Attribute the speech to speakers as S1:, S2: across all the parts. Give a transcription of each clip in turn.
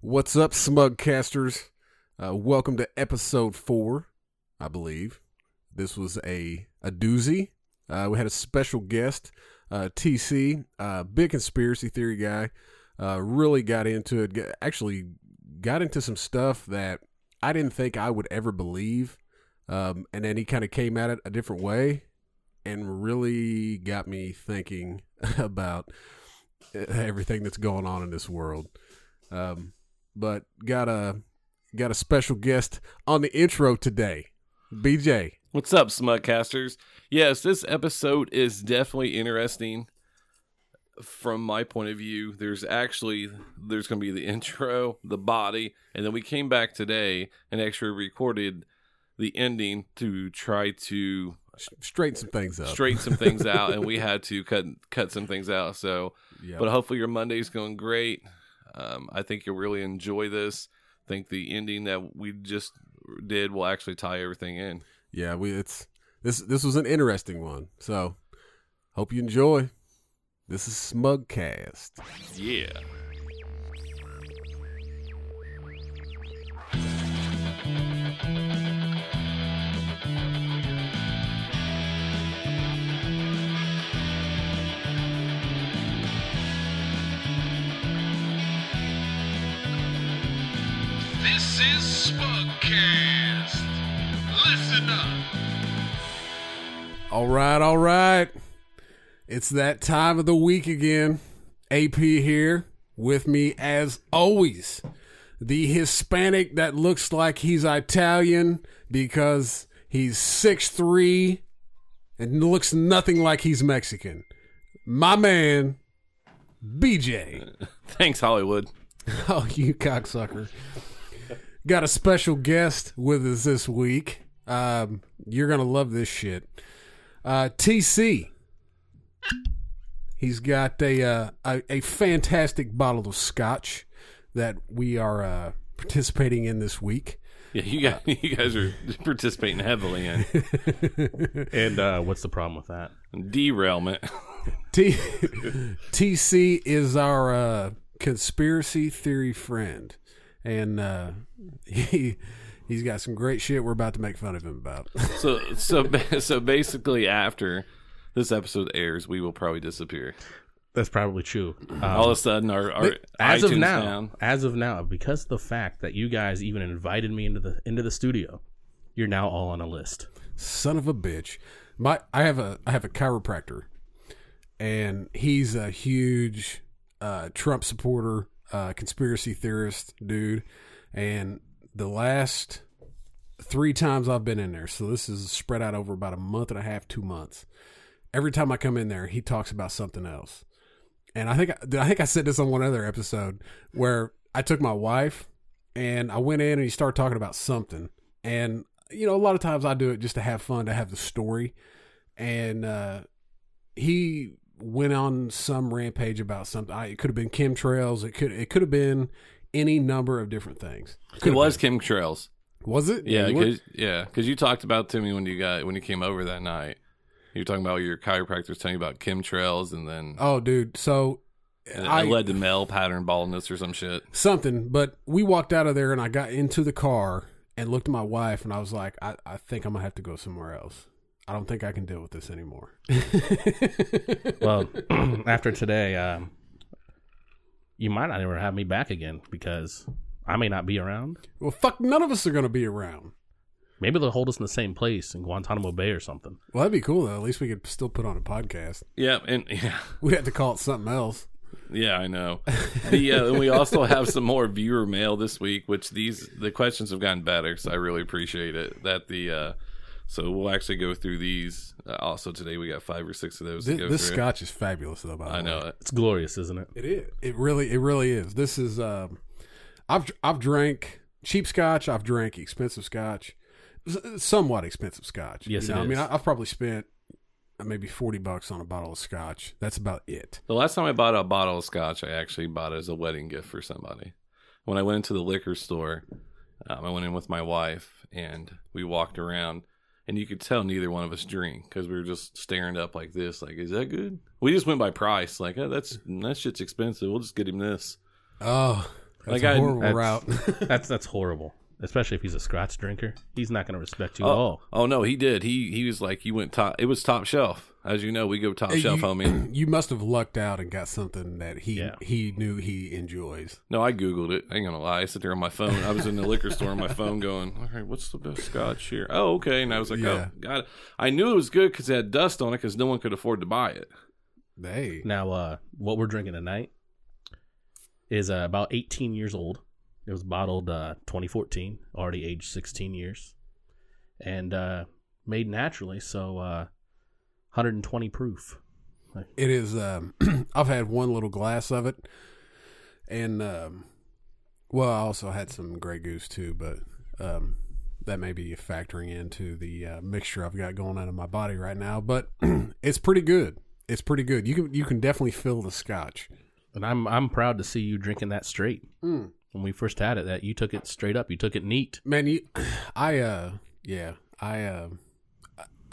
S1: What's up, Smugcasters? Uh, welcome to episode four, I believe. This was a, a doozy. Uh, we had a special guest, uh, TC, uh, big conspiracy theory guy. Uh, really got into it. Got- Actually, got into some stuff that I didn't think I would ever believe. Um, and then he kind of came at it a different way and really got me thinking about uh, everything that's going on in this world. Um, but got a got a special guest on the intro today, BJ.
S2: What's up, Smugcasters? Yes, this episode is definitely interesting from my point of view. There's actually there's going to be the intro, the body, and then we came back today and actually recorded the ending to try to
S1: S- Straighten some things up.
S2: straighten some things out, and we had to cut cut some things out. So
S1: Yeah.
S2: but uh, hopefully your Monday's going great. Um, I think you'll really enjoy this. I think the ending that we just did will actually tie everything in.
S1: yeah. We it's this this was an interesting one. So hope you enjoy. This is Smugcast.
S2: Yeah.
S3: This is Smugcast. Listen up.
S1: All right, all right. It's that time of the week again. AP here with me as always. The Hispanic that looks like he's Italian because he's 6'3 and looks nothing like he's Mexican. My man, BJ.
S2: Thanks, Hollywood.
S1: Oh, you cocksucker. Got a special guest with us this week. Um, you're going to love this shit. Uh, TC. He's got a, uh, a a fantastic bottle of scotch that we are uh, participating in this week.
S2: Yeah, you guys, you guys are participating heavily in
S4: And uh, what's the problem with that?
S2: derailment.
S1: T- TC is our uh, conspiracy theory friend, and uh, he he's got some great shit we're about to make fun of him about.
S2: So, so, ba- so basically, after this episode airs, we will probably disappear.
S4: That's probably true.
S2: All of a sudden, our, our
S4: as of
S2: iTunes
S4: now,
S2: down.
S4: as of now, because of the fact that you guys even invited me into the into the studio, you're now all on a list.
S1: son of a bitch. My I have a I have a chiropractor, and he's a huge uh, Trump supporter, uh, conspiracy theorist dude. And the last three times I've been in there, so this is spread out over about a month and a half, two months. Every time I come in there, he talks about something else. And I think I think I said this on one other episode where I took my wife and I went in and he started talking about something. And you know, a lot of times I do it just to have fun, to have the story. And uh, he went on some rampage about something. I, it could have been chemtrails. It could it could have been any number of different things.
S2: It was Kim Trails.
S1: Was it?
S2: Yeah,
S1: You were-
S2: cause, yeah, because you talked about to me when you got when you came over that night. You were talking about your chiropractors telling you about chemtrails, and then
S1: Oh, dude. So
S2: and
S1: I-
S2: it led to male pattern baldness or some shit.
S1: something. But we walked out of there, and I got into the car and looked at my wife, and I was like, I, I think I'm gonna have to go somewhere else. I don't think I can deal with this anymore.
S4: Well, after today, um, you might not ever have me back again because I may not be around.
S1: Well, fuck, none of us are gonna be around.
S4: Maybe they'll hold us in the same place in Guantanamo Bay or something.
S1: Well, that'd be cool though. At least we could still put on a podcast.
S2: Yeah, and yeah,
S1: We'd have to call it something else.
S2: yeah, I know. The uh, and we also have some more viewer mail this week, which these the questions have gotten better, so I really appreciate it. That the uh, so we'll actually go through these. Uh, also today we got five or six of those
S1: This,
S2: to go
S1: this
S2: through.
S1: scotch is fabulous, though. By the
S2: I
S1: way.
S2: know it.
S4: It's glorious, isn't it?
S1: it is. It really, it really is. This is. Um, I've I've drank cheap scotch. I've drank expensive scotch, s- somewhat expensive scotch.
S4: Yes,
S1: you
S4: it
S1: know, I mean,
S4: is.
S1: I, I've probably spent uh, maybe forty bucks on a bottle of scotch. That's about it.
S2: The last time I bought a bottle of scotch, I actually bought it as a wedding gift for somebody. When I went into the liquor store, um, I went in with my wife and we walked around, and you could tell neither one of us drink because we were just staring up like this, like, is that good? We just went by price, like, oh, that's that shit's expensive. We'll just get him this.
S1: Oh, That's
S2: Like
S1: a
S2: I-
S1: horrible
S4: That's-
S1: route.
S4: That's that's horrible. Especially if he's a scotch drinker, he's not going to respect you at
S2: Oh,
S4: all.
S2: oh no, he did. He he was like you went top. It was top shelf, as you know. We go top
S1: Hey,
S2: shelf,
S1: you,
S2: homie.
S1: You must have lucked out and got something that he
S4: Yeah.
S1: he knew he enjoys.
S2: No, I googled it. I ain't gonna lie. I sit there on my phone. I was in the liquor store on my phone, going, "All right, what's the best scotch here?" Oh, okay. And I was like,
S1: Yeah.
S2: "Oh, God!" I knew it was good because it had dust on it because no one could afford to buy it.
S1: Hey,
S4: Now, uh, what we're drinking tonight is uh, about 18 years old. It was bottled uh, 2014, already aged 16 years, and uh, made naturally, so uh, 120 proof.
S1: it is. Um, I've had one little glass of it, and um, well, I also had some Grey Goose too, but um, that may be factoring into the uh, mixture I've got going on in my body right now. But it's pretty good. It's pretty good. You can you can definitely feel the scotch.
S4: And I'm I'm proud to see you drinking that straight.
S1: Mm.
S4: When we first had it, that you took it straight up. You took it neat.
S1: man you i uh yeah i uh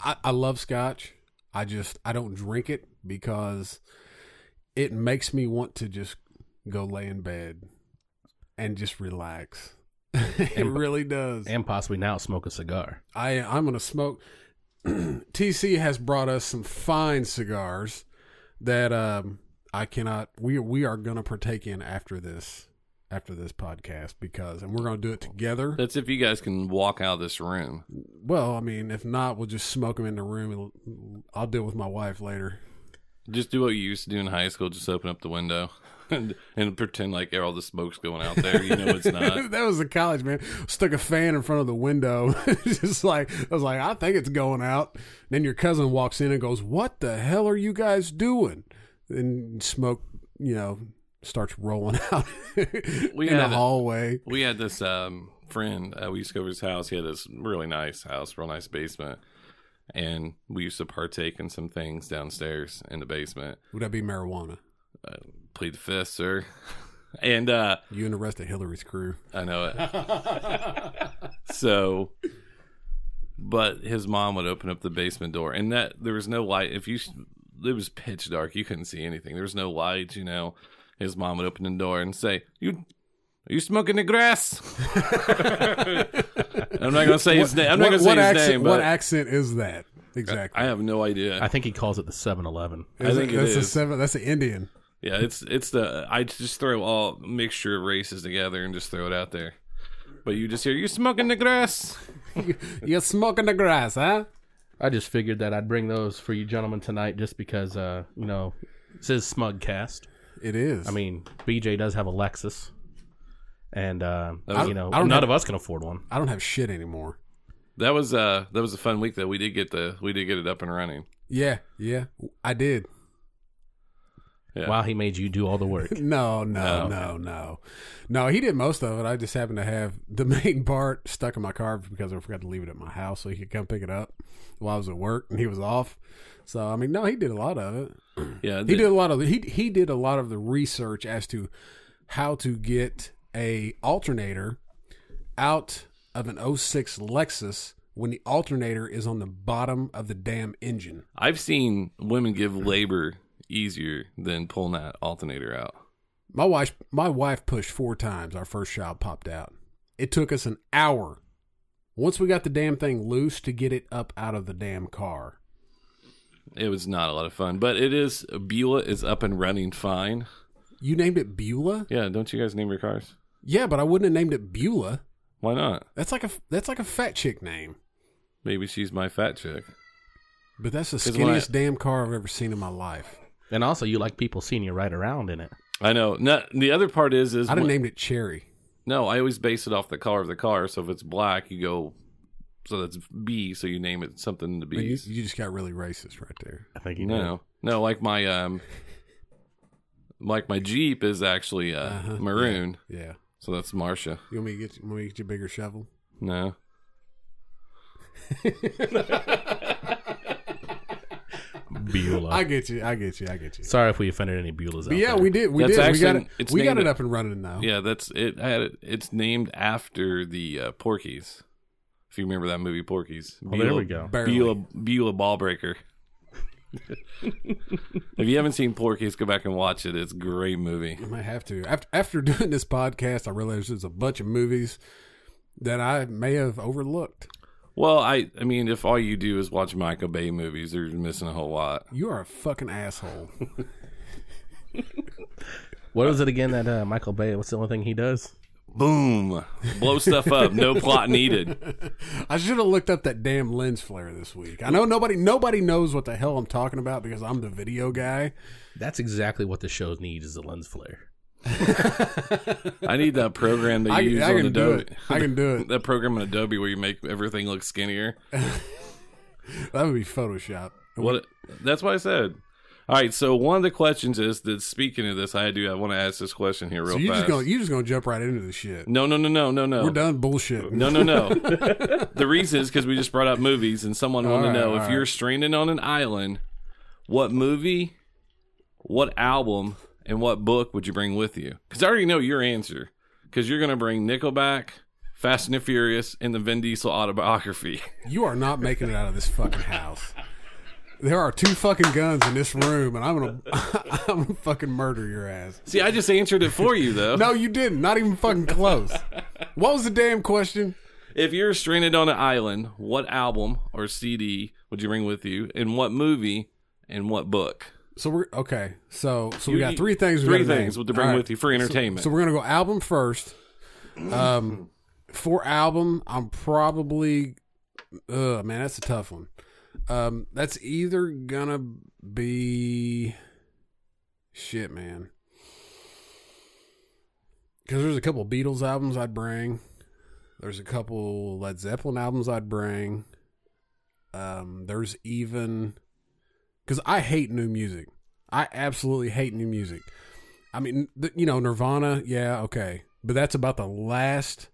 S1: i i love scotch i just i don't drink it because it makes me want to just go lay in bed and just relax it
S4: And-
S1: really does
S4: and possibly now smoke a cigar.
S1: i i'm gonna smoke tc has brought us some fine cigars that um i cannot we we are gonna partake in after this after this podcast because and we're gonna do it together
S2: That's if you guys can walk out of this room.
S1: Well, I mean, if not, we'll just smoke them in the room, and I'll deal with my wife later.
S2: Just do what you used to do in high school. Just open up the window and, and pretend like all the smoke's going out there. You know it's not.
S1: that was the college man. Stuck a fan in front of the window, just like I was like, I think it's going out. Then your cousin walks in and goes, "What the hell are you guys doing?" And smoke, you know, starts rolling out
S2: We
S1: in the
S2: had a-
S1: hallway.
S2: We had this um, friend. Uh, we used to go to his house. He had this really nice house, real nice basement, and we used to partake in some things downstairs in the basement.
S1: Would that be marijuana?
S2: Plead the fifth, sir. And uh,
S1: You and the rest of Hillary's crew.
S2: I know it. so, but his mom would open up the basement door, and that there was no light. If you, it was pitch dark. You couldn't see anything. There was no light. You know, his mom would open the door and say, "You." Are you smoking the grass? I'm not gonna say his name. I'm not
S1: What-
S2: gonna say
S1: what
S2: his
S1: accent,
S2: name. But
S1: what accent is that exactly?
S2: I have no idea.
S4: I think he calls it the 7-Eleven.
S2: I think it
S1: that's a
S2: is.
S1: seven. That's an Indian.
S2: yeah, it's it's the I just throw all mixture of races together and just throw it out there. But you just hear you smoking the grass.
S1: You're smoking the grass, huh?
S4: I just figured that I'd bring those for you gentlemen tonight just because, uh, you know, this is Smugcast.
S1: It is.
S4: I mean, BJ does have a Lexus. And, uh,
S2: was-
S4: you know,
S1: I don't
S4: none
S1: have-
S4: of us can afford one.
S1: I don't have shit anymore.
S2: That was uh that was a fun week that we did get the we did get it up and running.
S1: Yeah, yeah, I did.
S2: Yeah.
S4: Wow, he made you do all the work.
S1: No, no,
S4: Oh,
S1: no,
S2: No.
S1: no, no. He did most of it. I just happened to have the main part stuck in my car because I forgot to leave it at my house, so he could come pick it up while I was at work, and he was off. So I mean, no, he did a lot of it.
S2: Yeah,
S1: He
S2: the-
S1: did a lot of the, he he did a lot of the research as to how to get a alternator out of an 06 Lexus when the alternator is on the bottom of the damn engine.
S2: I've seen women give labor easier than pulling that alternator out.
S1: My wife, my wife pushed four times. Our first child popped out. It took us an hour. Once we got the damn thing loose to get it up out of the damn car.
S2: It was not a lot of fun, but it is Beulah is up and running fine.
S1: You named it Beulah?
S2: Yeah, don't you guys name your cars?
S1: Yeah, but I wouldn't have named it Beulah.
S2: Why not?
S1: That's like a that's like a fat chick name.
S2: Maybe she's my fat chick.
S1: But that's the
S2: 'Cause when I-
S1: skinniest damn car I've ever seen in my life.
S4: and also, you like people seeing you right around in it.
S2: I know. No, the other part is is
S1: I'd have
S2: when-
S1: named it Cherry.
S2: No, I always base it off the color of the car. So if it's black, you go. So that's B. So you name it something the
S1: Man, you,
S2: B's.
S1: you just got really racist right there.
S4: I think you
S2: No, no, no. Like my um, like my Jeep is actually uh,
S1: Uh-huh.
S2: maroon.
S1: Yeah.
S2: So that's Marcia.
S1: You want me to get you, want me to get you a bigger shovel?
S2: No,
S4: Beulah.
S1: I get you. I get you. I get you.
S4: Sorry if we offended any Beulahs
S1: But
S4: out
S1: yeah,
S4: there.
S1: we did. We
S2: That's
S1: did. we got
S2: actually-
S1: it.
S2: it's
S1: We got
S2: named
S1: it
S2: it-
S1: up and running now.
S2: yeah, that's it. I had it. It's named after the uh, Porkies. If you remember that movie, Porkies.
S4: Well, Oh, there we go.
S1: Barely.
S2: Beulah, Beulah Ballbreaker. If you haven't seen Porky's, go back and watch it. It's a great movie.
S1: I might have to. After, after doing this podcast, I realized there's a bunch of movies that I may have overlooked.
S2: Well, I I mean, if all you do is watch Michael Bay movies, you're missing a whole lot.
S1: You are a fucking asshole.
S4: What was it again that uh, Michael Bay? What's the only thing he does?
S2: Boom, blow stuff up. No plot needed.
S1: I should have looked up that damn lens flare this week. I know nobody nobody knows what the hell I'm talking about because I'm the video guy.
S4: That's exactly what the show needs is a lens flare.
S2: I need that program that
S1: I,
S2: you use
S1: I
S2: on
S1: can do
S2: Adobe.
S1: it. I can do it.
S2: That program on Adobe where you make everything look skinnier.
S1: That would be Photoshop.
S2: What? That's what I said. All right. So one of the questions is that speaking of this, I do I want to ask this question here real
S1: So you
S2: fast.
S1: just gonna you just gonna jump right into this shit.
S2: no, no, no, no, no, no.
S1: We're done bullshitting.
S2: No, no, no. the reason is because we just brought up movies, and someone wanted
S1: All
S2: to
S1: right,
S2: know
S1: all
S2: if
S1: right.
S2: you're stranded on an island, what movie, what album, and what book would you bring with you? Because I already know your answer. Because you're going to bring Nickelback, Fast and the Furious, and the Vin Diesel autobiography.
S1: You are not making it out of this fucking house. There are two fucking guns in this room, and I'm gonna I'm gonna fucking murder your ass.
S2: See, I just answered it for you though.
S1: No, you didn't. Not even fucking close. What was the damn question?
S2: If you're stranded on an island, what album or CD would you bring with you, and what movie, and what book?
S1: So we're okay. So so we
S2: You-
S1: got three things. We
S2: Three
S1: gotta
S2: things
S1: name.
S2: to bring
S1: All right.
S2: with you for entertainment.
S1: So we're gonna go album first. Um, for album, I'm probably. Uh, man, that's a tough one. Um, that's either gonna be shit, man. Because there's a couple Beatles albums I'd bring. There's a couple Led Zeppelin albums I'd bring. Um, there's even because I hate new music. I absolutely hate new music. I mean, th- you know, Nirvana, yeah, okay, but that's about the last.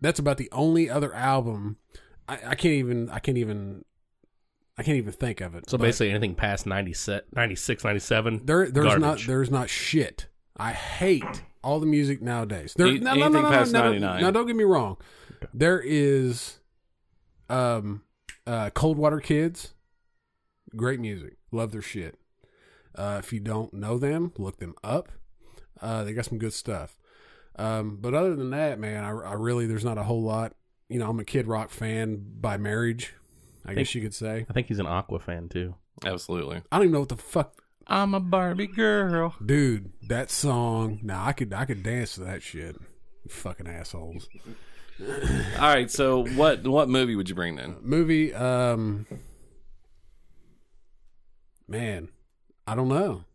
S1: That's about the only other album. I, I can't even. I can't even. I can't even think of it.
S4: So
S1: but
S4: basically, anything past 90 set, 96, 97.
S1: there, there's not.
S4: garbage.
S1: There's not shit. I hate all the music nowadays. There,
S2: Any-
S1: no, no, no,
S2: anything
S1: no, no,
S2: past
S1: no, no,
S2: 99.
S1: Now, don't get me wrong. There is, um, uh, Coldwater Kids. Great music. Love their shit. Uh, if you don't know them, look them up. Uh, they got some good stuff. Um, but other than that, man, I, I really there's not a whole lot. You know, I'm a Kid Rock fan by marriage. I guess you could say.
S4: I think he's an Aqua fan too.
S2: Absolutely.
S1: I don't even know what the fuck
S2: I'm a Barbie girl.
S1: Dude, that song. Nah, I could I could dance to that shit. You fucking assholes.
S2: All right, so what what movie would you bring then?
S1: Movie. Um. Man, I don't know.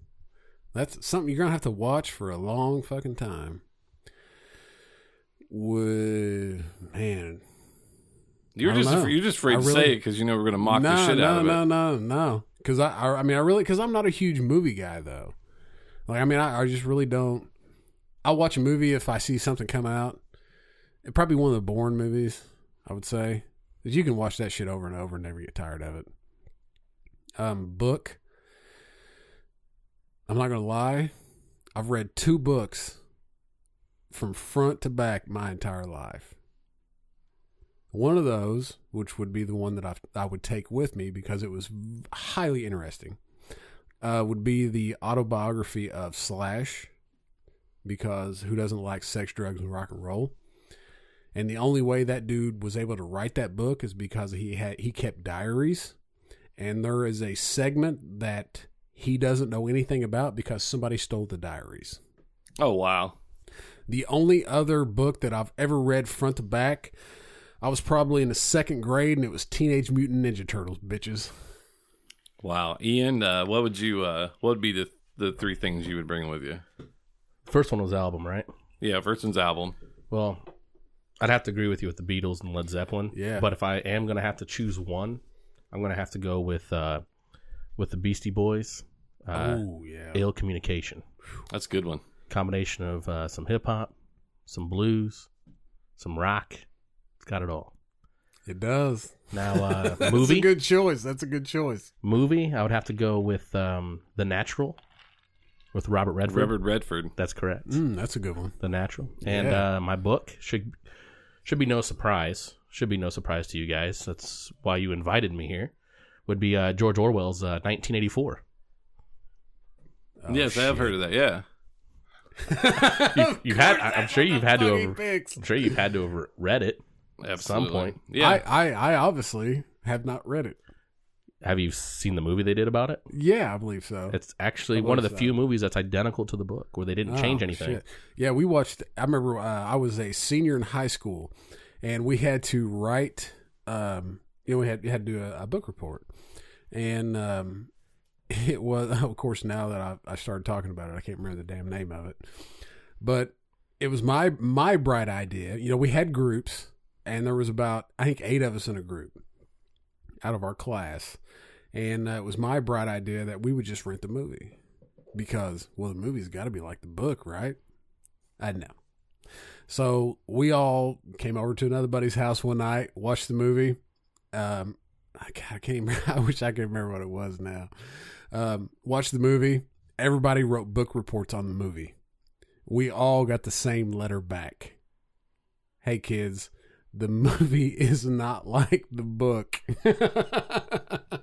S1: That's something you're gonna have to watch for a long fucking time. Would man?
S2: You're
S1: I don't
S2: just
S1: know.
S2: you're just afraid
S1: I
S2: to
S1: really-
S2: say it because you know we're gonna mock
S1: no,
S2: the shit
S1: no,
S2: out of
S1: no,
S2: it.
S1: no, no. Because I, I, I mean, I really, because I'm not a huge movie guy though. Like, I mean, I, I just really don't. I'll watch a movie if I see something come out. It probably one of the Bourne movies, I would say. 'Cause you can watch that shit over and over and never get tired of it. Um, book. I'm not gonna lie, I've read two books from front to back my entire life. One of those, which would be the one that I, I would take with me because it was highly interesting, uh, would be the autobiography of Slash, because who doesn't like sex, drugs, and rock and roll? And the only way that dude was able to write that book is because he had he kept diaries, and there is a segment that he doesn't know anything about because somebody stole the diaries.
S2: Oh wow.
S1: The only other book that I've ever read front to back, I was probably in the second grade, and it was Teenage Mutant Ninja Turtles, bitches.
S2: Wow. Ian, uh, what would you uh what would be the the three things you would bring with you?
S4: First one was album, right?
S2: Yeah, first one's album.
S4: Well, I'd have to agree with you with the Beatles and Led Zeppelin.
S1: Yeah.
S4: But if I am gonna have to choose one, I'm gonna have to go with uh, with the Beastie Boys. Uh,
S1: oh yeah,
S4: Ill communication
S2: That's a good one.
S4: combination of uh, some hip hop, some blues, some rock. It's got it all.
S1: it does.
S4: Now uh,
S1: That's
S4: movie
S1: a good choice. That's a good choice.
S4: movie. I would have to go with um, The Natural with Robert Redford.
S2: Robert Redford.
S4: That's correct.
S1: Mm, that's a good one.
S4: The Natural. And
S1: Yeah.
S4: uh, my book should should be no surprise. Should be no surprise to you guys. That's why you invited me here. would be uh, George Orwell's uh, 1984.
S1: Oh,
S2: yes, I have
S1: shit.
S2: heard of that. Yeah.
S4: You, you had, I- I'm sure you've had to
S1: Fucking
S4: over,
S1: picks.
S4: I'm sure you've had to over read it.
S2: At
S4: point.
S2: Yeah.
S1: I, I, I obviously have not read it.
S4: Have you seen the movie they did about it?
S1: Yeah, I believe so.
S4: It's actually
S1: Oh, I
S4: one of the
S1: believe so.
S4: few movies that's identical to the book where they didn't
S1: Oh,
S4: change anything.
S1: shit. Yeah, we watched. I remember uh, I was a senior in high school, and we had to write. Um, you know, we had had to do a, a book report, and um, it was of course now that I, I started talking about it, I can't remember the damn name of it, but it was my my bright idea. You know, we had groups, and there was about I think eight of us in a group, out of our class, and uh, it was my bright idea that we would just rent the movie because well the movie's got to be like the book right i know so we all came over to another buddy's house one night watched the movie um i, ca- I can't remember, i wish i could remember what it was now um watched the movie everybody wrote book reports on the movie we all got the same letter back hey kids the movie is not like the book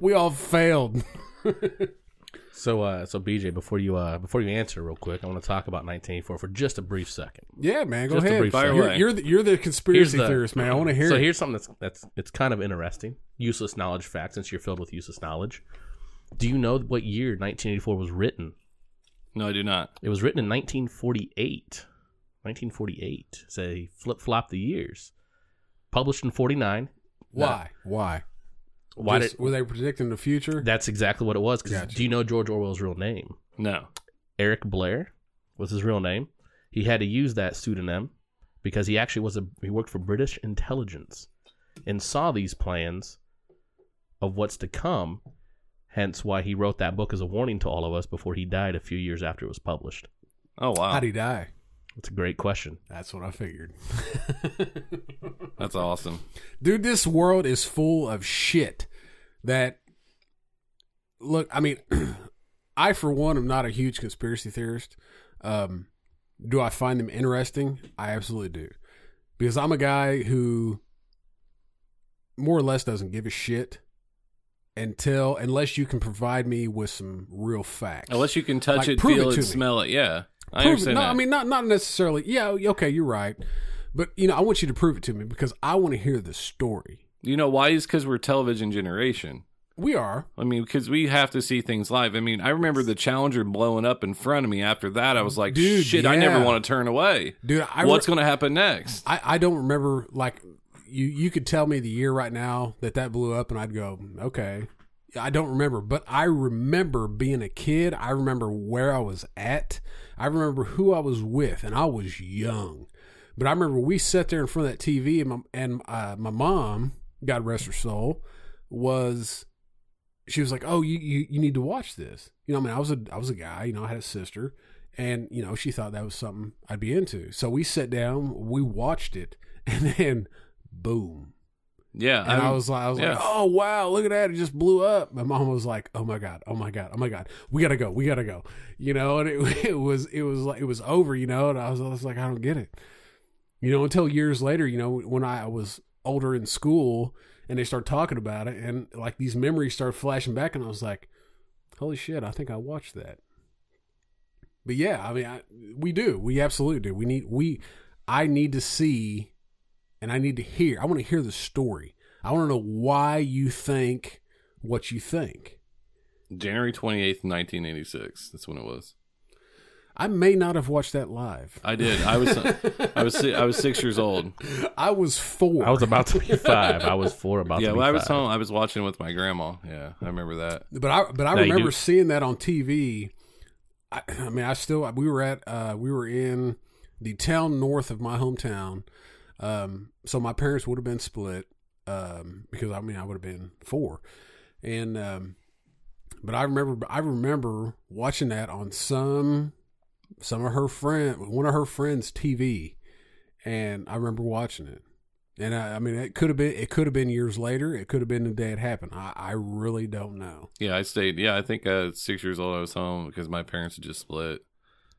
S1: we all failed
S4: So, uh, so BJ, before you uh, before you answer real quick, I want to talk about 1984 for just a brief second.
S1: Yeah, man, go
S4: Just a
S1: ahead.
S4: brief
S2: Fire
S1: you're,
S2: away.
S1: you're the, you're the conspiracy
S4: the-
S1: theorist, man. I want to hear
S4: So
S1: it.
S4: here's something that's that's it's kind of interesting. Useless knowledge fact, since you're filled with useless knowledge. Do you know what year 1984 was written?
S2: No, I do not.
S4: It was written in 1948. 1948. Say flip flop the years. Published in 49.
S1: Why? Why?
S4: Why
S1: Just-
S4: did?
S1: were they predicting the future?
S4: That's exactly what it was. 'cause
S1: Gotcha.
S4: do you know George Orwell's real name?
S2: No.
S4: Eric Blair was his real name. He had to use that pseudonym because he actually was a he worked for British intelligence and saw these plans of what's to come. Hence, why he wrote that book as a warning to all of us before he died a few years after it was published.
S2: Oh wow.
S1: How'd he die?
S4: It's a great question.
S1: That's what I figured.
S2: That's awesome.
S1: Dude, this world is full of shit. That look, I mean, I for one am not a huge conspiracy theorist. Um, do I find them interesting? I absolutely do, because I'm a guy who more or less doesn't give a shit until unless you can provide me with some real facts.
S2: Unless you can touch
S1: Like,
S2: it,
S1: prove
S2: feel
S1: it
S2: it,
S1: to me.
S2: smell it. Yeah. I
S1: prove it.
S2: understand
S1: No,
S2: that.
S1: I mean not not necessarily. Yeah, okay, you're right. But you know, I want you to prove it to me because I want to hear the story.
S2: you know why? Is because we're television generation.
S1: We are.
S2: I mean, because we have to see things live. I mean, I remember the Challenger blowing up in front of me. After that, I was like,
S1: Dude,
S2: "Shit, I never
S1: yeah.
S2: want to turn away."
S1: Dude, I
S2: What's going to happen next?
S1: I, I don't remember like you you could tell me the year right now that that blew up and I'd go okay I don't remember but I remember being a kid I remember where I was at I remember who I was with and I was young but I remember we sat there in front of that TV and my, and uh, my mom God rest her soul was she was like oh you, you you need to watch this you know I mean I was a I was a guy you know I had a sister and you know she thought that was something I'd be into. So we sat down, we watched it, and then boom.
S2: Yeah,
S1: And
S2: I'm-
S1: I was like, I was
S2: yeah.
S1: like, oh wow, look at that! It just blew up. My mom was like, oh my god, oh my god, oh my god, we gotta go, we gotta go. You know, and it, it was it was like it was over. You know, and I was, I was like, I don't get it. You know, until years later, you know, when I was older in school and they start talking about it, and like these memories start flashing back, and I was like, holy shit, I think I watched that. But yeah, I mean, I, we do. We absolutely do. We need we. I need to see, and I need to hear. I want to hear the story. I want to know why you think what you think.
S2: January twenty eighth, nineteen eighty six. That's when it was.
S1: I may not have watched that live.
S2: I did. I was. I was. si- I was six years old.
S1: I was four.
S4: I was about to be five. I was four. About
S2: yeah,
S4: to be
S2: when I was
S4: five.
S2: home, I was watching with my grandma. Yeah, I remember that.
S1: but I but I
S4: No, you
S1: remember
S4: do.
S1: seeing that on TV. I, I mean, I still we were at uh, we were in the town north of my hometown, um, so my parents would have been split um, because I mean I would have been four, and um, but I remember I remember watching that on some some of her friend one of her friends TV, and I remember watching it. And I, I mean, it could have been it could have been years later. It could have been the day it happened. I, I really don't know.
S2: Yeah, I stayed. Yeah, I think uh, six years old, I was home because my parents had just split.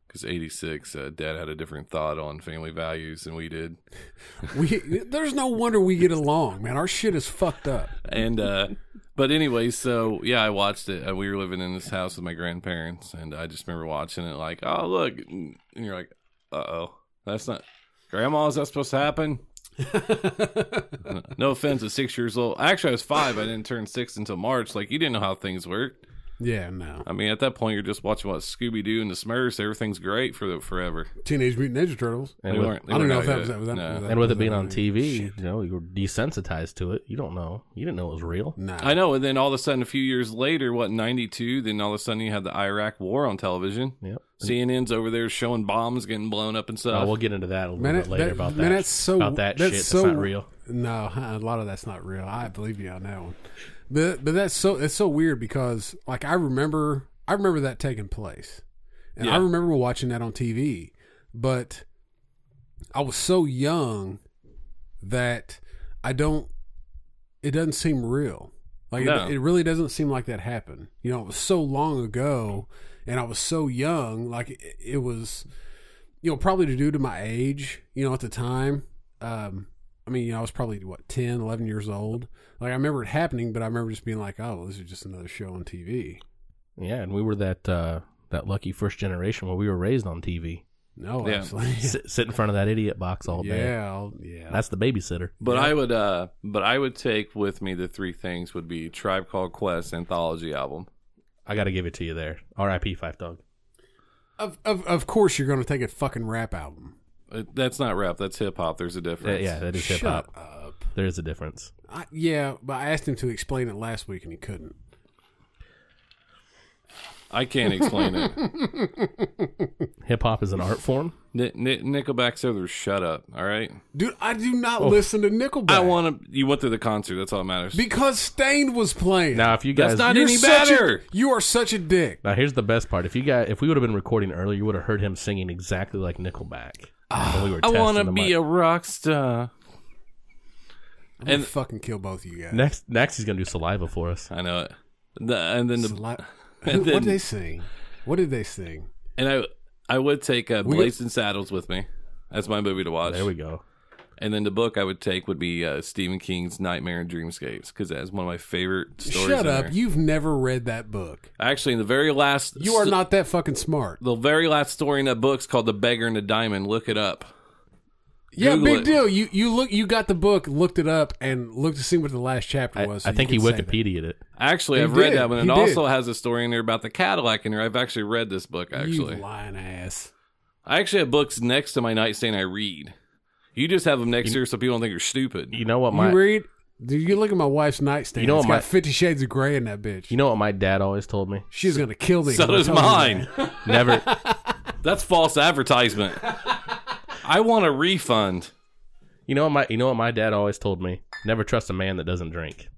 S2: Because eighty six, uh, Dad had a different thought on family values than we did,
S1: We there's no wonder we get along, man. Our shit is fucked up.
S2: and uh, But anyway, so yeah, I watched it. Uh, We were living in this house with my grandparents, and I just remember watching it like, oh, look. And you're like, uh oh, that's not, Grandma, is that supposed to happen? No offense, at six years old. Actually, I was five. I didn't turn six until March. Like, you didn't know how things worked.
S1: yeah, no.
S2: I mean, at that point, you're just watching what Scooby Doo and the Smurfs. Everything's great for the, forever.
S1: Teenage Mutant Ninja Turtles.
S4: And
S2: They
S4: with-
S2: weren't- they
S1: I don't
S2: weren't
S1: know
S2: out
S1: if that
S2: yet.
S1: was that. Was that,
S2: No.
S1: was that
S4: And with
S1: was
S4: it being
S1: that-
S4: on TV,
S1: Oh, Shit.
S4: you know, you were desensitized to it. You don't know. You didn't know it was real.
S1: Nah.
S2: I know. And then all of a sudden, a few years later, what, 92, then all of a sudden you had the Iraq war on television.
S1: Mm.
S4: Yep.
S2: CNN's over there showing bombs getting blown up and stuff.
S4: Uh, we'll get into that a little
S1: Man,
S4: bit
S1: that-
S4: later
S1: that-
S4: about that.
S1: man, that's so-
S4: about that
S1: that's
S4: shit.
S1: so-
S4: that's not real.
S1: No, huh, a lot of that's not real. I believe you on that one. But but that's so it's so weird because like I remember I remember that taking place. And I
S2: Yeah.
S1: remember watching that on TV, but I was so young that I don't it doesn't seem real. Like
S2: No.
S1: it, it really doesn't seem like that happened. You know, it was so long ago and I was so young like it, it was you know, probably to do to my age, you know, at the time. Um, I mean, you know, I was probably, what, 10, 11 years old. Like, I remember it happening, but I remember just being like, oh, well, this is just another show on TV.
S4: Yeah, and we were that uh, that lucky first generation where we were raised on TV.
S1: No,
S2: Yeah.
S1: absolutely.
S4: Sit, sit in front of that idiot box all day.
S1: yeah, I'll- yeah.
S4: That's the babysitter.
S2: But I would, uh, but I would take with me the three things would be Tribe Called Quest anthology album.
S4: I got to give it to you there. R.I.P. Five Dog.
S1: of, of, of course, you're going to take a fucking rap album.
S2: Uh, That's not rap. That's hip hop. There's a
S4: Uh,
S2: difference.
S4: yeah, that is hip
S1: Shut
S4: hop.
S1: up.
S4: There is a difference.
S1: I, yeah, but I asked him to explain it last week and he couldn't.
S2: I can't explain it.
S4: Hip hop is an art form.
S2: Ni Ni- Nickelback's over. there, Shut up. All right.
S1: Dude, I do not listen to Nickelback.
S2: Oh. I want to. You went through the concert. That's all that matters.
S1: Because Stained was playing.
S4: Now, if you
S2: That's
S4: guys,
S2: not
S1: You're
S2: any
S1: such a-
S2: better.
S1: you are such a dick.
S4: now here's the best part. If you guys, if we would have been recording earlier, you would have heard him singing exactly like Nickelback. When we were
S2: I want
S4: testing
S2: to
S4: the
S2: be
S4: mic.
S2: a rock star.
S1: I'm going
S2: And-
S1: to fucking kill both of you guys.
S4: next. Next, he's gonna do saliva for us.
S2: I know it. The, and then the
S1: Sli-
S2: and
S1: what
S2: then-
S1: did they sing? What did they sing?
S2: and I I would take uh,
S1: We-
S2: Blazing Saddles with me. That's my movie to watch.
S4: There we go.
S2: And then the book I would take would be uh, Stephen King's Nightmare and Dreamscapes because that's one of my favorite stories.
S1: Shut
S2: in
S1: up.
S2: there.
S1: You've never read that book.
S2: Actually, in the very last,
S1: You are
S2: st-
S1: not that fucking smart.
S2: the very last story in that book's called "The Beggar and the Diamond." Look it up.
S1: Yeah,
S2: Google
S1: big
S2: it.
S1: deal. You you look you got the book, looked it up, and looked to see what the last chapter
S4: I,
S1: was. so
S4: I
S1: you
S4: think he
S1: can say that.
S4: Wikipedia'd it.
S2: Actually,
S1: He
S2: I've read
S1: did.
S2: that one.
S1: He
S2: It
S1: did.
S2: also has a story in there about the Cadillac in there. I've actually read this book. Actually,
S1: you lying ass.
S2: I actually have books next to my nightstand. I read. You just have them next to you so people don't think you're stupid.
S4: You know what
S1: you
S4: my
S1: read? Dude, you look at my wife's nightstand.
S4: You know
S1: it's
S4: what my-
S1: got Fifty Shades of Grey in that bitch.
S4: you know what my dad always told me.
S1: She's gonna kill these.
S2: So does mine.
S4: Never.
S2: That's false advertisement. I want a refund.
S4: You know what my you know what my dad always told me? Never trust a man that doesn't drink.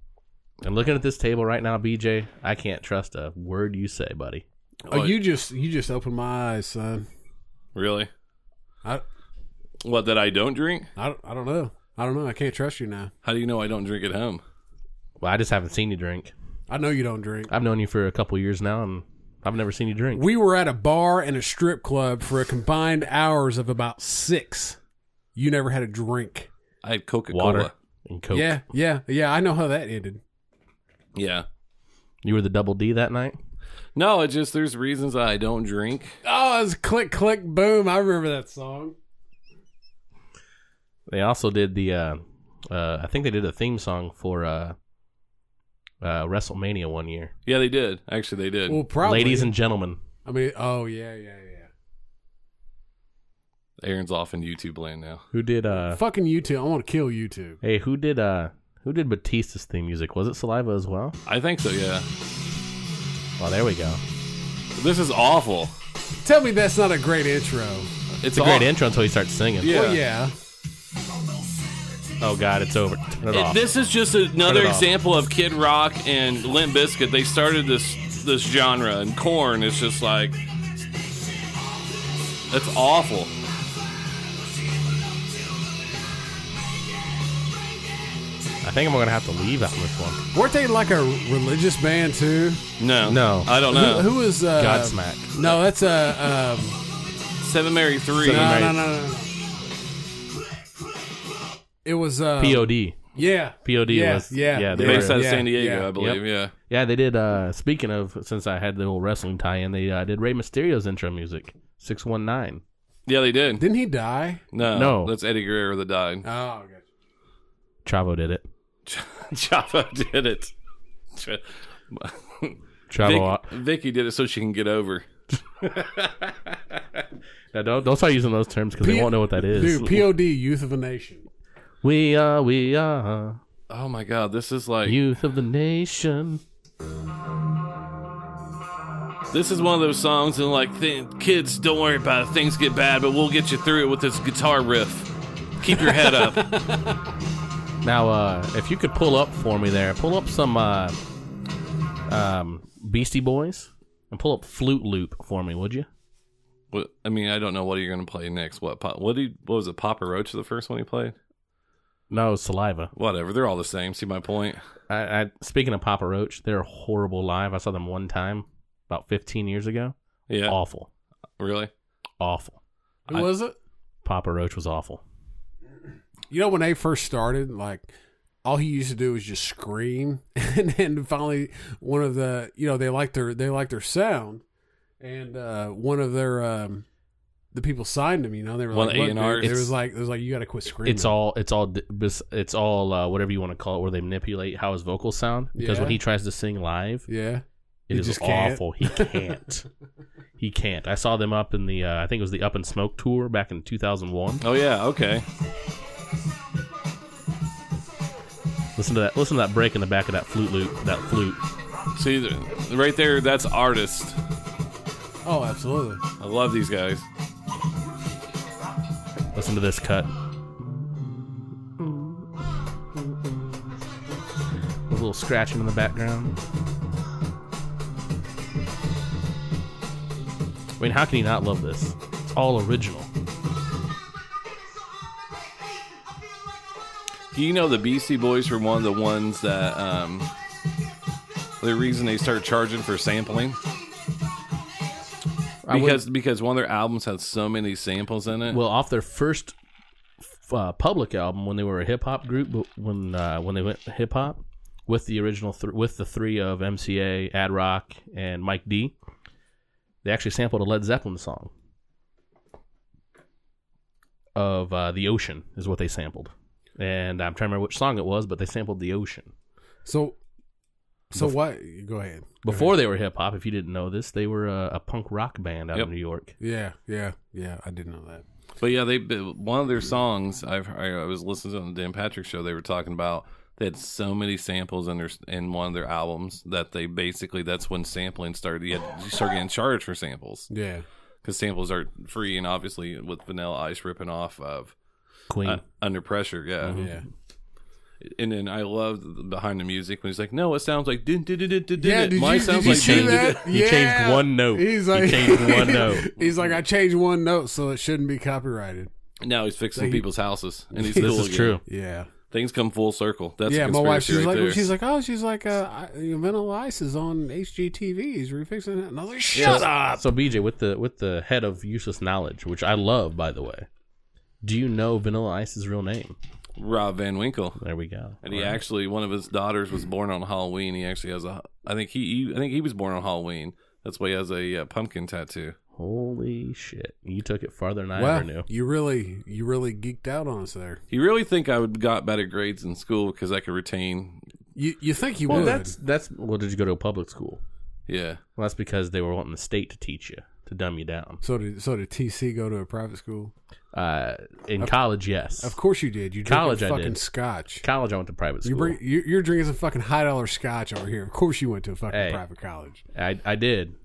S4: And looking at this table right now, BJ, I can't trust a word you say, buddy.
S1: Oh, you just you just opened my eyes, son.
S2: Really?
S1: I
S2: What that I don't drink?
S1: I, don't- I don't know. I don't know. I can't trust you now.
S2: How do you know I don't drink at home?
S4: Well, I just haven't seen you drink.
S1: I know you don't drink.
S4: I've known you for a couple years now, and I've never seen you drink.
S1: We were at a bar and a strip club for a combined hours of about six. You never had a drink.
S2: I had Coca
S4: Water
S2: Cola.
S4: and Coke.
S1: Yeah, yeah, yeah. I know how that ended.
S2: Yeah.
S4: You were the double D that night.
S2: No, it just there's reasons I don't drink.
S1: Oh, it was click, click, boom. I remember that song.
S4: They also did the, uh, uh, I think they did a theme song for uh, uh, WrestleMania one year.
S2: Yeah, they did. Actually, they did.
S1: Well, probably.
S4: Ladies and gentlemen,
S1: I mean, oh yeah, yeah, yeah.
S2: Aaron's off in YouTube land now.
S4: who did? Uh,
S1: Fucking YouTube. I want to kill YouTube.
S4: hey, who did? Uh, who did Batista's theme music? Was it Saliva as well?
S2: I think so. Yeah.
S4: Oh, there we go.
S2: This is awful.
S1: Tell me that's not a great intro.
S2: It's,
S4: It's a
S2: aw-
S4: great intro until he starts singing.
S2: Yeah.
S1: Well, yeah.
S4: Oh God, it's over. Turn it
S2: It-
S4: off.
S2: this is just another
S4: Turn it off.
S2: example of Kid Rock and Limp Bizkit. They started this this genre, and Corn is just like it's awful.
S4: I think I'm gonna have to leave on this one.
S1: Weren't they like a religious band too?
S2: No,
S4: No.
S2: I don't know.
S1: Who, who was uh,
S4: Godsmack.
S1: No, that's uh, um,
S2: Seven Mary Three.
S1: no,
S4: Mary.
S1: no, no, no, no. It was uh,
S4: POD.
S1: Yeah.
S4: POD
S1: Yeah,
S4: was
S1: yeah,
S4: yeah they
S1: yeah.
S2: Based
S4: were,
S2: out of San Diego,
S1: yeah.
S2: I believe. Yeah.
S4: yeah they did. Uh, speaking of, since I had the whole wrestling tie-in, they uh, did Rey Mysterio's intro music six one nine.
S2: Yeah, they did.
S1: Didn't he die?
S2: No,
S4: No.
S2: that's Eddie Guerrero that died.
S1: Oh, gotcha.
S4: Chavo did it.
S2: Chavo did it. Ch-
S4: Chavo.
S2: Vic- Vicky did it so she can get over.
S4: Now, don't don't start using those terms because they
S1: P-
S4: won't know what that is.
S1: Dude, POD, Youth of a Nation.
S4: we are we are
S2: Oh my God, this is like
S4: youth of the nation.
S2: this is one of those songs and like th- kids, don't worry about it. Things get bad, but we'll get you through it with this guitar riff. Keep your head up.
S4: Now, uh, if you could pull up for me there, pull up some uh, um, Beastie Boys and pull up Flute Loop for me, would you?
S2: What- I mean, I don't know what you're gonna play next. What pop? What, did, what was it? Papa Roach, the first one he played.
S4: No, Saliva.
S2: Whatever, they're all the same. See my point?
S4: I, I, speaking of Papa Roach, they're horrible live. I saw them one time about 15 years ago.
S2: Yeah,
S4: Awful,
S2: really.
S4: awful.
S1: Who
S2: I-
S1: was it?
S4: Papa Roach was awful.
S1: You know, when they first started, like, all he used to do was just scream. And then finally, one of the, you know, they liked their, they liked their sound. And uh, one of their, um, the people signed him, you know, they were
S2: One
S1: like,
S2: of the
S1: "Look, dude," it
S2: A&Rs.
S1: was like, it was like, you got to quit screaming.
S4: It's all, it's all, di- bes- it's all, uh, whatever you want to call it, where they manipulate how his vocals sound. Because when
S1: Yeah.
S4: he tries to sing live,
S1: Yeah.
S4: it
S1: He
S4: is
S1: just can't.
S4: awful. He can't. he can't. I saw them up in the, uh, I think it was the Up and Smoke tour back in 2001.
S2: Oh yeah, okay.
S4: Listen to that. Listen to that break in the back of that flute loop. That flute.
S2: See, th- right there, that's artist.
S1: Oh, absolutely.
S2: I love these guys.
S4: Listen to this cut. A little scratching in the background. I mean, how can you not love this? It's all original.
S2: You know, the BC Boys were one of the ones that, um, the reason they started charging for sampling
S4: I wouldn't-
S2: because because one of their albums had so many samples in it.
S4: well, off their first uh, public album, when they were a hip hop group, but when uh, when they went hip hop with the original th- with the three of MCA, Ad Rock, and Mike D, they actually sampled a Led Zeppelin song of uh, the ocean is what they sampled, and I'm trying to remember which song it was, but they sampled the ocean.
S1: So, so what? Go ahead. Go ahead.
S4: Before they were hip hop, if you didn't know this, they were a, a punk rock band out
S2: Yep.
S4: of New York.
S1: Yeah, yeah, yeah. I didn't know that.
S2: But yeah, they one of their songs. I've I I was listening to on the Dan Patrick show. They were talking about they had so many samples in their in one of their albums that they basically that's when sampling started. You had you start getting charged for samples
S1: Yeah.
S2: because samples are free and obviously with Vanilla Ice ripping off of
S4: Queen.
S2: uh, Under Pressure. Yeah,
S4: Mm-hmm.
S1: Yeah.
S2: and then I love the- behind the music when he's like, "No, it sounds like dun, dun, dun, dun, dun,
S1: Yeah,
S2: dun."
S1: did
S2: mine
S1: you, did
S2: sounds
S1: you
S2: like
S1: see
S2: dun, dun,
S1: that?
S2: dun.
S4: He
S1: yeah.
S4: changed one note.
S1: He's
S4: He
S1: like,
S4: changed one note.
S1: He's like, I changed one note, so it shouldn't be copyrighted.
S2: Now he's fixing
S1: Like-
S2: people's houses, and he's
S1: This
S2: cool
S4: This is
S2: again.
S4: true.
S1: Yeah.
S2: Things come full circle. That's
S1: yeah.
S2: a
S1: My wife, she's
S2: conspiracy right
S1: like,
S2: there.
S1: she's like, oh, she's like, uh, I- you know, Vanilla Ice is on HGTV. He's refixing it, and I was like, shut up.
S4: So BJ, with the with the head of useless knowledge, which I love, by the way. Do you know Vanilla Ice's real name?
S2: Rob Van Winkle.
S4: There we go.
S2: And he actually, one of his daughters was born on Halloween. He actually has a, I think he, I think he was born on Halloween. That's why he has a uh, pumpkin tattoo.
S4: Holy shit! You took it farther than I
S1: Wow,
S4: ever knew.
S1: you really, you really geeked out on us there.
S2: You really think I would got better grades in school because I could retain?
S1: You, you think you
S4: Well,
S1: would?
S4: that's that's. Well, did you go to a public school?
S2: Yeah,
S4: Well, that's because they were wanting the state to teach you to dumb you down.
S1: so did so did TC go to a private school?
S4: Uh, in college, yes.
S1: Of course you did. You drank
S4: College I
S1: fucking
S4: did.
S1: scotch.
S4: College, I went to private school.
S1: You bring, you- you're drinking some fucking high dollar scotch over here. Of course you went to a fucking
S4: Hey.
S1: private college.
S4: I I did.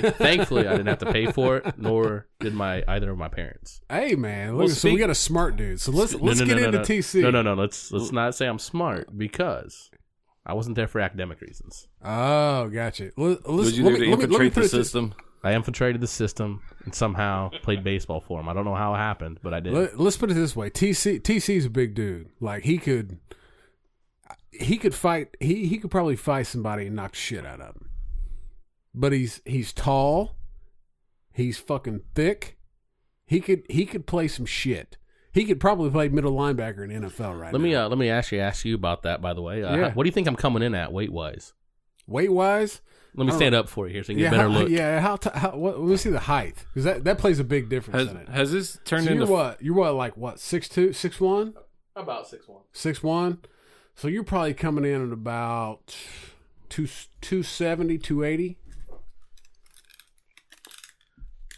S4: thankfully, I didn't have to pay for it, nor did my either of my parents.
S1: Hey man, look,
S2: Well,
S1: so we
S2: speak-
S1: got a smart dude. So let's let's get into
S4: no.
S1: TC.
S4: No, no, no. Let's let's not say I'm smart because I wasn't there for academic reasons.
S1: Oh, gotcha. Let, us
S2: would you
S1: let me,
S2: do to
S1: let me, let me
S2: infiltrate
S1: put
S2: the
S1: it this-
S2: system?
S4: I infiltrated the system and somehow played baseball for him. I don't know how it happened, but I did.
S1: Let, us put it this way. TC TC's a big dude. Like he could he could fight he he could probably fight somebody and knock the shit out of him. But he's he's tall. He's fucking thick. He could he could play some shit. He could probably play middle linebacker in NFL right now.
S4: Let me uh, let me actually ask you about that. By the way, uh,
S1: Yeah.
S4: what do you think I'm coming in at weight wise?
S1: weight wise.
S4: Let
S1: I
S4: me
S1: don't
S4: stand up for you here so
S1: Oh.
S4: you
S1: Yeah,
S4: get a better
S1: how,
S4: look.
S1: yeah. How, t- how what, let me see the height because that, that plays a big difference
S2: Has
S1: in it.
S2: has this turned
S1: So you're
S2: into
S1: what? You're what? Like what? Six two, six one,
S4: About six one.
S1: six one. So you're probably coming in at about two two seventy, two eighty.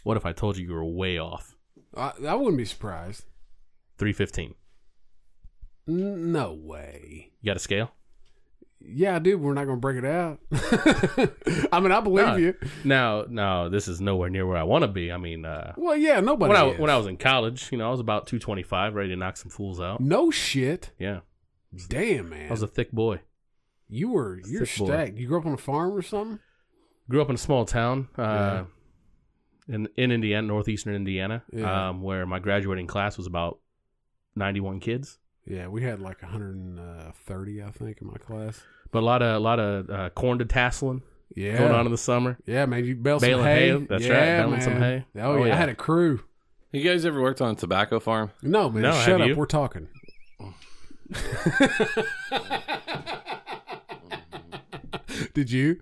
S4: What if I told you you were way off?
S1: I, I wouldn't be surprised.
S4: Three fifteen.
S1: N- No way.
S4: You got a scale?
S1: Yeah, I do. But we're not going to break it out. I mean, I believe
S4: No.
S1: you.
S4: Now, now this is nowhere near where I want to be. I mean, uh,
S1: Well, yeah. Nobody.
S4: when I
S1: is.
S4: when I was in college, you know, I was about two twenty five, ready to knock some fools out.
S1: no shit.
S4: Yeah,
S1: Damn man,
S4: I was a thick boy.
S1: you were you're
S4: thick boy.
S1: stacked. You grew up on a farm or something?
S4: grew up in a small town uh,
S1: Yeah.
S4: in in Indiana, northeastern Indiana,
S1: Yeah.
S4: um, where my graduating class was about ninety one kids.
S1: Yeah, we had like 130, uh, I think, in my class.
S4: But a lot of a lot of uh, corn to tasseling
S1: Yeah,
S4: going on in the summer.
S1: yeah, man. You bale some
S4: Baling
S1: hay.
S4: hay, that's
S1: yeah,
S4: right, baling some
S1: man.
S4: hay.
S1: Oh,
S4: Oh,
S1: yeah.
S4: yeah.
S1: I had a crew.
S2: you guys ever worked on a tobacco farm?
S1: No man,
S4: No, have
S1: shut up.
S4: you?
S1: We're talking. did you?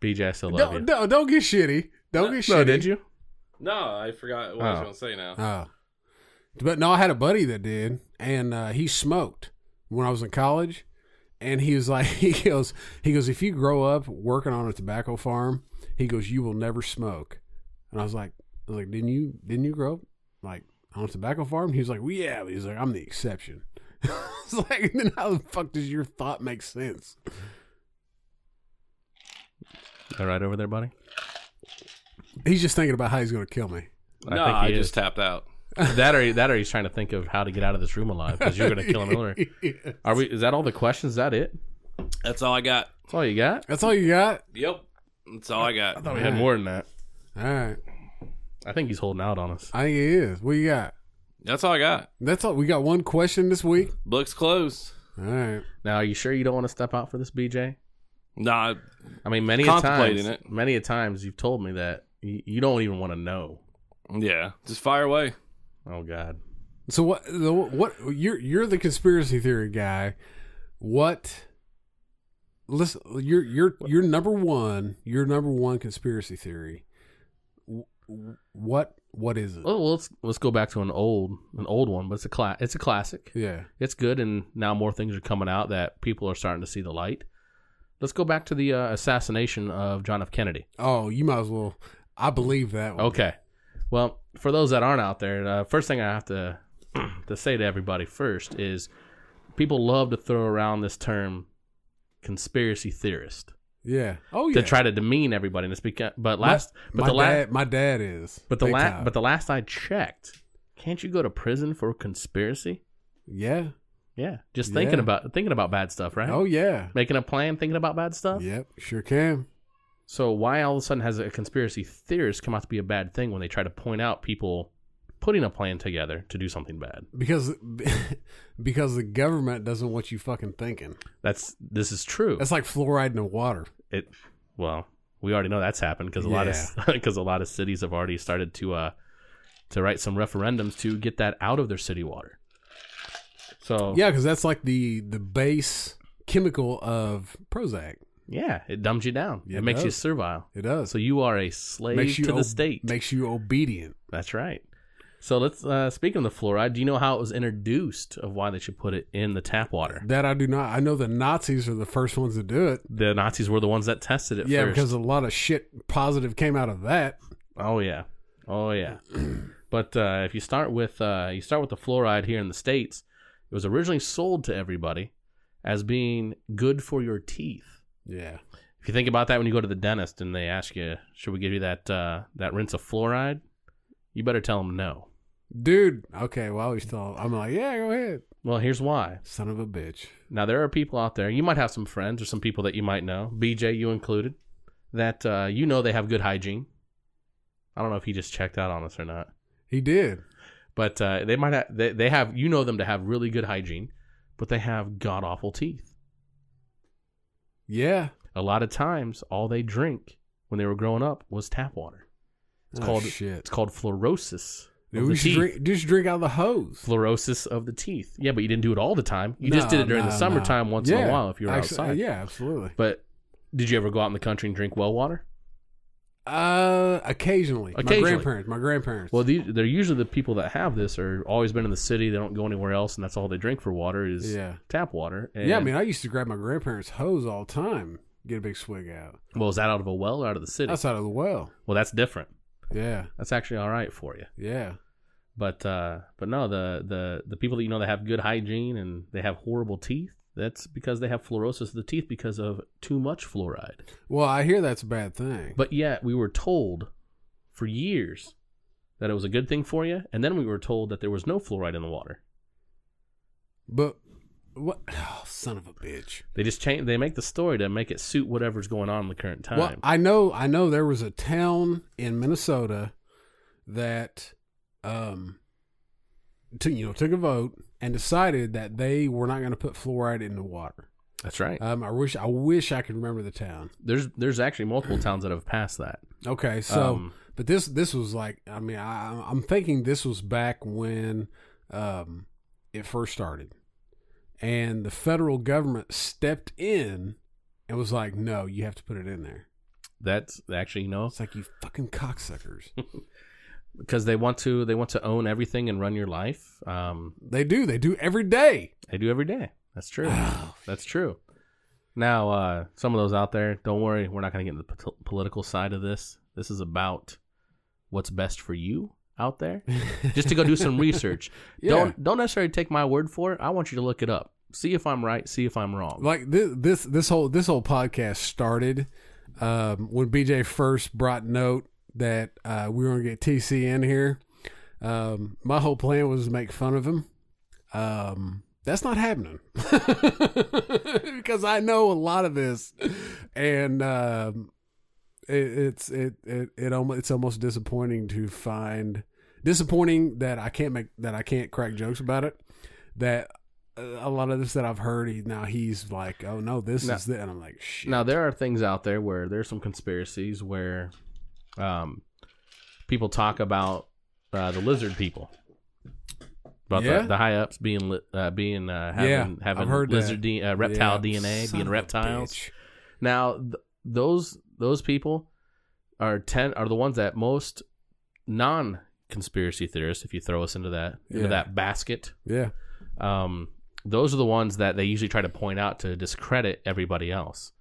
S4: BJ, I still love
S1: Don't,
S4: you.
S1: don't don't get shitty. Don't get shitty.
S4: No, did you?
S2: No, I forgot what I was
S4: Oh.
S2: going to say now.
S1: Oh. But no, I had a buddy that did, and uh, he smoked when I was in college. And he was like, he goes, he goes, if you grow up working on a tobacco farm, he goes, you will never smoke. And I was like, I was like, didn't you, didn't you grow up like on a tobacco farm? He was like, well, yeah. But He's like, I'm the exception. it's like, then how the fuck does your thought make sense?
S4: All right, over there, buddy.
S1: He's just thinking about how he's gonna kill me.
S4: I
S2: no,
S4: think he
S2: I
S4: is.
S2: just tapped out.
S4: that or that or he's trying to think of how to get out of this room alive because you're gonna kill him earlier. Are we? Is that all the questions? Is that it?
S2: That's all I got.
S4: That's all you got?
S1: That's all you got.
S2: Yep. That's all I got.
S4: we had more than that.
S1: All right,
S4: I think he's holding out on us.
S1: I think it is. What you got?
S2: That's all I got.
S1: That's all. We got one question this week.
S2: Books closed.
S1: All right.
S4: Now, are you sure you don't want to step out for this, BJ?
S2: Nah,
S4: I mean, many a times,
S2: Contemplating it.
S4: many a times you've told me that you, you don't even want to know.
S2: yeah. Just fire away.
S4: Oh God,
S1: So what? The, what you're you're the conspiracy theory guy. What? Listen, you're you're you're number one. Your number one conspiracy theory. W- w- What what is it?
S4: well, well, let's let's go back to an old an old one, but it's a cla- it's a classic.
S1: Yeah.
S4: It's good, and now more things are coming out that people are starting to see the light. Let's go back to the uh, assassination of John F. Kennedy.
S1: Oh, you might as well. I believe that one.
S4: Okay. Well, for those that aren't out there, uh, first thing I have to to say to everybody first is people love to throw around this term conspiracy theorist
S1: Yeah. Oh yeah.
S4: to try to demean everybody. And it's because, but last, but
S1: my
S4: the last,
S1: dad, my dad is.
S4: but the
S1: big
S4: last,
S1: time.
S4: but the last I checked, can't you go to prison for conspiracy?
S1: yeah.
S4: Yeah, just thinking
S1: Yeah.
S4: about thinking about bad stuff, right?
S1: Oh yeah.
S4: making a plan, thinking about bad stuff.
S1: Yep. Sure can.
S4: So why all of a sudden has a conspiracy theorist come out to be a bad thing when they try to point out people putting a plan together to do something bad?
S1: Because because the government doesn't want you fucking thinking.
S4: That's this is true.
S1: That's like fluoride in the water.
S4: it well we already know that's happened because a lot of because a lot of cities have already started to uh to write some referendums to get that out of their city water so
S1: Yeah, because that's like the the base chemical of Prozac.
S4: yeah, it dumbs you down
S1: Yeah,
S4: it
S1: it
S4: makes you
S1: does.
S4: servile
S1: It does.
S4: so you are a slave to the
S1: ob-
S4: state
S1: Makes you obedient.
S4: that's right so let's uh speaking of the fluoride do you know how it was introduced of why they should put it in the tap water
S1: That I do not. I know the Nazis are the first ones to do it.
S4: the nazis were the ones that tested it
S1: yeah,
S4: first.
S1: because a lot of shit positive came out of that.
S4: Oh yeah, oh yeah. but uh, if you start with uh, you start with the fluoride here in the states, it was originally sold to everybody as being good for your teeth.
S1: Yeah.
S4: If you think about that when you go to the dentist and they ask you, "Should we give you that uh, that rinse of fluoride?" You better tell them no.
S1: Dude, okay, well, I always thought, I'm like, yeah, go ahead.
S4: Well, here's why.
S1: Son of a bitch.
S4: Now there are people out there. You might have some friends or some people that you might know, BJ, you included, that uh, you know they have good hygiene. I don't know if he just checked out on us or not.
S1: He did.
S4: but uh, they might have they, they have you know them to have really good hygiene but they have god awful teeth
S1: Yeah.
S4: a lot of times all they drink when they were growing up was tap water it's
S1: Oh,
S4: called
S1: shit.
S4: it's called fluorosis
S1: Dude,
S4: Of
S1: we
S4: the
S1: should
S4: teeth.
S1: drink, just drink out of the hose.
S4: Fluorosis of the teeth. Yeah, but you didn't do it all the time. You just
S1: No,
S4: did it during
S1: no,
S4: the
S1: no.
S4: summertime once in
S1: Yeah.
S4: a while if you were
S1: Actu-
S4: outside.
S1: Yeah, absolutely.
S4: But did you ever go out in the country and drink well water?
S1: Uh, occasionally.
S4: Occasionally.
S1: My grandparents. My grandparents.
S4: Well, these, they're usually the people that have this are always been in the city. They don't go anywhere else, and that's all they drink for water is
S1: Yeah.
S4: tap water. And,
S1: yeah, I mean, I used to grab my grandparents' hose all the time, get a big swig out.
S4: well, is that out of a well or out of the city?
S1: Outside of the well.
S4: well, that's different.
S1: Yeah,
S4: That's actually all right for you.
S1: yeah.
S4: But uh, but no, the, the the people that you know that have good hygiene and they have horrible teeth, that's because they have fluorosis of the teeth because of too much fluoride.
S1: Well, I hear that's a bad thing.
S4: But yet we were told for years that it was a good thing for you, and then we were told that there was no fluoride in the water.
S1: But what? Oh, son of a bitch.
S4: They just change. They make the story to make it suit whatever's going on in the current time.
S1: Well, I know, I know. There was a town in Minnesota that, um, to, you know, took a vote and decided that they were not going to put fluoride in the water.
S4: That's right.
S1: Um, I wish, I wish I could remember the town.
S4: there's there's actually multiple towns that have passed that.
S1: Okay, so
S4: Um,
S1: but this this was like I mean I I'm- I'm thinking this was back when um it first started, and the federal government stepped in and was like, no, you have to put it in there.
S4: That's actually you know
S1: It's like you fucking cocksuckers.
S4: because they want to they want to own everything and run your life. Um,
S1: they do. They do every day.
S4: they do every day. That's true. That's true. Now, uh, some of those out there, don't worry, we're not going to get into the pol- political side of this. This is about what's best for you out there. Just to go do some research.
S1: Yeah.
S4: Don't don't necessarily take my word for it. I want you to look it up. See if I'm right. See if I'm wrong.
S1: Like this this this whole this whole podcast started um, when BJ first brought note that uh, we were gonna get TC in here. Um, my whole plan was to make fun of him. Um, that's not happening because I know a lot of this, and um, it, it's it it it almost it's almost disappointing to find disappointing that I can't make that I can't crack jokes about it. That uh, a lot of this that I've heard, he, now he's like, oh no, this
S4: Now-
S1: is the, and I'm like, shit.
S4: Now there are things out there where there's some conspiracies where um, people talk about uh, the lizard people, about
S1: Yeah.
S4: the, the high ups being li- uh, being uh, having
S1: Yeah,
S4: having
S1: I've heard
S4: lizard
S1: that.
S4: D- uh, reptile
S1: Yeah.
S4: DNA,
S1: Son of
S4: being
S1: a
S4: reptiles.
S1: bitch.
S4: Now th- those those people are ten are the ones that most non conspiracy theorists, if you throw us into that
S1: Yeah.
S4: into that basket,
S1: Yeah.
S4: um, those are the ones that they usually try to point out to discredit everybody else.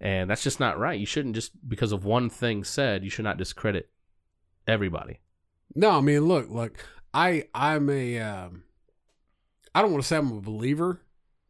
S4: And that's just not right. You shouldn't just because of one thing said, you should not discredit everybody.
S1: No, I mean, look, look, I I'm a um, I don't want to say I'm a believer,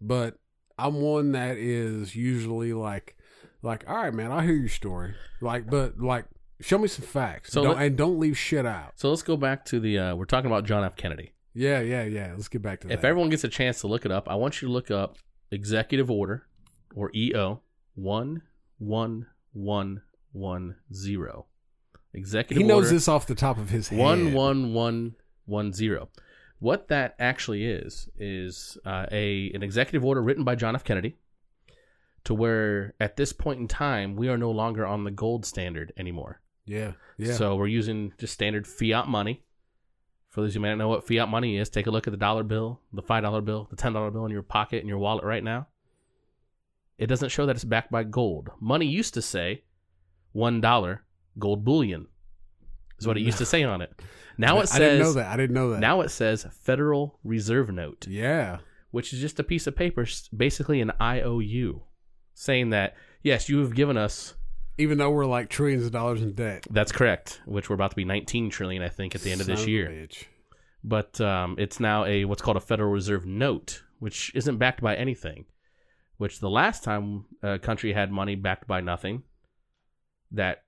S1: but I'm one that is usually like like all right, man, I hear your story, like, but like, show me some facts,
S4: So
S1: don't,
S4: let-
S1: and don't leave shit out.
S4: So let's go back to the uh, we're talking about John F. Kennedy.
S1: Yeah, yeah, yeah. Let's get back to that.
S4: If everyone gets a chance to look it up, I want you to look up Executive Order or EO one one one one zero. Executive
S1: he knows
S4: Order
S1: this off the top of his head.
S4: one one one one zero. What that actually is is uh, a an executive order written by John F. Kennedy to where at this point in time we are no longer on the gold standard anymore.
S1: Yeah, yeah.
S4: So we're using just standard fiat money. For those who may not know what fiat money is, take a look at the dollar bill, the five dollar bill, the ten dollar bill in your pocket in your wallet right now. It doesn't show that it's backed by gold. Money used to say one dollar gold bullion is what it used to say on it. Now it
S1: I didn't know
S4: says
S1: that. I didn't know that.
S4: now it says Federal Reserve Note,
S1: yeah,
S4: which is just a piece of paper, s- basically an IOU, saying that yes, you have given us
S1: even though we're like trillions of dollars in debt
S4: that's correct, which we're about to be 19 trillion, I think, at the end of this
S1: Son a
S4: year.
S1: bitch.
S4: But um, it's now a what's called a Federal Reserve note, which isn't backed by anything. Which the last time a country had money backed by nothing, that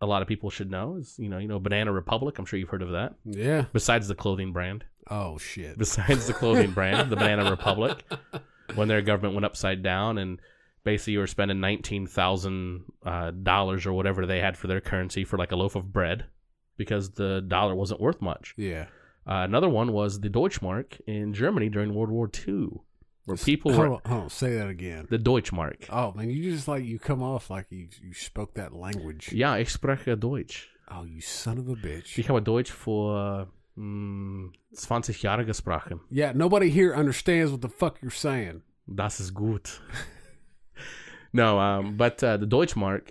S4: a lot of people should know is you know you know Banana Republic. I'm sure you've heard of that.
S1: Yeah.
S4: Besides the clothing brand,
S1: Oh shit.
S4: besides the clothing brand, the Banana Republic, when their government went upside down and basically you were spending nineteen thousand uh, dollars or whatever they had for their currency for like a loaf of bread because the dollar wasn't worth much.
S1: Yeah.
S4: Uh, another one was the Deutschmark in Germany during World War II, where people
S1: Hold
S4: were
S1: on, hold on, say that again.
S4: the Deutschmark.
S1: Oh man, you just like you come off like you you spoke that language.
S4: Yeah, ich spreche Deutsch.
S1: Oh, you son of a bitch.
S4: Ich habe Deutsch vor mm, 20 Jahre gesprochen.
S1: Yeah, nobody here understands what the fuck you're saying.
S4: Das ist gut. no, um, but uh, the Deutschmark,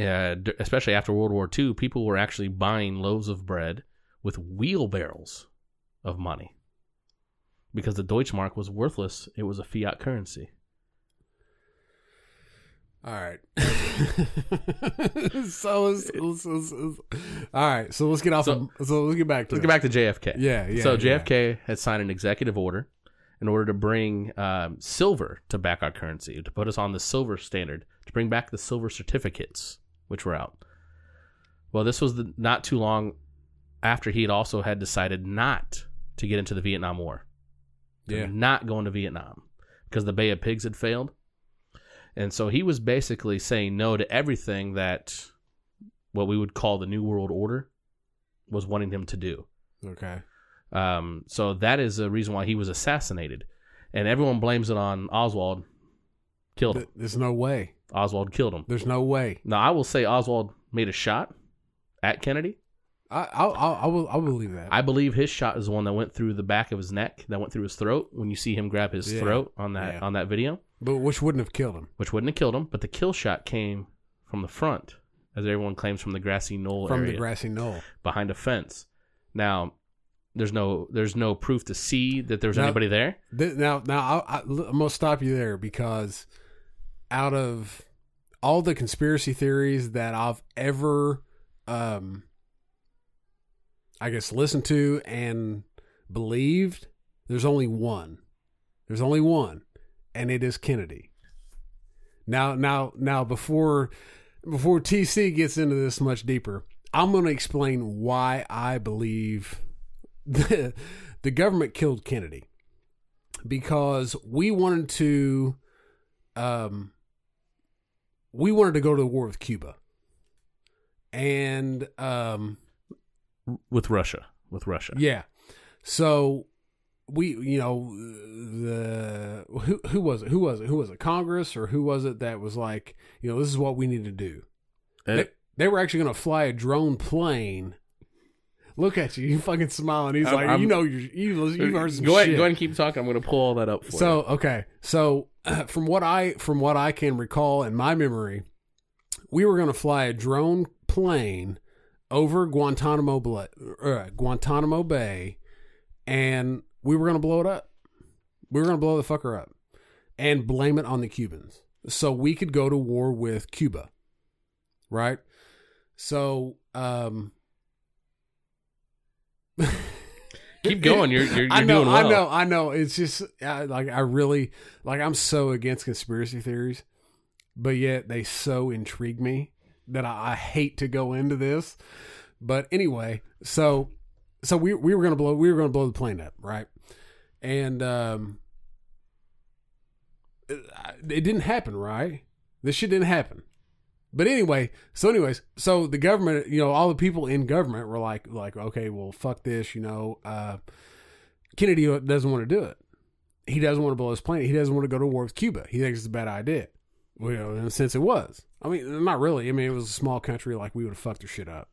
S4: uh, d- especially after World War II, people were actually buying loaves of bread with wheelbarrows of money because the Deutschmark was worthless. It was a fiat currency.
S1: All right. so, it's, it's- it's- it's- all right. So let's get off.
S4: So-
S1: of, so let's get back to.
S4: Let's get back to JFK.
S1: Yeah, yeah.
S4: so
S1: yeah.
S4: JFK had signed an executive order in order to bring um, silver to back our currency, to put us on the silver standard, to bring back the silver certificates, which were out. Well, this was the, not too long after he had also had decided not to get into the Vietnam War, to
S1: Yeah.
S4: not going to Vietnam because the Bay of Pigs had failed, and so he was basically saying no to everything that what we would call the New World Order was wanting him to do.
S1: Okay.
S4: Um, so that is the reason why he was assassinated, and everyone blames it on Oswald. Killed him.
S1: Th- There's no way.
S4: Oswald killed him.
S1: There's no way.
S4: Now I will say Oswald made a shot at Kennedy.
S1: I I I, I will I will believe that.
S4: I believe his shot is the one that went through the back of his neck, that went through his throat. When you see him grab his
S1: Yeah.
S4: throat on that
S1: Yeah.
S4: on that video,
S1: but which wouldn't have killed him
S4: which wouldn't have killed him, but the kill shot came from the front, as everyone claims from the grassy knoll
S1: from
S4: area
S1: the grassy knoll.
S4: behind a fence. Now, there's no there's no proof to see that there was
S1: Now-
S4: anybody there.
S1: Th- now now I, I, l- I'm gonna stop you there because out of all the conspiracy theories that I've ever um I guess listened to and believed, there's only one. There's only one, and it is Kennedy. Now now now before before TC gets into this much deeper, I'm going to explain why I believe the, the government killed Kennedy because we wanted to um we wanted to go to war with Cuba. And um
S4: with Russia. With Russia.
S1: yeah. So we, you know, the who who was it? Who was it? Who was it? Congress or who was it that was like, you know, this is what we need to do.
S4: And-
S1: they, they were actually going to fly a drone plane. Look at you, you fucking smiling. He's
S4: I'm-
S1: like,
S4: I'm-
S1: you know, you're, you you've heard some
S4: go
S1: shit.
S4: ahead, go ahead and keep talking. I'm going to pull all that up for
S1: So okay, so from what I from what I can recall in my memory, we were going to fly a drone plane over Guantanamo Bla- uh, Guantanamo Bay, and we were going to blow it up. We were going to blow the fucker up, and blame it on the Cubans, so we could go to war with Cuba, right? So um,
S4: you. Keep going. You're you're, you're
S1: I know,
S4: doing well.
S1: I know, I know. It's just I, like I really like I'm so against conspiracy theories, but yet they so intrigue me that I, I hate to go into this. But anyway, so so we we were gonna blow we were gonna blow the plane up, right? And um, it, it didn't happen, right? This shit didn't happen. But anyway, so anyways, so the government, you know, all the people in government were like, like, okay, well, fuck this, you know, uh, Kennedy doesn't want to do it. He doesn't want to blow his plane. He doesn't want to go to war with Cuba. He thinks it's a bad idea. Well, you know, in a sense, it was. I mean, not really. I mean, it was a small country. Like we would have fucked their shit up.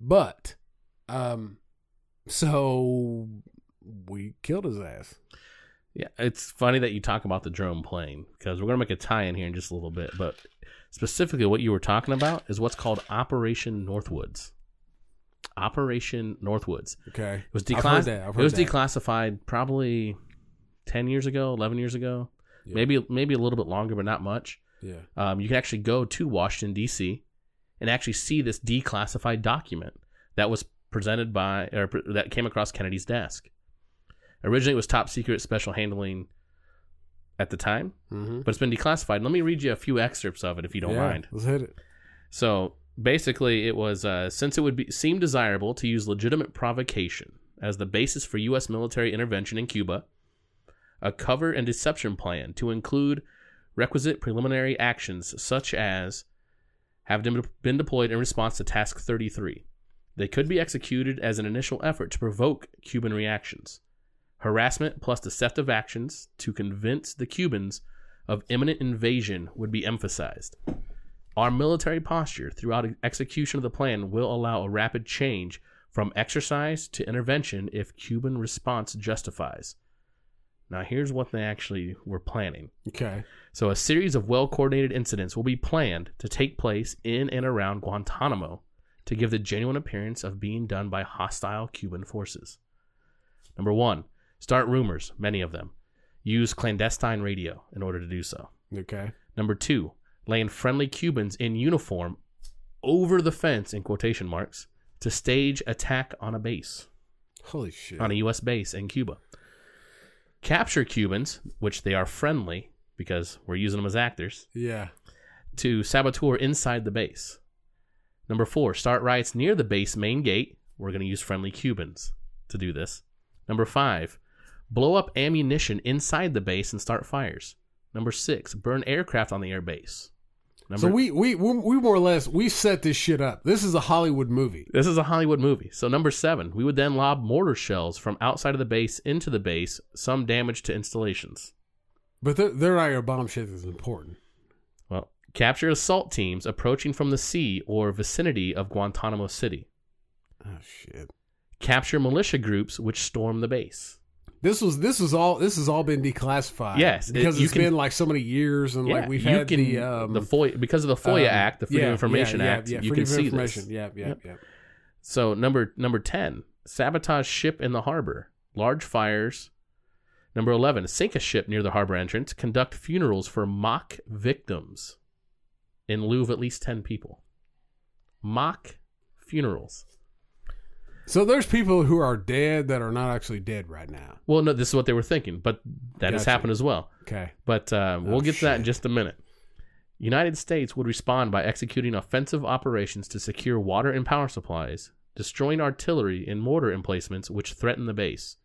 S1: But, um, so we killed his ass.
S4: Yeah, it's funny that you talk about the drone plane because we're going to make a tie in here in just a little bit. But specifically, what you were talking about is what's called Operation Northwoods. Operation Northwoods.
S1: Okay.
S4: It was
S1: I've
S4: declassified.
S1: heard that. I've
S4: It was
S1: heard that.
S4: declassified probably ten years ago, eleven years ago,
S1: Yeah.
S4: maybe maybe a little bit longer, but not much.
S1: Yeah.
S4: Um, you can actually go to Washington D.C. and actually see this declassified document that was presented by or pr- that came across Kennedy's desk. Originally, it was top secret special handling at the time,
S1: Mm-hmm.
S4: but it's been declassified. Let me read you a few excerpts of it if you don't
S1: yeah,
S4: mind.
S1: Let's hit it.
S4: So basically, it was uh, since it would be, seem desirable to use legitimate provocation as the basis for U.S. military intervention in Cuba, a cover and deception plan to include requisite preliminary actions such as have dem- been deployed in response to Task 33. They could be executed as an initial effort to provoke Cuban reactions. Harassment plus deceptive actions to convince the Cubans of imminent invasion would be emphasized Our military posture throughout e-, execution of the plan will allow a rapid change from exercise to intervention if Cuban response justifies. Now, here's what they actually were planning.
S1: Okay.
S4: So, a series of well coordinated incidents will be planned to take place in and around Guantanamo to give the genuine appearance of being done by hostile Cuban forces. Number one, start rumors, many of them. Use clandestine radio in order to do so.
S1: Okay.
S4: Number two, laying friendly Cubans in uniform over the fence in quotation marks to stage attack on a base,
S1: Holy shit.
S4: on a U.S. base in Cuba. Capture Cubans, which they are friendly because we're using them as actors,
S1: Yeah.
S4: to saboteur inside the base. Number four, start riots near the base main gate. We're going to use friendly Cubans to do this. Number five, blow up ammunition inside the base and start fires. Number six, burn aircraft on the air base. Number,
S1: so we, we we we more or less we set this shit up. This is a Hollywood movie.
S4: This is a Hollywood movie. So number seven, we would then lob mortar shells from outside of the base into the base, some damage to installations.
S1: But they're, they're not your bomb shit that's important.
S4: Well, capture assault teams approaching from the sea or vicinity of Guantanamo City.
S1: Oh shit.
S4: Capture militia groups which storm the base.
S1: This was this was all this has all been declassified.
S4: Yes, it-
S1: because
S4: you
S1: it's
S4: can-
S1: been like so many years and like we've had the um,
S4: FOIA because of the FOIA
S1: um,
S4: Act, the Freedom
S1: yeah,
S4: of Information
S1: yeah, yeah,
S4: Act.
S1: Yeah,
S4: you
S1: Freedom
S4: can
S1: of
S4: see
S1: information.
S4: this.
S1: Yep, yep, yep.
S4: So number number ten, sabotage ship in the harbor, large fires. Number eleven, sink a ship near the harbor entrance, conduct funerals for mock victims, in lieu of at least ten people. Mock funerals.
S1: So there's people who are dead that are not actually dead right now.
S4: Well, no, this is what they were thinking, but that has
S1: Gotcha.
S4: happened as well.
S1: Okay.
S4: But uh, we'll
S1: Oh,
S4: get to that in
S1: shit.
S4: just a minute. United States would respond by executing offensive operations to secure water and power supplies, destroying artillery and mortar emplacements which threaten the base.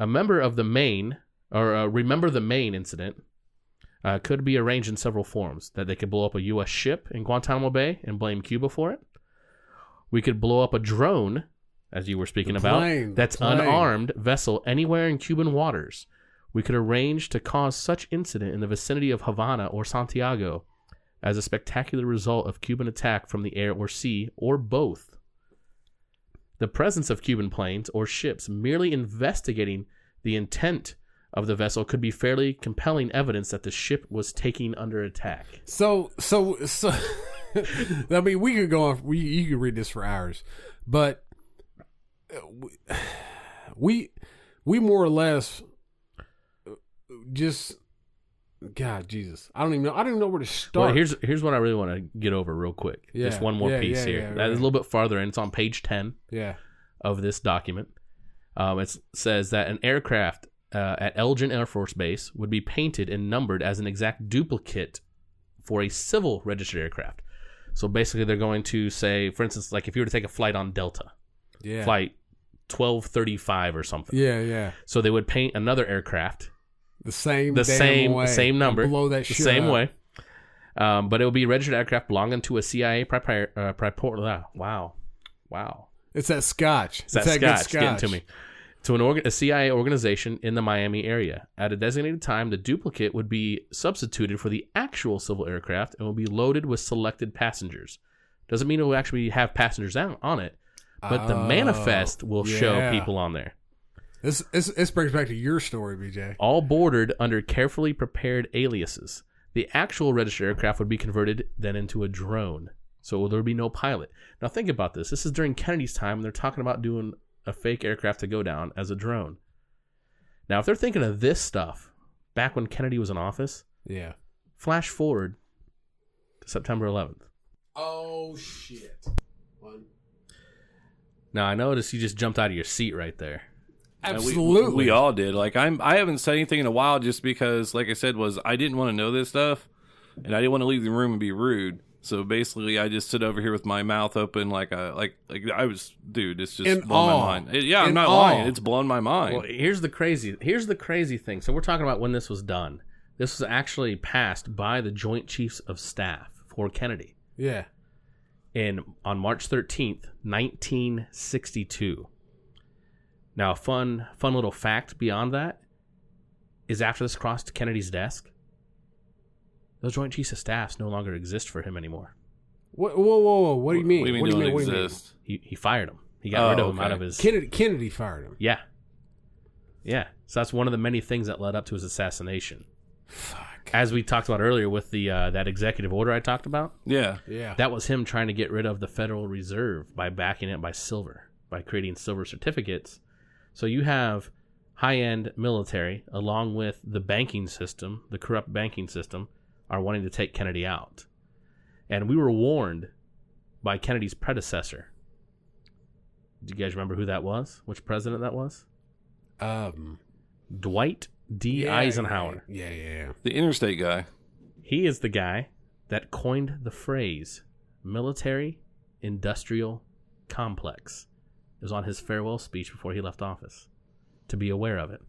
S4: A member of the Maine, or uh, remember the Maine incident, uh, could be arranged in several forms. That they could blow up a U.S. ship in Guantanamo Bay and blame Cuba for it. We could blow up a drone, as you were speaking
S1: The
S4: about,
S1: plane, the
S4: that's
S1: plane.
S4: unarmed vessel anywhere in Cuban waters. We could arrange to cause such incident in the vicinity of Havana or Santiago as a spectacular result of Cuban attack from the air or sea or both. The presence of Cuban planes or ships merely investigating the intent of the vessel could be fairly compelling evidence that the ship was taking under attack.
S1: So so so. I mean, we could go on. We you could read this for hours, but uh, we- we we more or less uh, just God Jesus. I don't even know. I don't even know where to start.
S4: Well, here's here's what I really want to get over real quick. Just
S1: Yeah,
S4: one more
S1: yeah,
S4: piece
S1: yeah,
S4: here.
S1: yeah,
S4: That is
S1: right.
S4: a little bit farther, and it's on page ten.
S1: yeah.
S4: of this document. Um, it says that an aircraft uh, at Elgin Air Force Base would be painted and numbered as an exact duplicate for a civil registered aircraft. So basically, they're going to say, for instance, like if you were to take a flight on Delta,
S1: Yeah.
S4: flight 1235 or something.
S1: Yeah, yeah.
S4: So they would paint another aircraft
S1: The same.
S4: the
S1: damn
S4: same
S1: way.
S4: same number,
S1: Blow that
S4: the
S1: shit.
S4: same
S1: up.
S4: way. Um, but it would be a registered aircraft belonging to a CIA prepar- uh, prepar- uh, wow, wow.
S1: It's that scotch.
S4: It's that,
S1: good
S4: scotch, getting to me. To an organ, a CIA organization in the Miami area. At a designated time, the duplicate would be substituted for the actual civil aircraft and would be loaded with selected passengers. Doesn't mean it will actually have passengers on, on it, but the
S1: Oh,
S4: manifest will show
S1: yeah.
S4: people on there.
S1: This, this this brings back to your story, BJ.
S4: All bordered under carefully prepared aliases. The actual registered aircraft would be converted then into a drone. So there would be no pilot. Now think about this. This is during Kennedy's time, and they're talking about doing a fake aircraft to go down as a drone. Now, if they're thinking of this stuff back when Kennedy was in office,
S1: Yeah.
S4: flash forward to September 11th.
S1: Oh shit. One.
S4: Now, I noticed you just jumped out of your seat right there.
S2: And we-
S1: Absolutely.
S2: We, all did. Like I'm I haven't said anything in a while just because like I said was I didn't want to know this stuff and I didn't want to leave the room and be rude. So basically I just sit over here with my mouth open like a like like I was dude, it's just
S1: In
S2: blown
S1: awe.
S2: my mind. It- yeah, I'm
S1: In
S2: not
S1: awe.
S2: lying. It's blown my mind.
S4: Well, here's the crazy. Here's the crazy thing. So we're talking about when this was done. This was actually passed by the Joint Chiefs of Staff for Kennedy
S1: Yeah.
S4: in on March 13th, 1962. Now, a fun fun little fact beyond that is after this crossed Kennedy's desk, The Joint Chiefs of Staffs no longer exist for him anymore.
S1: What, whoa, whoa, whoa! What do you mean?
S2: What do you mean don't exist?
S4: He he fired him. He got
S2: Oh,
S4: rid of him
S2: okay.
S4: out of his.
S1: Kennedy, Kennedy fired him.
S4: yeah. Yeah. So that's one of the many things that led up to his assassination.
S1: Fuck.
S4: As we talked about earlier with the uh, that executive order I talked about,
S2: Yeah.
S1: Yeah.
S4: that was him trying to get rid of the Federal Reserve by backing it by silver, by creating silver certificates. So you have high end military, along with the banking system, the corrupt banking system, are wanting to take Kennedy out. And we were warned by Kennedy's predecessor. Do you guys remember who that was? Which president that was?
S1: um.
S4: Dwight D.
S1: yeah,
S4: E. Eisenhower.
S1: Yeah, yeah. yeah.
S2: The interstate guy.
S4: He is the guy that coined the phrase military industrial complex. It was on his farewell speech before he left office to be aware of it.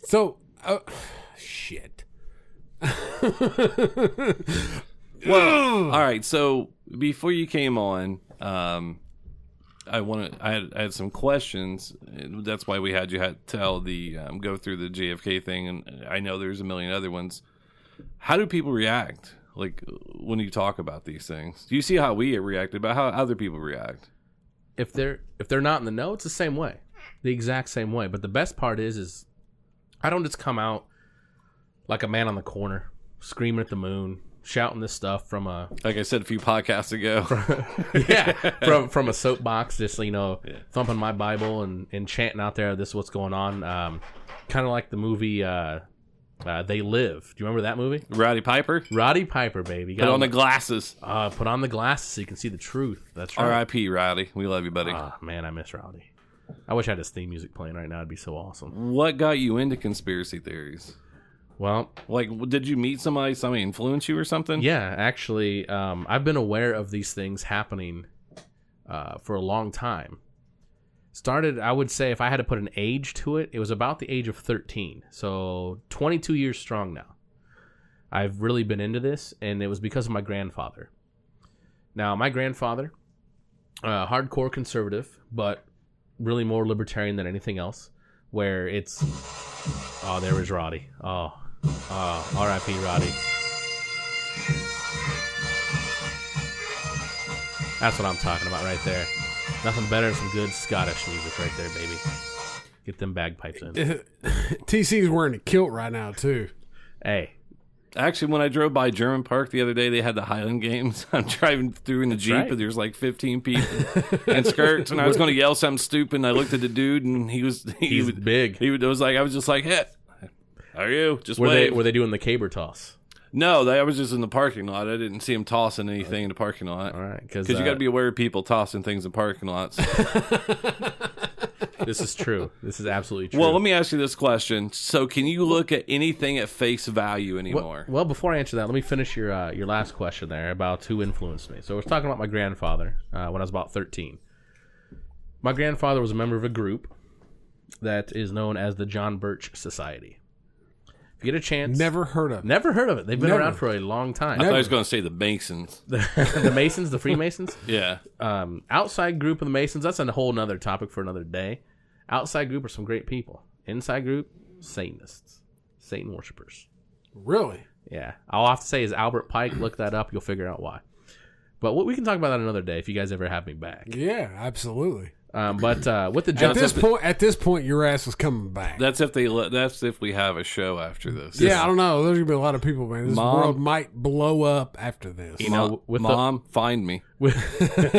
S1: So, uh, shit.
S2: Well,
S1: uh,
S2: all right. So before you came on, um, I want to. I had, I had some questions. and That's why we had you had tell the um, go through the JFK thing, and I know there's a million other ones. How do people react? Like when you talk about these things, you see how we reacted, but how other people react.
S4: If they're if they're not in the know, it's the same way. The exact same way. But the best part is is I don't just come out like a man on the corner screaming at the moon, shouting this stuff from a
S2: Like I said a few podcasts ago,
S4: yeah, from from a soapbox, just you know, thumping my Bible and, and chanting out there, "This is what's going on." Um, kind of like the movie uh, uh, "They Live." Do you remember that movie?
S2: Rowdy Piper
S4: Roddy Piper, baby,
S2: put
S4: Gotta
S2: on the
S4: look-
S2: glasses.
S4: uh, put on the glasses so you can see the truth. That's right.
S2: R.I.P. Rowdy. We love you, buddy.
S4: Ah, man, I miss Roddy. I wish I had his theme music playing right now. It'd be so awesome.
S2: What got you into conspiracy theories?
S4: Well,
S2: Like, did you meet somebody? Somebody influence you or something?
S4: Yeah, actually, um, I've been aware of these things happening uh, for a long time. Started, I would say, if I had to put an age to it, it was about the age of 13. So 22 years strong now. I've really been into this, and it was because of my grandfather. Now, my grandfather, uh, hardcore conservative, but really more libertarian than anything else, where it's. Oh, there was Roddy. Oh, oh RIP Roddy. That's what I'm talking about right there. Nothing better than some good Scottish music right there, baby. Get them bagpipes in.
S1: TC's wearing a kilt right now too.
S4: Hey,
S2: Actually, when I drove by German Park the other day, they had the Highland Games. I'm driving through in the Jeep,
S4: right.
S2: and there's like 15 people in skirts, and I was going to yell something stupid. And I looked at the dude, and he was he
S4: he's
S2: was
S4: big.
S2: he was, was like I was just like, "Hey, how are you?" Just
S4: were
S2: wave.
S4: they were they doing the caber toss?
S2: no, they, I was just in the parking lot. I didn't see him tossing anything in the parking lot
S4: All
S2: because
S4: right, uh, because
S2: you got to be aware of people tossing things in parking lots.
S4: this is true. This is absolutely true.
S2: well, let me ask you this question: So, can you look at anything at face value anymore?
S4: Well, well, before I answer that, let me finish your uh, your last question there about who influenced me. So we're talking about my grandfather uh, when I was about thirteen. My grandfather was a member of a group that is known as the John Birch Society. If you get a chance,
S1: Never heard of.
S4: never heard of it. They've been
S1: Never.
S4: around for a long time.
S2: I thought I was going to say the Banksons.
S4: the Masons, the Freemasons,
S2: Yeah.
S4: um, outside group of the Masons. That's a whole nother topic for another day. Outside group are some great people. Inside group, Satanists, Satan worshippers.
S1: Really?
S4: Yeah. All I have to say is Albert Pike. Look that up. You'll figure out why. But what, we can talk about that another day if you guys ever have me back.
S1: Yeah, absolutely.
S4: Um, but uh, with the
S1: At
S4: John,
S1: this point, at this point, your ass is coming back.
S2: That's if they. let- That's if we have a show after this.
S1: yeah, I don't know. There's gonna be a lot of people, man. This
S2: Mom-
S1: world might blow up after this.
S2: You know,
S4: with the-
S2: mom, find me
S4: with-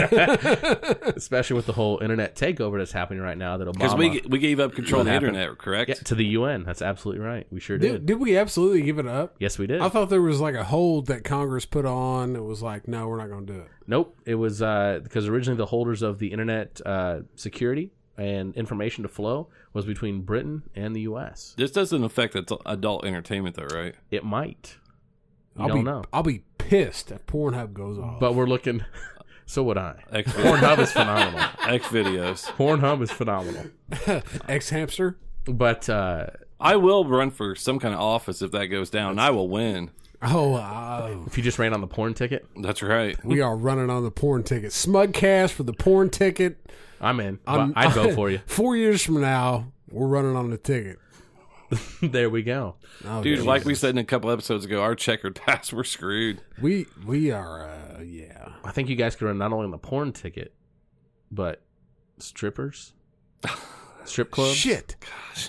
S4: especially with the whole internet takeover that's happening right now, that
S2: because
S4: Obama
S2: we we gave up control of the
S4: What happened?
S2: internet. Correct?
S4: Yeah, to the UN. That's absolutely right. We sure
S1: Did,
S4: did.
S1: did we absolutely give it up?
S4: Yes, we did.
S1: I thought there was like a hold that Congress put on that was like, no, we're not going to do it.
S4: Nope. It was uh, because originally the holders of the internet uh, security and information to flow was between Britain and the U.S.
S2: This doesn't affect ad- adult entertainment, though, right?
S4: It might. We
S1: I'll
S4: don't
S1: be,
S4: know.
S1: I'll be pissed if Pornhub goes off.
S4: But we're looking. so would I.
S2: X
S4: Pornhub is phenomenal.
S2: X videos.
S4: Pornhub is phenomenal.
S1: Ex hamster,
S4: But uh,
S2: I will run for some kind of office if that goes down. and I will win.
S1: oh, oh,
S4: if you just ran on the porn ticket,
S2: That's right.
S1: we are running on the porn ticket. Smugcast for the porn ticket.
S4: I'm in.
S1: I'm-
S4: I'd vote for you.
S1: Four years from now, we're running on the ticket.
S4: there we go.
S1: Oh,
S2: Dude,
S1: Jesus.
S2: like we said in a couple episodes ago, our checkered past were screwed.
S1: we we are uh, yeah.
S4: I think you guys could run not only on the porn ticket, but strippers, strip clubs.
S1: Shit,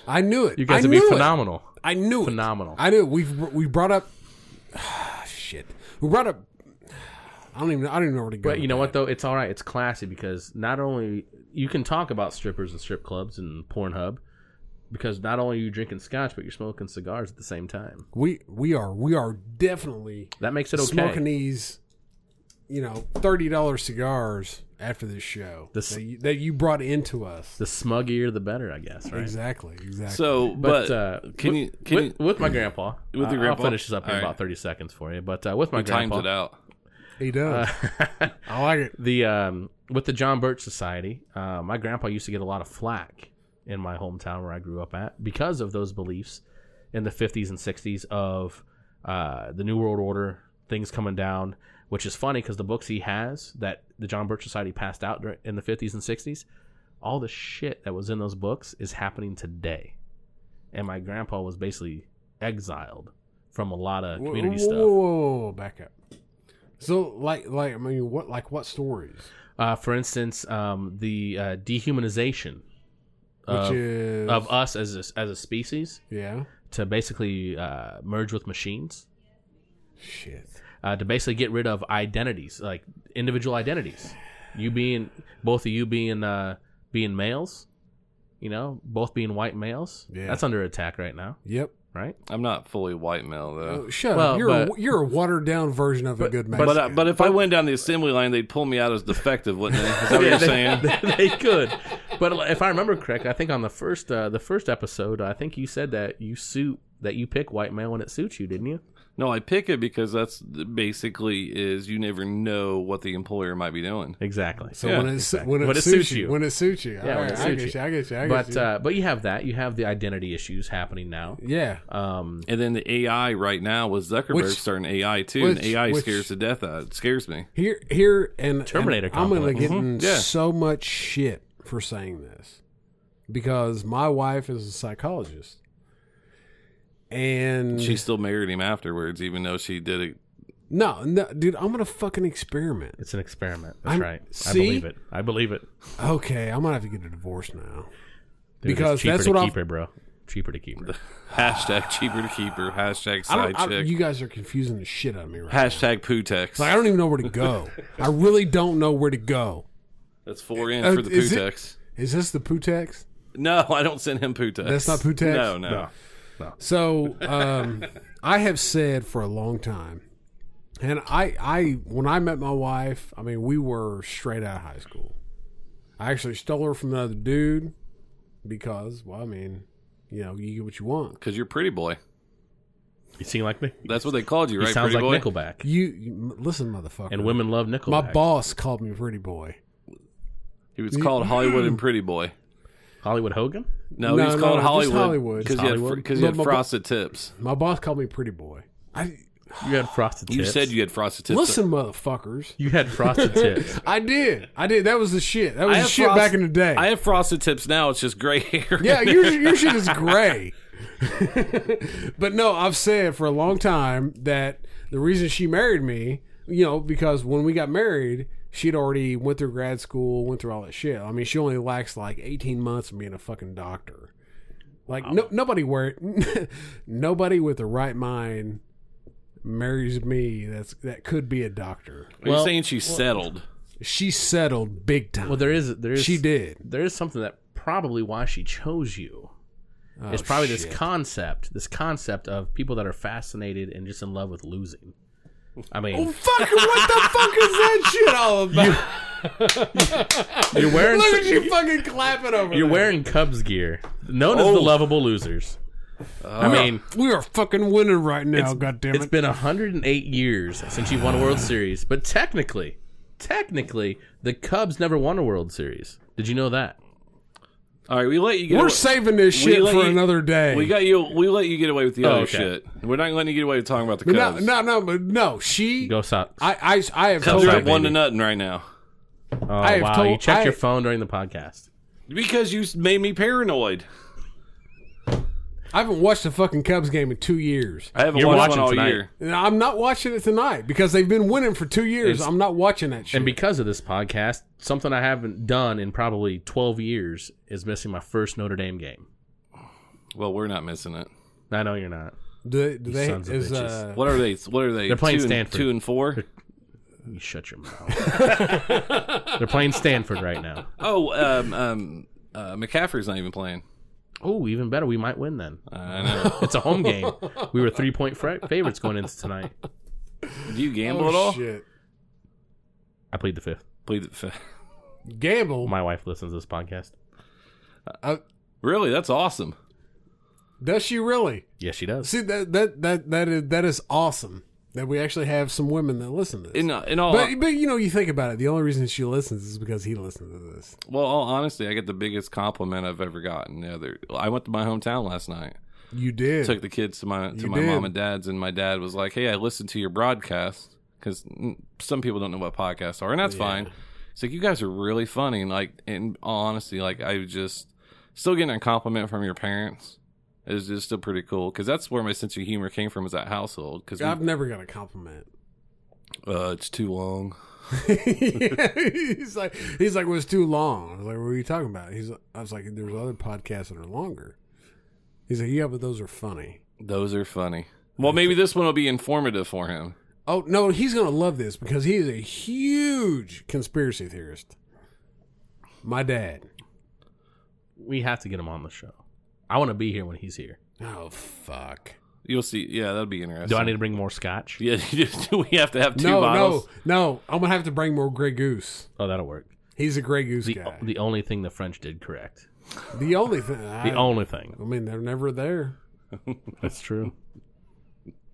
S1: I knew it.
S4: You guys
S1: I
S4: would be
S1: knew it.
S4: phenomenal.
S1: I knew it.
S4: Phenomenal.
S1: I knew it. we we brought up shit. We brought up. I don't even. I don't even know where to go.
S4: But you
S1: with
S4: know what
S1: that.
S4: though? It's all right. It's classy because not only you can talk about strippers and strip clubs and Pornhub because not only are you drinking scotch but you're smoking cigars at the same time.
S1: We we are we are definitely
S4: That makes it okay.
S1: smoking these, you know, thirty dollars cigars after this show
S4: This-
S1: that, you, that you brought into us.
S4: the smuggier the better, I guess, right?
S1: Exactly. Exactly.
S2: So,
S4: But,
S2: but,
S4: uh,
S2: can
S4: with,
S2: you can
S4: with, with my grandpa?
S2: With your
S4: I-
S2: grandpa?
S4: I'll finish this up in
S2: All
S4: about
S2: right.
S4: 30 seconds for you. But uh, with my
S2: you times it
S4: grandpa,
S2: out?
S1: he does.
S4: uh,
S1: I like it.
S4: the um, with the John Birch Society, uh, my grandpa used to get a lot of flack in my hometown where I grew up at because of those beliefs in the 50s and 60s of uh, the New World Order, things coming down, which is funny because the books he has that the John Birch Society passed out dur- in the 50s and 60s, all the shit that was in those books is happening today. And my grandpa was basically exiled from a lot of community
S1: whoa, Whoa,
S4: stuff.
S1: whoa, whoa, back up. So, like, like I mean, what, like, what stories?
S4: Uh, for instance, um, the uh, dehumanization
S1: Which
S4: of,
S1: is
S4: of uh, us as a, as a species
S1: yeah,
S4: to basically uh, merge with machines
S1: shit.
S4: uh, to basically get rid of identities like individual identities you being both of you being uh, being males you know both being white males
S1: Yeah.
S4: that's under attack right now
S1: Yep.
S4: right
S2: I'm not fully white male though.
S1: Oh, shut
S4: well,
S1: up. You're
S4: but-
S1: a, you're a watered down version of a good man.
S2: But but, uh, but if I went down the assembly line, they'd pull me out as defective, wouldn't they? Is that what
S4: Yeah,
S2: you're
S4: they-
S2: saying?
S4: they, could but if i remember correctly i think on the first uh, the first episode i think you said that you suit that you pick white male when it suits you didn't you
S2: No, I pick it because that's basically is you never know what the employer might be doing.
S4: exactly
S1: so
S2: yeah,
S1: when it when it,
S4: When it
S1: suits
S4: suits
S1: you,
S4: you.
S1: when it suits you,
S4: when
S1: All right,
S4: it
S1: I
S4: suits
S1: get you.
S4: you.
S1: I get you. I get
S4: but
S1: you.
S4: uh, but you have that you have the identity issues happening now
S1: yeah,
S4: um
S2: And then the AI right now with Zuckerberg
S1: Which-
S2: starting AI too,
S1: which-
S2: and AI
S1: which-
S2: scares to death. out. It scares me.
S1: here here and and
S4: Terminator
S1: I'm going to
S4: complex.
S1: get in
S2: Mhm. Yeah.
S1: so much shit for saying this because my wife is a psychologist, and
S2: She still married him afterwards, even though she did it.
S1: no, no, dude, I'm going to fucking experiment.
S4: It's an experiment. That's
S1: I'm-
S4: right. I
S1: see?
S4: believe it. I believe it. Dude,
S1: Okay, I might have to get a divorce now.
S4: it's
S1: Because
S4: cheaper
S1: that's
S4: to
S1: what
S4: keep
S1: I've-
S4: her, bro. Cheaper to keep her.
S2: Hashtag cheaper to keep her. Hashtag
S1: I
S2: side
S1: don't, I,
S2: chick.
S1: you guys are confusing the shit out of me right now.
S2: hashtag poo text.
S1: Like, I don't even know where to go. I really don't know where to go.
S2: That's four in
S1: Uh,
S2: for the poo
S1: is it-
S2: text.
S1: Is this the Putex?
S2: No, I don't send him poo text.
S1: That's not poo text?
S2: No, no.
S4: No.
S1: So um, I have said for a long time, and I, I when I met my wife, I mean we were straight out of high school. I actually stole her from another dude because, well, I mean, you know, you get what you want.
S2: Because you're pretty boy.
S4: You seem like me.
S2: That's what they called you,
S4: He
S2: right?
S4: sounds
S2: pretty
S4: like
S2: boy?
S4: Nickelback.
S1: You, you listen, motherfucker.
S4: And women love Nickelback.
S1: My boss called me pretty boy.
S2: He was called Hollywood and Pretty Boy.
S4: Hollywood Hogan?
S2: No,
S1: No,
S2: he was
S1: no,
S2: called
S1: just
S2: Hollywood.
S1: Hollywood.
S2: Because
S1: Just
S2: he had,
S1: Hollywood.
S2: because he
S1: But
S2: had
S1: my-
S2: frosted tips.
S1: My boss called me pretty boy. I
S4: You had frosted tips.
S2: You said you had frosted tips.
S1: listen, motherfuckers.
S4: You had frosted tips.
S1: I did. I did. That was the shit. That was
S2: I
S1: the
S2: have
S1: shit
S2: frost-
S1: back in the day.
S2: I have frosted tips now. It's just gray hair.
S1: yeah, your, your shit is gray. but no, I've said for a long time that the reason she married me, you know, because when we got married, she'd already went through grad school, went through all that shit. I mean, she only lacks like 18 months from being a fucking doctor. Like no, nobody where nobody with the right mind marries me that's that could be a doctor.
S2: Are you
S4: Well-
S2: saying she settled?
S1: She settled big time.
S4: Well, there is there is
S1: she did.
S4: there is something that probably why she chose you.
S1: Oh,
S4: it's probably
S1: shit.
S4: this concept, this concept of people that are fascinated and just in love with losing. I mean,
S1: Fucking what the fuck is that shit all about?
S4: you're wearing
S1: Look at you fucking clapping over
S4: you're
S1: there.
S4: wearing Cubs gear, known as the lovable losers. I mean,
S1: We are fucking winning right now, goddammit.
S4: It's been 108 years since you won a World Series, but technically, technically, the Cubs never won a World Series. Did you know that?
S2: All right, we let you get.
S1: We're
S2: away-
S1: saving this
S2: We
S1: shit
S2: let
S1: for
S2: you-
S1: another day.
S2: We got you. We let you get away with the other
S4: Oh, okay.
S2: shit. We're not letting you get away with talking about the
S1: But no,
S2: Cubs.
S1: no, no, but no. She,
S4: Go Sox.
S1: I, I, I have
S2: Cubs
S1: told
S2: are
S1: her.
S2: up one to
S4: baby.
S2: nothing right now
S4: oh,
S1: have
S4: wow.
S1: told-
S4: you checked
S1: I-
S4: your phone during the podcast.
S2: because you made me paranoid.
S1: I haven't watched a fucking Cubs game in two years.
S2: I haven't
S4: You're
S2: watched one
S4: watching
S2: all
S4: tonight.
S2: year.
S1: And I'm not watching it tonight because they've been winning for two years.
S4: It's-
S1: I'm not watching that shit.
S4: And because of this podcast, something I haven't done in probably 12 years is missing my first Notre Dame game.
S2: Well, we're not missing it.
S4: I know you're not.
S1: do, do they,
S4: sons of
S1: is,
S4: bitches.
S1: uh,
S2: What are they? What are they?
S4: They're playing
S2: two and,
S4: Stanford.
S2: Two and four.
S4: You shut your mouth. They're playing Stanford right now.
S2: Oh, um, um, uh, McCaffrey's not even playing. Uh,
S4: Oh, even better. We might win then.
S2: I know.
S4: It's a home game. We were three point fra- favorites going into tonight.
S2: Do you gamble at
S1: oh,
S2: all?
S1: shit.
S4: I played the fifth.
S2: Plead the fifth.
S1: Gamble.
S4: My wife listens to this podcast.
S1: Uh,
S2: Really? That's awesome.
S1: does she really?
S4: Yes, she does.
S1: See that that that that is that is awesome that we actually have some women that listen to this.
S2: In uh, in all
S1: but but you know you think about it, the only reason she listens is because he listens to this.
S2: well, all honesty, I get the biggest compliment I've ever gotten. The other, I went to my hometown last night.
S1: You did.
S2: Took the kids to my to
S1: You
S2: my
S1: did.
S2: mom and dad's, and my dad was like, "Hey, I listened to your broadcast because some people don't know what podcasts are, and that's fine." It's like you guys are really funny, and like in all honesty, like I just still getting a compliment from your parents is just still pretty cool because that's where my sense of humor came from was that household because
S1: I've never got a compliment.
S2: uh, it's too long.
S1: he's like he's like well, it's too long. I was like, what are you talking about? He's I was like, there's other podcasts that are longer. He's like, yeah, but those are funny.
S2: Those are funny. Well, maybe this one will be informative for him.
S1: Oh no, he's gonna love this because he is a huge conspiracy theorist. My dad.
S4: We have to get him on the show. I want to be here when he's here.
S1: Oh fuck.
S2: You'll see. Yeah, that'd be interesting.
S4: Do I need to bring more scotch?
S2: Yeah, do we have to have two
S1: no,
S2: bottles?
S1: no, no. I'm gonna have to bring more Grey Goose.
S4: Oh, that'll work.
S1: He's a Grey Goose
S4: The,
S1: guy.
S4: the only thing the French did correct.
S1: The only thing, I,
S4: The only thing.
S1: I mean, they're never there.
S4: That's true.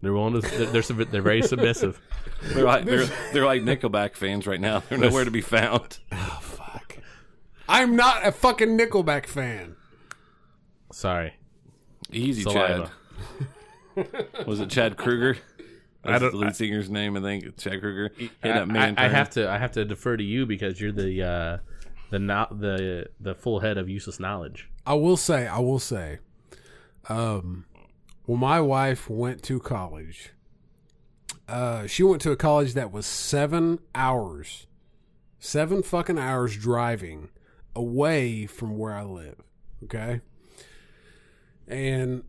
S4: They're willing to. They're they're, sub- they're very submissive.
S2: They're like they're, they're like Nickelback fans right now. They're nowhere to be found.
S1: Fuck. I'm not a fucking Nickelback fan.
S4: Sorry,
S2: Easy, Chad.
S4: Saliva.
S2: Was it Chad Kruger? That's
S4: I don't-
S2: the lead singer's name. I think Chad Kruger. Hit
S4: I,
S2: that man.
S4: I- I
S2: turn.
S4: have to. I have to defer to you because you're the uh, the not the the full head of useless knowledge.
S1: I will say, I will say, um, when my wife went to college, uh, she went to a college that was seven hours, seven fucking hours driving away from where I live. Okay. And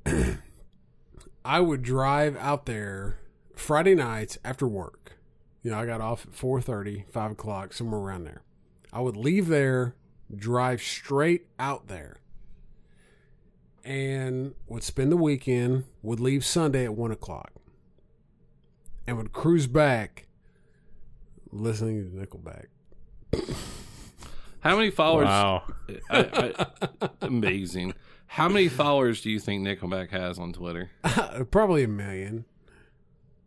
S1: I would drive out there Friday nights after work. You know, I got off at 4.30, 5 o'clock, somewhere around there. I would leave there, drive straight out there and would spend the weekend, would leave Sunday at one o'clock, and would cruise back listening to Nickelback.
S2: How many
S4: Oh,
S2: followers?
S4: Wow,
S2: I, I, amazing. How many followers do you think Nickelback has on Twitter?
S1: Probably a million.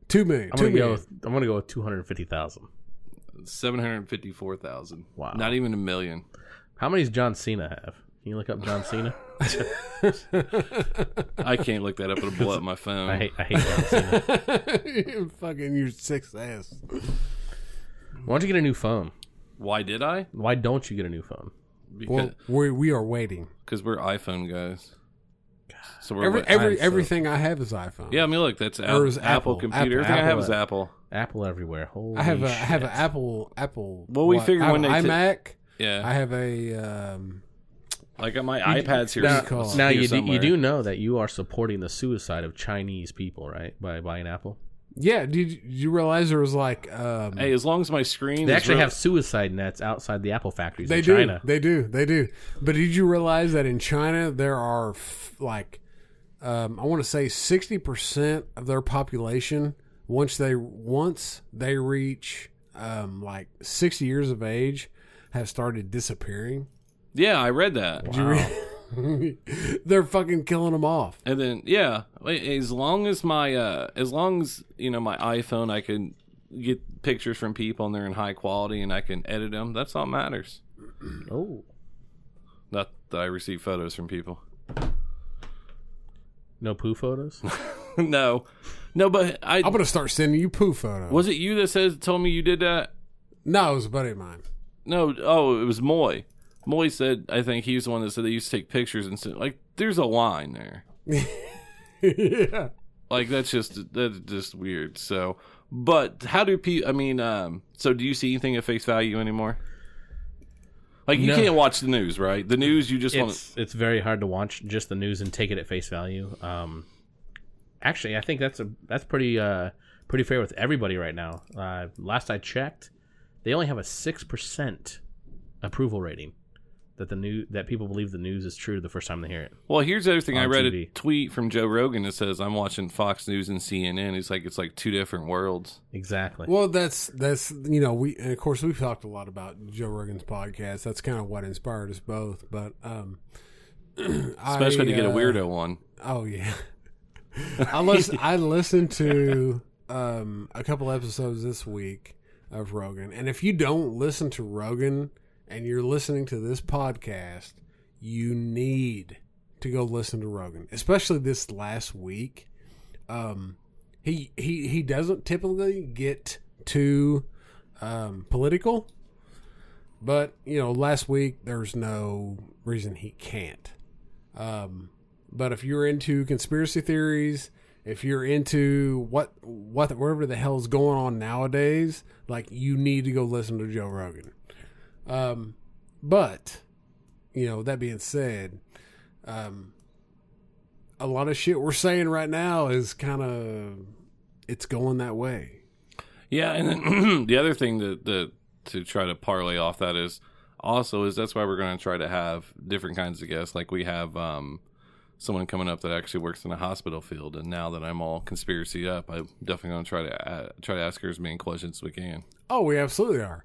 S1: Two million.
S4: I'm
S1: Two
S4: gonna go.
S1: million.
S4: With, I'm gonna go with two hundred fifty thousand.
S2: Seven hundred fifty-four thousand.
S4: Wow.
S2: Not even a million.
S4: How many does John Cena have? Can you look up John Cena?
S2: I can't look that up. It'll blow up my phone.
S4: I hate. I hate John Cena.
S1: Fucking your six ass.
S4: Why don't you get a new phone?
S2: Why did I?
S4: Why don't you get a new phone?
S1: Well,
S2: Because
S1: we we are waiting.
S2: cause we're iPhone guys. So we're
S1: Every
S2: what-
S1: every
S2: I'm so-
S1: everything I have is iPhone.
S2: Yeah, I mean, look, that's
S1: Or
S2: Apple,
S1: is Apple.
S2: Apple computer.
S1: Apple.
S2: Everything I have is
S4: Apple.
S2: Apple.
S4: Apple everywhere. Holy
S1: I have a I
S4: shit.
S1: have an Apple Apple.
S2: Well, we
S1: what?
S2: figure
S1: I
S2: when
S1: have
S2: they
S1: an
S2: t-
S1: iMac. I
S2: Yeah,
S1: have a um,
S2: I got my iPads here.
S1: now-
S2: s-
S4: Now
S2: here
S4: you do, you
S2: somewhere.
S4: do know that you are supporting the suicide of Chinese people, right? By buying Apple,
S1: yeah. Did you- did you realize there was like um,
S2: Hey, as long as my screen
S4: they
S2: is
S4: actually
S2: real-
S4: have suicide nets outside the Apple factories
S1: They
S4: in
S1: do.
S4: China.
S1: They do. They do. But did you realize that in China there are f- like um, I want to say sixty percent of their population once they once they reach um, like sixty years of age have started disappearing.
S2: Yeah, I read that.
S4: Oh.
S1: They're fucking killing them off.
S2: And then yeah, as long as my uh as long as you know my iPhone, I can get pictures from people and they're in high quality and I can edit them. That's all that matters.
S4: Oh,
S2: Not that I receive photos from people.
S4: no poo photos.
S2: no, no, but I
S1: I'm gonna start sending you poo photos.
S2: was it you that says told me you did that?
S1: no, it was a buddy of mine.
S2: No, oh, it was Moy. Moy said I think he's the one that said they used to take pictures and send, like there's a line there.
S1: yeah.
S2: Like that's just that's just weird. So, but how do people? I mean, um, so do you see anything at face value anymore? Like you
S4: No.
S2: can't watch the news, right? The news you just want.
S4: it's it's very hard to watch just the news and take it at face value. Um, actually, I think that's a that's pretty uh pretty fair with everybody right now. Uh, last I checked, they only have a six percent approval rating that the new that people believe the news is true the first time they hear it.
S2: Well, here's the other thing.
S4: on
S2: I read a
S4: TV.
S2: tweet from Joe Rogan that says I'm watching Fox News and CNN. He's like, it's like two different worlds.
S4: Exactly.
S1: Well, that's that's you know we and of course we've talked a lot about Joe Rogan's podcast. That's kind of what inspired us both. But um,
S2: Especially to
S1: I,
S2: get a
S1: uh,
S2: weirdo one.
S1: Oh yeah. I listen, I listened to um, a couple episodes this week of Rogan, and if you don't listen to Rogan and you're listening to this podcast, you need to go listen to Rogan, especially this last week. Um, he he he doesn't typically get too um, political, but you know, last week there's no reason he can't. Um, but if you're into conspiracy theories, if you're into what what whatever the hell's going on nowadays, like you need to go listen to Joe Rogan. Um, but you know that being said, um, a lot of shit we're saying right now is kind of it's going that way.
S2: Yeah, and then the other thing that the to try to parlay off that is also is that's why we're going to try to have different kinds of guests. Like we have um, someone coming up that actually works in a hospital field, and now that I'm all conspiracy up, I'm definitely going to try to uh, try to ask her as many questions as we can.
S1: Oh, we absolutely are.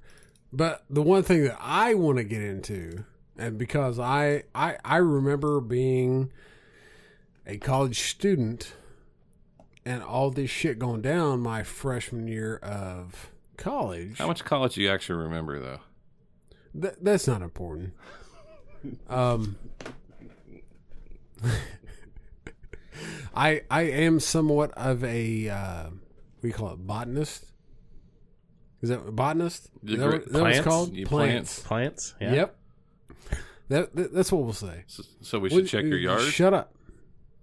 S1: But the one thing that I want to get into, and because I I I remember being a college student and all this shit going down my freshman year of college.
S2: How much college do you actually remember though?
S1: Th- that's not important. Um, I I am somewhat of a uh, what do you call it botanist. Is that botanist?
S2: The
S1: Is that, what-
S2: great
S1: is that what it's
S4: plants?
S1: called?
S2: You plants.
S4: Plants. Yeah.
S1: Yep. That, that that's what we'll say.
S2: So, so we should
S1: We'll-
S2: check your yard.
S1: Shut up.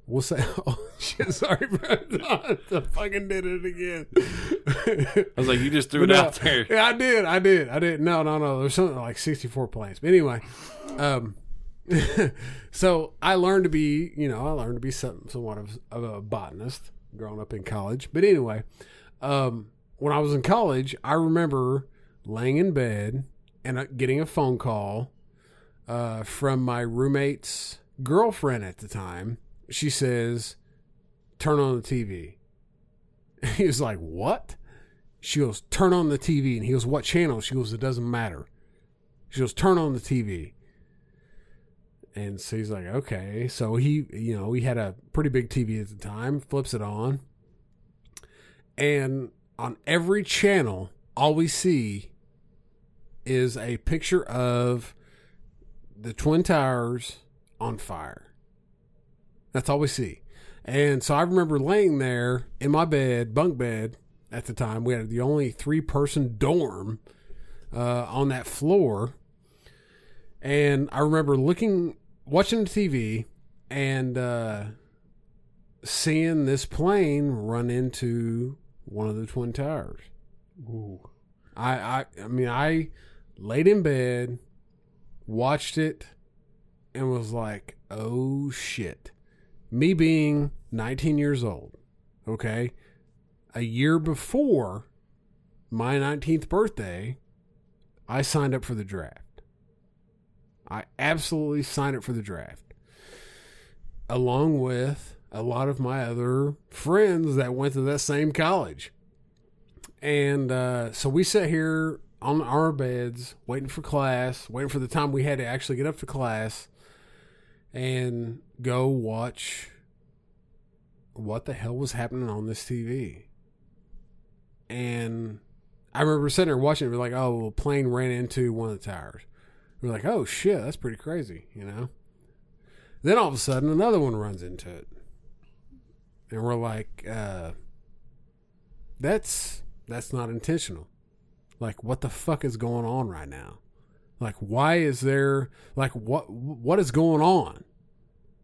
S1: We'll say. Oh shit! Sorry, bro. I fucking did it again.
S2: I was like, you just threw it
S1: No.
S2: out there.
S1: Yeah, I did. I did. I did. No, no, no. There's something like 64 planes. But anyway, um, so I learned to be, you know, I learned to be some, somewhat of, of a botanist growing up in college. But anyway, um, when I was in college, I remember laying in bed and uh, getting a phone call uh, from my roommate's girlfriend at the time. She says, Turn on the TV. He was like, What? She goes, turn on the TV. And he goes, what channel? She goes, it doesn't matter. She goes, turn on the TV. And so he's like, okay. So he, you know, he had a pretty big TV at the time, flips it on. And on every channel, all we see is a picture of the Twin Towers on fire. That's all we see. And so I remember laying there in my bed, bunk bed at the time. We had the only three person dorm uh, on that floor. And I remember looking, watching the TV and uh, seeing this plane run into one of the Twin Towers. I, I, I mean, I laid in bed, watched it, and was like, oh shit me being 19 years old, okay, a year before my 19th birthday, I signed up for the draft. I absolutely signed up for the draft, along with a lot of my other friends that went to that same college. And uh, so we sat here on our beds, waiting for class, waiting for the time we had to actually get up to class and go watch what the hell was happening on this TV. And I remember sitting there watching it. We're like, oh, well, a plane ran into one of the towers. We're like, oh shit, that's pretty crazy, you know. Then all of a sudden, another one runs into it, and we're like, uh, that's that's not intentional. Like, what the fuck is going on right now? like why is there like what what is going on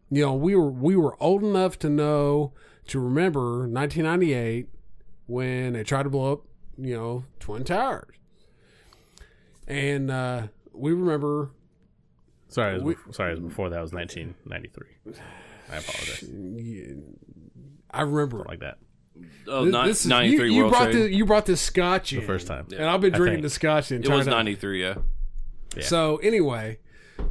S1: you know, we were we were old enough to know to remember 1998 when they tried to blow up, you know, Twin Towers, and uh, we remember
S4: Sorry, it was,
S1: We-
S4: bef- sorry, it was before that. It was 1993. I apologize.
S1: I remember
S4: Like that,
S2: Oh,
S1: Th-
S2: nine-
S1: this is-
S2: 93
S1: you, you
S2: World
S1: brought
S2: Trade.
S1: the you brought this scotch in
S4: the first time.
S1: and I've been
S4: I
S1: drinking
S4: think.
S1: the scotch the
S2: it
S1: entire
S2: was
S1: time.
S2: 93, yeah.
S4: Yeah.
S1: So anyway,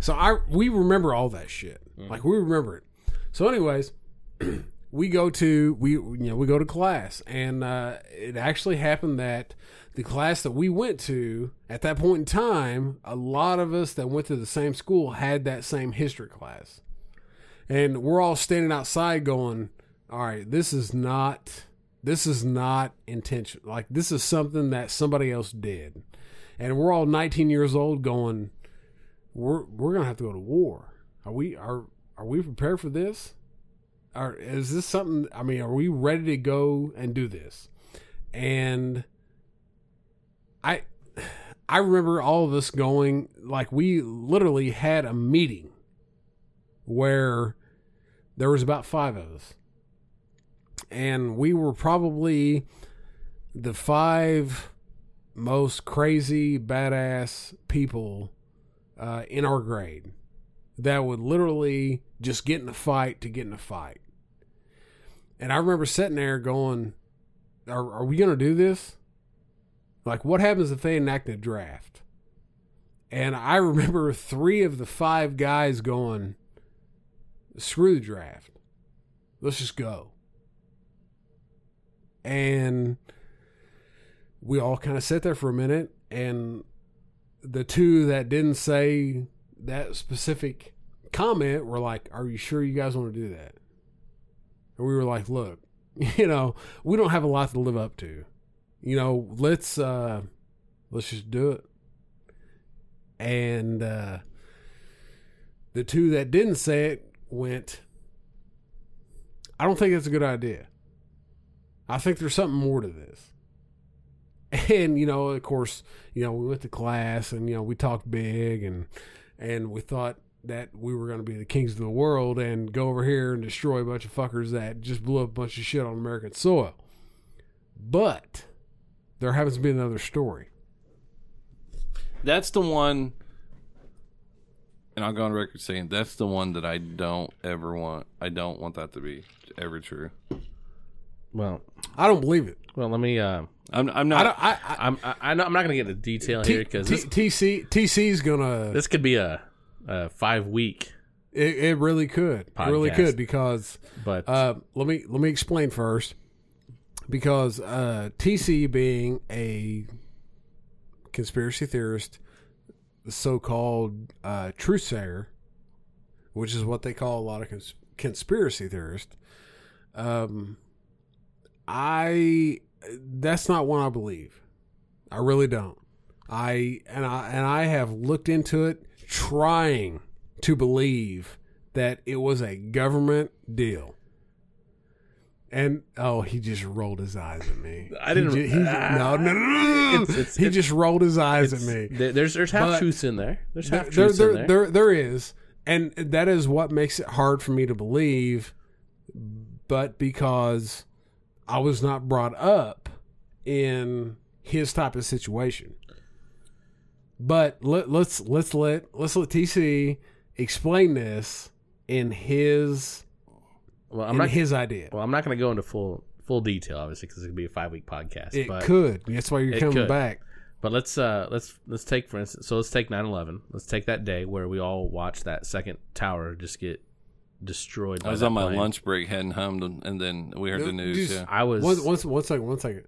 S1: so I we remember all that shit. Like we remember it. So anyways, we go to we you know we go to class, and uh, it actually happened that the class that we went to at that point in time, a lot of us that went to the same school had that same history class, and we're all standing outside going, "All right, this is not." This is not intentional. Like this is something that somebody else did and we're all 19 years old going we're we're gonna have to go to war are we are are we prepared for this or is this something i mean are we ready to go and do this and i i remember all of us going like we literally had a meeting where there was about five of us and we were probably the five most crazy badass people uh, in our grade that would literally just get in a fight to get in a fight. And I remember sitting there going, "Are, are we going to do this? Like, what happens if they enact a draft?" And I remember three of the five guys going, "Screw the draft, let's just go." And we all kind of sat there for a minute and the two that didn't say that specific comment were like are you sure you guys want to do that and we were like look you know we don't have a lot to live up to you know let's uh let's just do it and uh the two that didn't say it went i don't think that's a good idea i think there's something more to this and you know of course you know we went to class and you know we talked big and and we thought that we were going to be the kings of the world and go over here and destroy a bunch of fuckers that just blew up a bunch of shit on american soil but there happens to be another story
S2: That's the one, and I'll go on record saying that's the one that I don't ever want. I don't want that to be ever true.
S4: Well,
S1: i don't believe it
S4: well, let me. Uh,
S2: I'm, I'm
S1: i
S2: not.
S1: don't i, I
S4: I'm. I, I'm not going to get into detail
S1: T-
S4: here because
S1: T-
S4: this,
S1: tc tc's gonna
S4: this could be a, a five week.
S1: it, it really could it really
S4: Podcast.
S1: could because
S4: But
S1: Uh, let me let me explain first, because uh, TC being a conspiracy theorist, the so-called uh, truthsayer, which is what they call a lot of cons- conspiracy theorists, um, I that's not one I believe. I really don't. I and I and I have looked into it, trying to believe that it was a government deal. And oh, he just rolled his eyes at me.
S4: I didn't-
S1: He, ju- he, no, no, no, no, no.
S4: It's- it's-
S1: he
S4: it's-
S1: just rolled his eyes at me.
S4: there- there's there's half
S1: But-
S4: truths in there. There's half
S1: There,
S4: truths
S1: there,
S4: in there.
S1: there, there is, and that is what makes it hard for me to believe. But because I was not brought up in his type of situation, but let, let's let's let let's let TC explain this in his
S4: well, I'm
S1: in
S4: not.
S1: his idea.
S4: well, I'm not going to go into full full detail, obviously, because it could be a five week podcast.
S1: It
S4: but
S1: could. That's why you're
S4: It
S1: coming
S4: could.
S1: back.
S4: But let's uh let's let's take for instance so let's take 9/11. Let's take that day where we all watched that second tower just get destroyed by
S2: I was
S4: that
S2: on my
S4: plane.
S2: lunch break heading home, to, and then we heard the news.
S1: Just-
S2: yeah.
S4: I was
S1: One, one, one second. One second.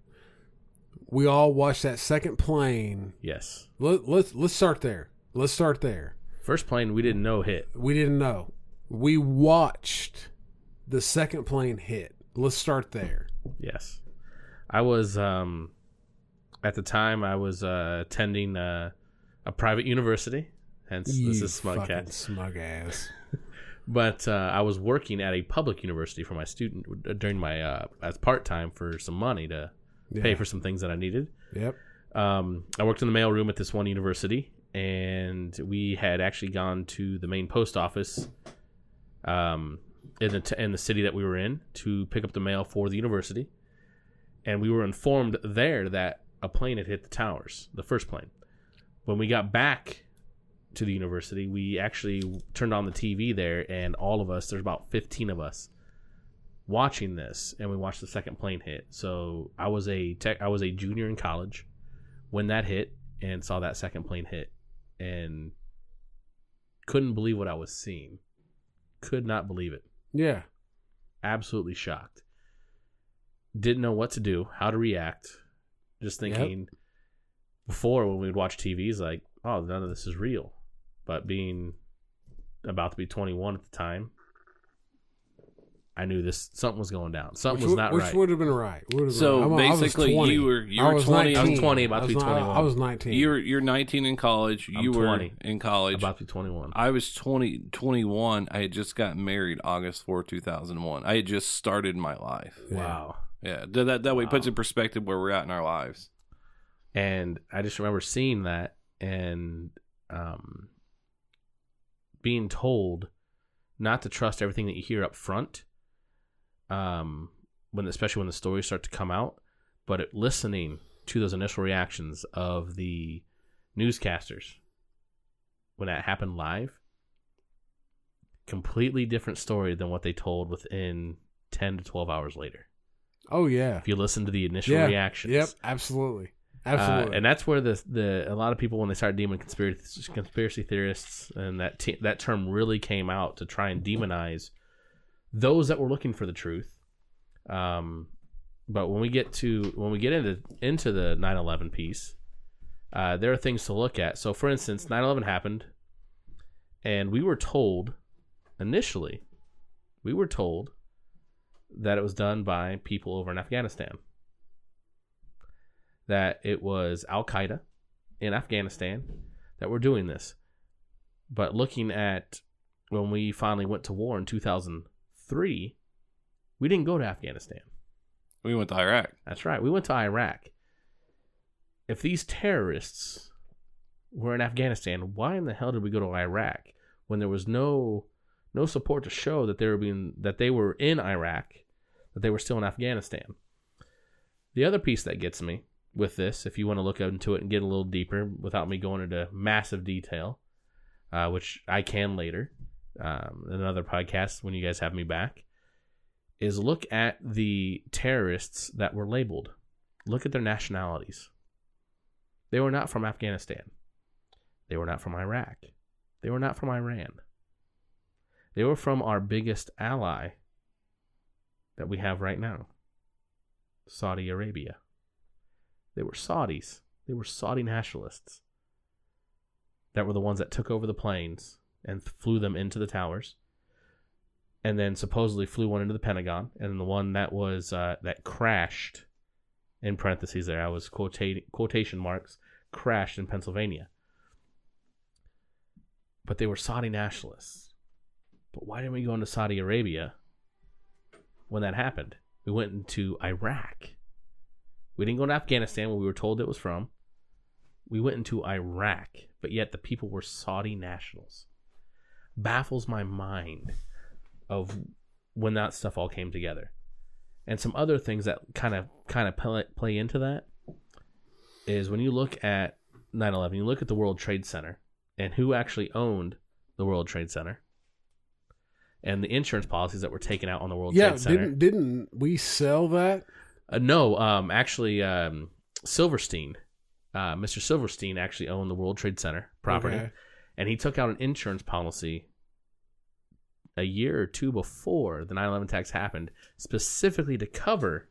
S1: We all watched that second plane.
S4: yes.
S1: Let, let's let's start there. Let's start there.
S4: First plane we didn't know hit.
S1: We didn't know. We watched the second plane hit. Let's start there.
S4: Yes. I was um at the time I was uh attending uh, a private university. Hence this is smug
S1: fucking
S4: cat.
S1: Smug ass.
S4: But uh, I was working at a public university for my student during my uh, as part time for some money to pay
S1: Yeah.
S4: for some things that I needed.
S1: Yep.
S4: um, I worked in the mailroom at this one university, and we had actually gone to the main post office um, in the, t- in the city that we were in to pick up the mail for the university. And we were informed there that a plane had hit the towers, the first plane. When we got back to the university, we actually turned on the TV there, and all of us, there's about 15 of us, watching this, and we watched the second plane hit. So I was a tech, I was a junior in college when that hit, and saw that second plane hit, and couldn't believe what I was seeing. Could not believe it
S1: Yeah.
S4: absolutely shocked. Didn't know what to do, how to react. Just
S1: Yep.
S4: thinking before when we'd watch TVs, like, oh, none of this is real. But being about to be 21 at the time, I knew this something was going down. Something was
S1: would-
S4: not
S1: which
S4: right.
S1: would have been right. Would have
S2: So
S1: been right. I'm- I was
S2: basically,
S1: 20.
S2: you were- you
S1: I
S2: were
S1: was
S2: 20. I was
S1: 19.
S4: 20, about to be
S1: I was not-
S4: 21.
S1: I was 19.
S2: You're you're 19 in college.
S4: I'm
S2: you were
S4: 20.
S2: in college.
S4: about to be 21.
S2: I was 20, 21. I had just got married August 4, 2001. I had just started my life.
S4: wow.
S2: Yeah, th- that that way
S4: Wow.
S2: puts in perspective where we're at in our lives.
S4: and I just remember seeing that and um, being told not to trust everything that you hear up front. Um, when especially when the stories start to come out, but it, listening to those initial reactions of the newscasters when that happened live, completely different story than what they told within ten to twelve hours later.
S1: Oh yeah.
S4: If you listen to the initial
S1: yeah.
S4: reactions,
S1: Yep. Absolutely.
S4: uh,
S1: Absolutely.
S4: and that's where the the a lot of people when they started demoning conspiracy conspiracy theorists and that te- that term really came out to try and demonize those that were looking for the truth. Um, but when we get to when we get into into the 9/11 piece, uh, there are things to look at. So, for instance, 9/11 happened, and we were told initially, we were told that it was done by people over in Afghanistan that it was Al Qaeda in Afghanistan that were doing this. But looking at when we finally went to war in 2003, we didn't go to Afghanistan.
S2: We went to Iraq.
S4: That's right, we went to Iraq. If these terrorists were in Afghanistan, why in the hell did we go to Iraq when there was no no support to show that they were being that they were in Iraq, that they were still in Afghanistan? The other piece that gets me with this, if you want to look into it and get a little deeper without me going into massive detail, uh, which I can later um, in another podcast when you guys have me back, is look at the terrorists that were labeled. Look at their nationalities. They were not from Afghanistan. They were not from Iraq. They were not from Iran. They were from our biggest ally that we have right now Saudi Arabia. They were Saudis. They were Saudi nationalists that were the ones that took over the planes and flew them into the towers and then supposedly flew one into the Pentagon, and the one that was uh, that crashed, in parentheses there, I was quotating quotation marks, crashed in Pennsylvania. But they were Saudi nationalists. But why didn't we go into Saudi Arabia when that happened? We went into Iraq. We didn't go to Afghanistan where we were told it was from. We went into Iraq, but yet the people were Saudi nationals. Baffles my mind of when that stuff all came together and some other things that kind of kind of play, play into that is when you look at 9-11 you look at the world trade center and who actually owned the world trade center and the insurance policies that were taken out on the world
S1: yeah.
S4: trade center
S1: Didn't didn't we sell that?
S4: uh, no, um, actually, um, Silverstein, uh, Mr. Silverstein actually owned the World Trade Center property,
S1: Okay.
S4: and he took out an insurance policy a year or two before the 9/11 attacks happened, specifically to cover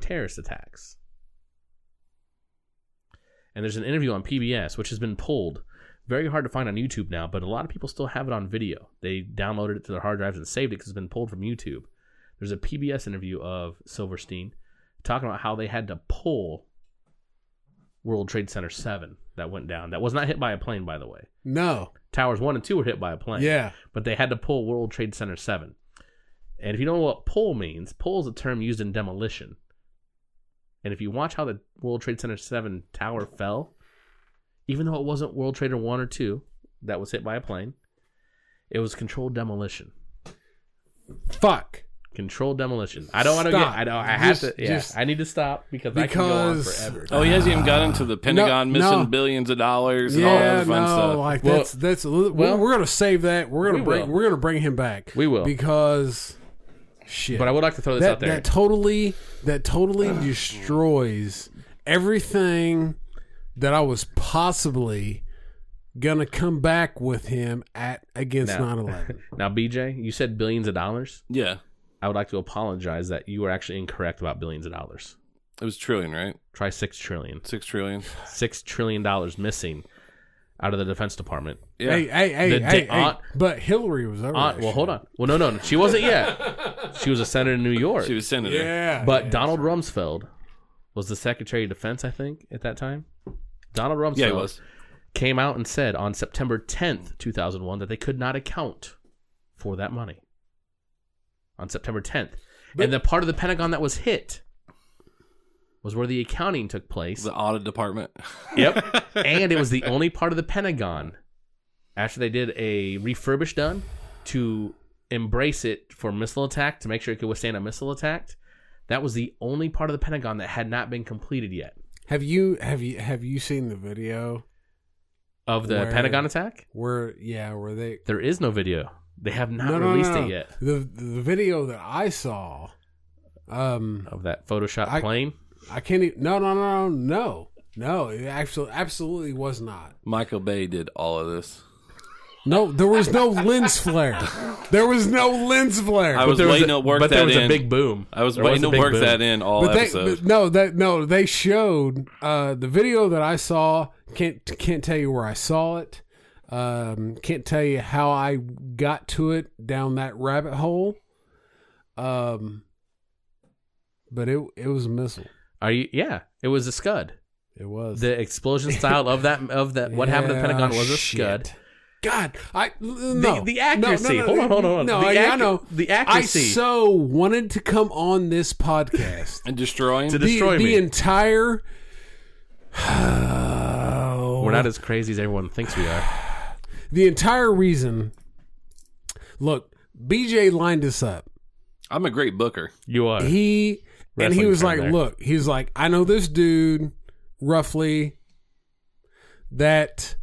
S4: terrorist attacks. And there's an interview on PBS, which has been pulled. Very hard to find on YouTube now, but a lot of people still have it on video. They downloaded it to their hard drives and saved it because it's been pulled from YouTube. There's a PBS interview of Silverstein talking about how they had to pull World Trade Center 7 that went down. That was not hit by a plane, by the way.
S1: No.
S4: Towers 1 and 2 were hit by a plane.
S1: Yeah.
S4: But they had to pull World Trade Center 7. And if you don't know what pull means, pull is a term used in demolition. And if you watch how the World Trade Center 7 tower fell, even though it wasn't World Trader 1 or 2 that was hit by a plane, it was controlled demolition.
S1: Fuck.
S4: Controlled demolition. I don't want to get.
S1: Stop.
S4: I know. I have
S1: Just-
S4: to. Yeah,
S1: just-
S4: I need to stop because, I can go on
S1: Because-
S4: forever.
S2: Oh, he hasn't even got into the Pentagon missing
S1: no.
S2: billions of dollars and all that
S1: Yeah,
S2: other fun
S1: no,
S2: stuff.
S1: like
S4: Well-
S1: that's that's a little,
S4: well,
S1: we're, we're gonna save that. We're gonna
S4: we
S1: bring
S4: will.
S1: we're gonna bring him back.
S4: We will.
S1: because shit.
S4: But I would like to throw this
S1: that
S4: out there.
S1: that totally that totally destroys everything that I was possibly gonna come back with him at against
S4: No.
S1: nine eleven.
S4: now, BJ, you said billions of dollars.
S2: yeah,
S4: I would like to apologize that you were actually incorrect about billions of dollars.
S2: it was trillion, right?
S4: Try six trillion.
S2: Six trillion.
S4: Six trillion dollars missing out of the Defense Department.
S2: Yeah,
S1: Hey, hey, hey,
S4: The
S1: hey,
S4: da-
S1: hey.
S4: aunt-
S1: But Hillary was over.
S2: Oh,
S4: Aunt,
S1: that
S4: well,
S1: shit.
S4: hold on. Well, no, no, no, she wasn't yet. she was a senator in New York.
S2: she was senator.
S1: Yeah,
S4: But Donald Rumsfeld was the Secretary of Defense, I think, at that time. Donald Rumsfeld
S2: yeah, he was.
S4: came out and said on September 10th, 2001, that they could not account for that money. On September 10th.
S1: But-
S4: and the part of the Pentagon that was hit was where the accounting took place.
S2: The audit department.
S4: Yep. and it was the only part of the Pentagon after they did a refurbish done to embrace it for missile attack to make sure it could withstand a missile attack. That was the only part of the Pentagon that had not been completed yet
S1: have you have you have you seen the video
S4: of the
S1: Where-
S4: Pentagon attack.
S1: where yeah where they
S4: There is no video. They have not
S1: no, no,
S4: released
S1: no, no.
S4: it yet
S1: The the video that I saw, um,
S4: of that Photoshop
S1: I-
S4: plane.
S1: I can't. Even, no, no, no, no, no. It actually absolutely was not.
S2: Michael Bay did all of this.
S1: No, there was no lens flare. There was no lens flare.
S2: I
S4: But
S2: was
S4: there was
S2: waiting
S4: a-
S2: to work
S4: but
S2: that
S4: there was
S2: in.
S4: a big boom.
S2: I was
S4: There
S2: waiting
S4: a
S2: to
S4: big
S2: work
S4: boom.
S2: that in all
S1: but they,
S2: episodes.
S1: but no, that no, they showed uh, the video that I saw. Can't can't tell you where I saw it. Um, can't tell you how I got to it down that rabbit hole. Um, but it it was a missile.
S4: Are you? Yeah, it was a scud.
S1: It was
S4: The explosion style of that of that. What happened to the
S1: Yeah,
S4: Pentagon was a
S1: shit.
S4: scud.
S1: God, I no.
S4: the, the accuracy.
S1: No, no,
S4: hold
S1: no,
S4: on, hold on, hold on.
S1: No,
S4: the
S1: I, I
S4: accu-
S1: know.
S4: the
S1: I
S4: accuracy.
S1: so wanted to come on this podcast.
S2: and destroying.
S4: To
S1: the,
S4: destroy
S1: the
S4: me.
S1: entire.
S4: We're not as crazy as everyone thinks we are.
S1: The entire reason. Look, BJ lined us up.
S2: I'm a great booker.
S4: You are.
S1: He and he
S4: Wrestling
S1: was
S4: term
S1: like,
S4: there.
S1: "Look," he was like, "I know this dude, roughly, that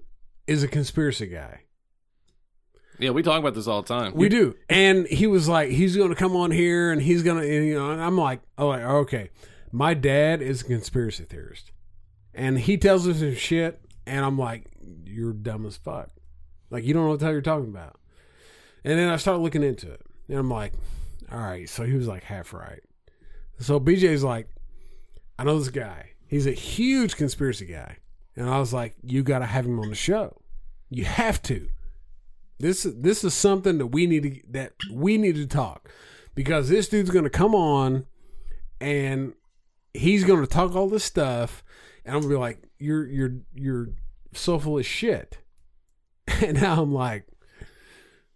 S1: is a conspiracy guy."
S2: Yeah, we talk about this all the time.
S1: We do. And he was like, he's going to come on here and he's going to, you know, and I'm like, oh, like, okay. My dad is a conspiracy theorist. And he tells us some shit. And I'm like, you're dumb as fuck. Like, you don't know what the hell you're talking about. And then I start looking into it. And I'm like, all right. So he was like half right. So BJ's like, I know this guy. He's a huge conspiracy guy. And I was like, you got to have him on the show. You have to this this is something that we need to that we need to talk because this dude's going to come on and he's going to talk all this stuff and I'm going to be like you're you're you're so full of shit. And now I'm like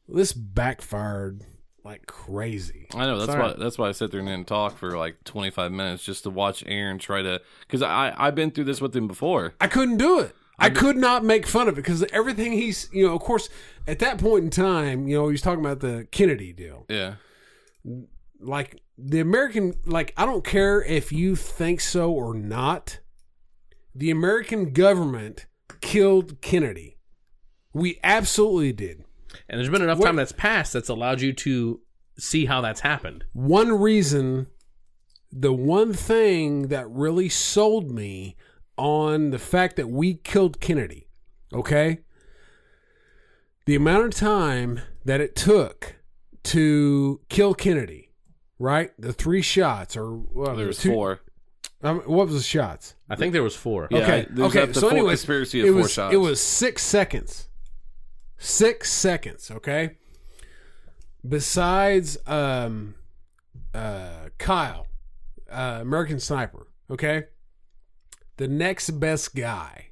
S1: this backfired like crazy.
S2: I know that's
S1: Sorry.
S2: why that's why I sit there and didn't talk for like 25 minutes just to watch Aaron try to because I I've been through this with him before.
S1: I couldn't do it. I could not make fun of it because everything he's, you know, of course, at that point in time, you know, he's talking about the Kennedy deal.
S2: Yeah,
S1: like the American like I don't care if you think so or not. The American government killed Kennedy. We absolutely did.
S4: and there's been enough
S1: What-
S4: time that's passed that's allowed you to see how that's happened.
S1: One reason the one thing that really sold me on the fact that we killed Kennedy, okay? The amount of time that it took to kill Kennedy, right? The three shots or well,
S2: there's
S1: two,
S2: four.
S1: Um, what was the shots?
S4: I think there was four.
S2: Yeah,
S1: okay.
S2: there's
S1: okay.
S2: up to
S1: so,
S2: four
S1: anyways,
S2: conspiracy of
S1: it
S2: four
S1: was
S2: shots.
S1: it was six seconds. Six seconds. Okay. Besides, um, uh, Kyle, uh, American Sniper. Okay. The next best guy,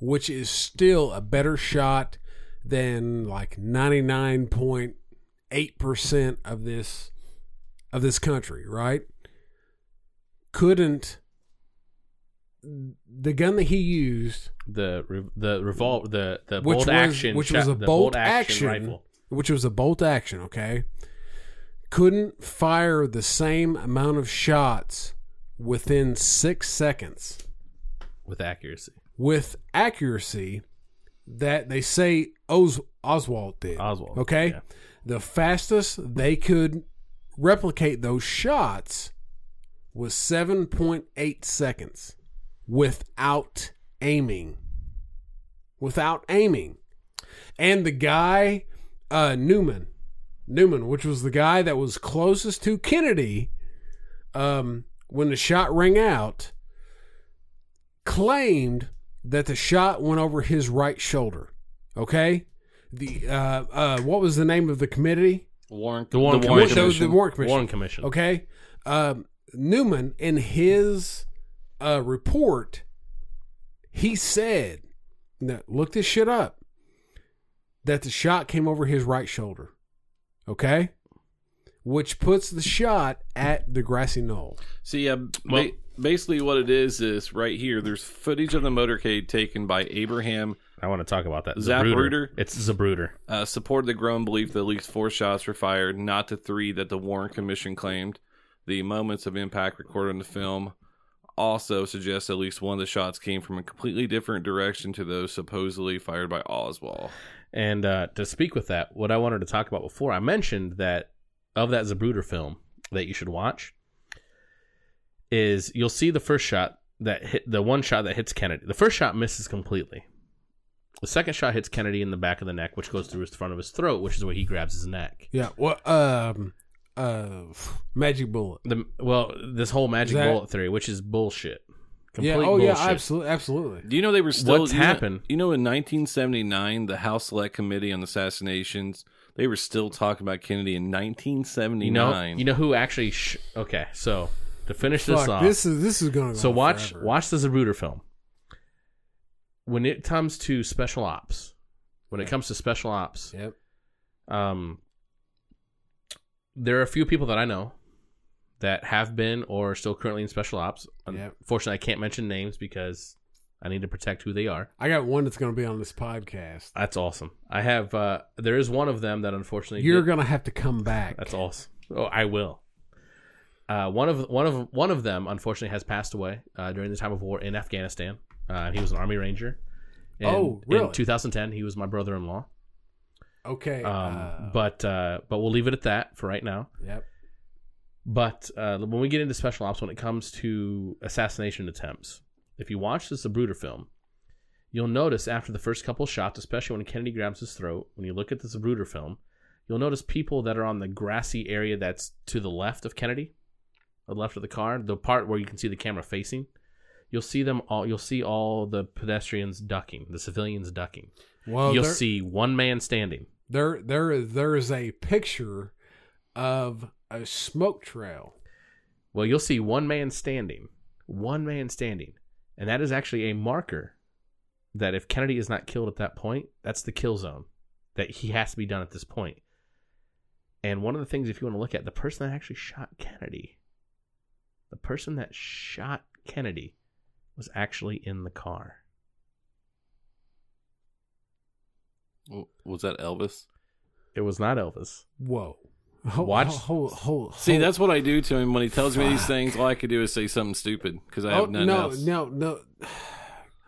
S1: which is still a better shot than like ninety nine point eight percent of this of this country, right? Couldn't the gun that he used,
S4: The re- the revolt the the
S1: which was
S4: bolt action
S1: which
S4: shot-
S1: was a
S4: the
S1: bolt action,
S4: action, rifle.
S1: which was a bolt action, okay, couldn't fire the same amount of shots within six seconds
S4: with accuracy.
S1: with accuracy that they say Os- Oswald did.
S4: Oswald,
S1: Okay.
S4: yeah.
S1: The fastest they could replicate those shots was 7.8 seconds without aiming. Without aiming. And the guy, uh, Newman, Newman, which was the guy that was closest to Kennedy um, when the shot rang out, claimed that the shot went over his right shoulder. Okay, the uh, uh, what was the name of the committee?
S2: Warren,
S4: The Warren
S1: Warren-
S4: Commission.
S1: those- the Warren Commission.
S4: Warren Commission.
S1: Okay, um, Newman in his uh, report, he said, now, "Look this shit up." That the shot came over his right shoulder. Okay. Which puts the shot at the grassy knoll.
S2: See, yeah,
S4: Well-
S2: ba- basically what it is is right here. There's footage of the motorcade taken by Abraham.
S4: I want to talk about that.
S2: Zapruder?
S4: It's Zabruder.
S2: Uh, supported the growing belief that at least four shots were fired, not the three that the Warren Commission claimed. The moments of impact recorded in the film also suggest at least one of the shots came from a completely different direction to those supposedly fired by Oswald.
S4: And uh, to speak with that, what I wanted to talk about before, I mentioned that of that Zabruder film that you should watch is you'll see the first shot that hit the one shot that hits Kennedy. The first shot misses completely. The second shot hits Kennedy in the back of the neck, which goes through his front of his throat, which is where he grabs his neck.
S1: Yeah. Well, um, uh, magic bullet.
S4: The well, this whole magic
S1: That-
S4: bullet theory, which is bullshit. Complete
S1: yeah. Oh,
S4: bullshit.
S1: yeah. Absolutely. Absolutely.
S2: Do you know they were still?
S4: What's
S2: you know-
S4: happened?
S2: You know, in 1979, the House Select Committee on Assassinations, they were still talking about Kennedy in
S4: You know,
S2: 1979.
S4: you know who actually? Sh- okay, so to finish this
S1: Fuck,
S4: off,
S1: this is this is going to.
S4: So watch
S1: forever.
S4: watch the Zabruder film. When it comes to special ops, when it comes to special ops,
S1: Yep.
S4: um, there are a few people that I know that have been or are still currently in special ops.
S1: Yep.
S4: Unfortunately, I can't mention names because I need to protect who they are.
S1: I got one that's going to be on this podcast.
S4: That's awesome. I have. Uh, there is one of them that unfortunately
S1: You're
S4: did-
S1: going to have to come back.
S4: That's awesome. Oh, I will. Uh, one of one of one of them, unfortunately, has passed away uh, during the time of war in Afghanistan. Uh, he was an Army Ranger. And
S1: Oh, really?
S4: In 2010, he was my brother-in-law.
S1: Okay.
S4: Um,
S1: uh,
S4: but uh, but we'll leave it at that for right now.
S1: yep.
S4: But uh, when we get into special ops, when it comes to assassination attempts, if you watch this Zabruder film, you'll notice after the first couple shots, especially when Kennedy grabs his throat, when you look at the Zabruder film, you'll notice people that are on the grassy area that's to the left of Kennedy, the left of the car, the part where you can see the camera facing. You'll see them all. You'll see all the pedestrians ducking, the civilians ducking.
S1: Well,
S4: you'll
S1: there,
S4: see one man standing.
S1: there there is there is a picture of a smoke trail.
S4: Well, you'll see one man standing, one man standing, and that is actually a marker that if Kennedy is not killed at that point, that's the kill zone that he has to be done at this point. And one of the things, if you want to look at the person that actually shot Kennedy, the person that shot Kennedy was actually in the car.
S2: W- was that Elvis?
S4: It was not Elvis.
S1: Whoa. Ho-
S4: Watch-
S1: Ho, ho, ho,
S2: See,
S1: ho-
S2: that's what I do to him when he tells me these
S1: Fuck.
S2: things. All I could do is say something stupid because I have
S1: Oh,
S2: none
S1: no,
S2: else.
S1: no, no.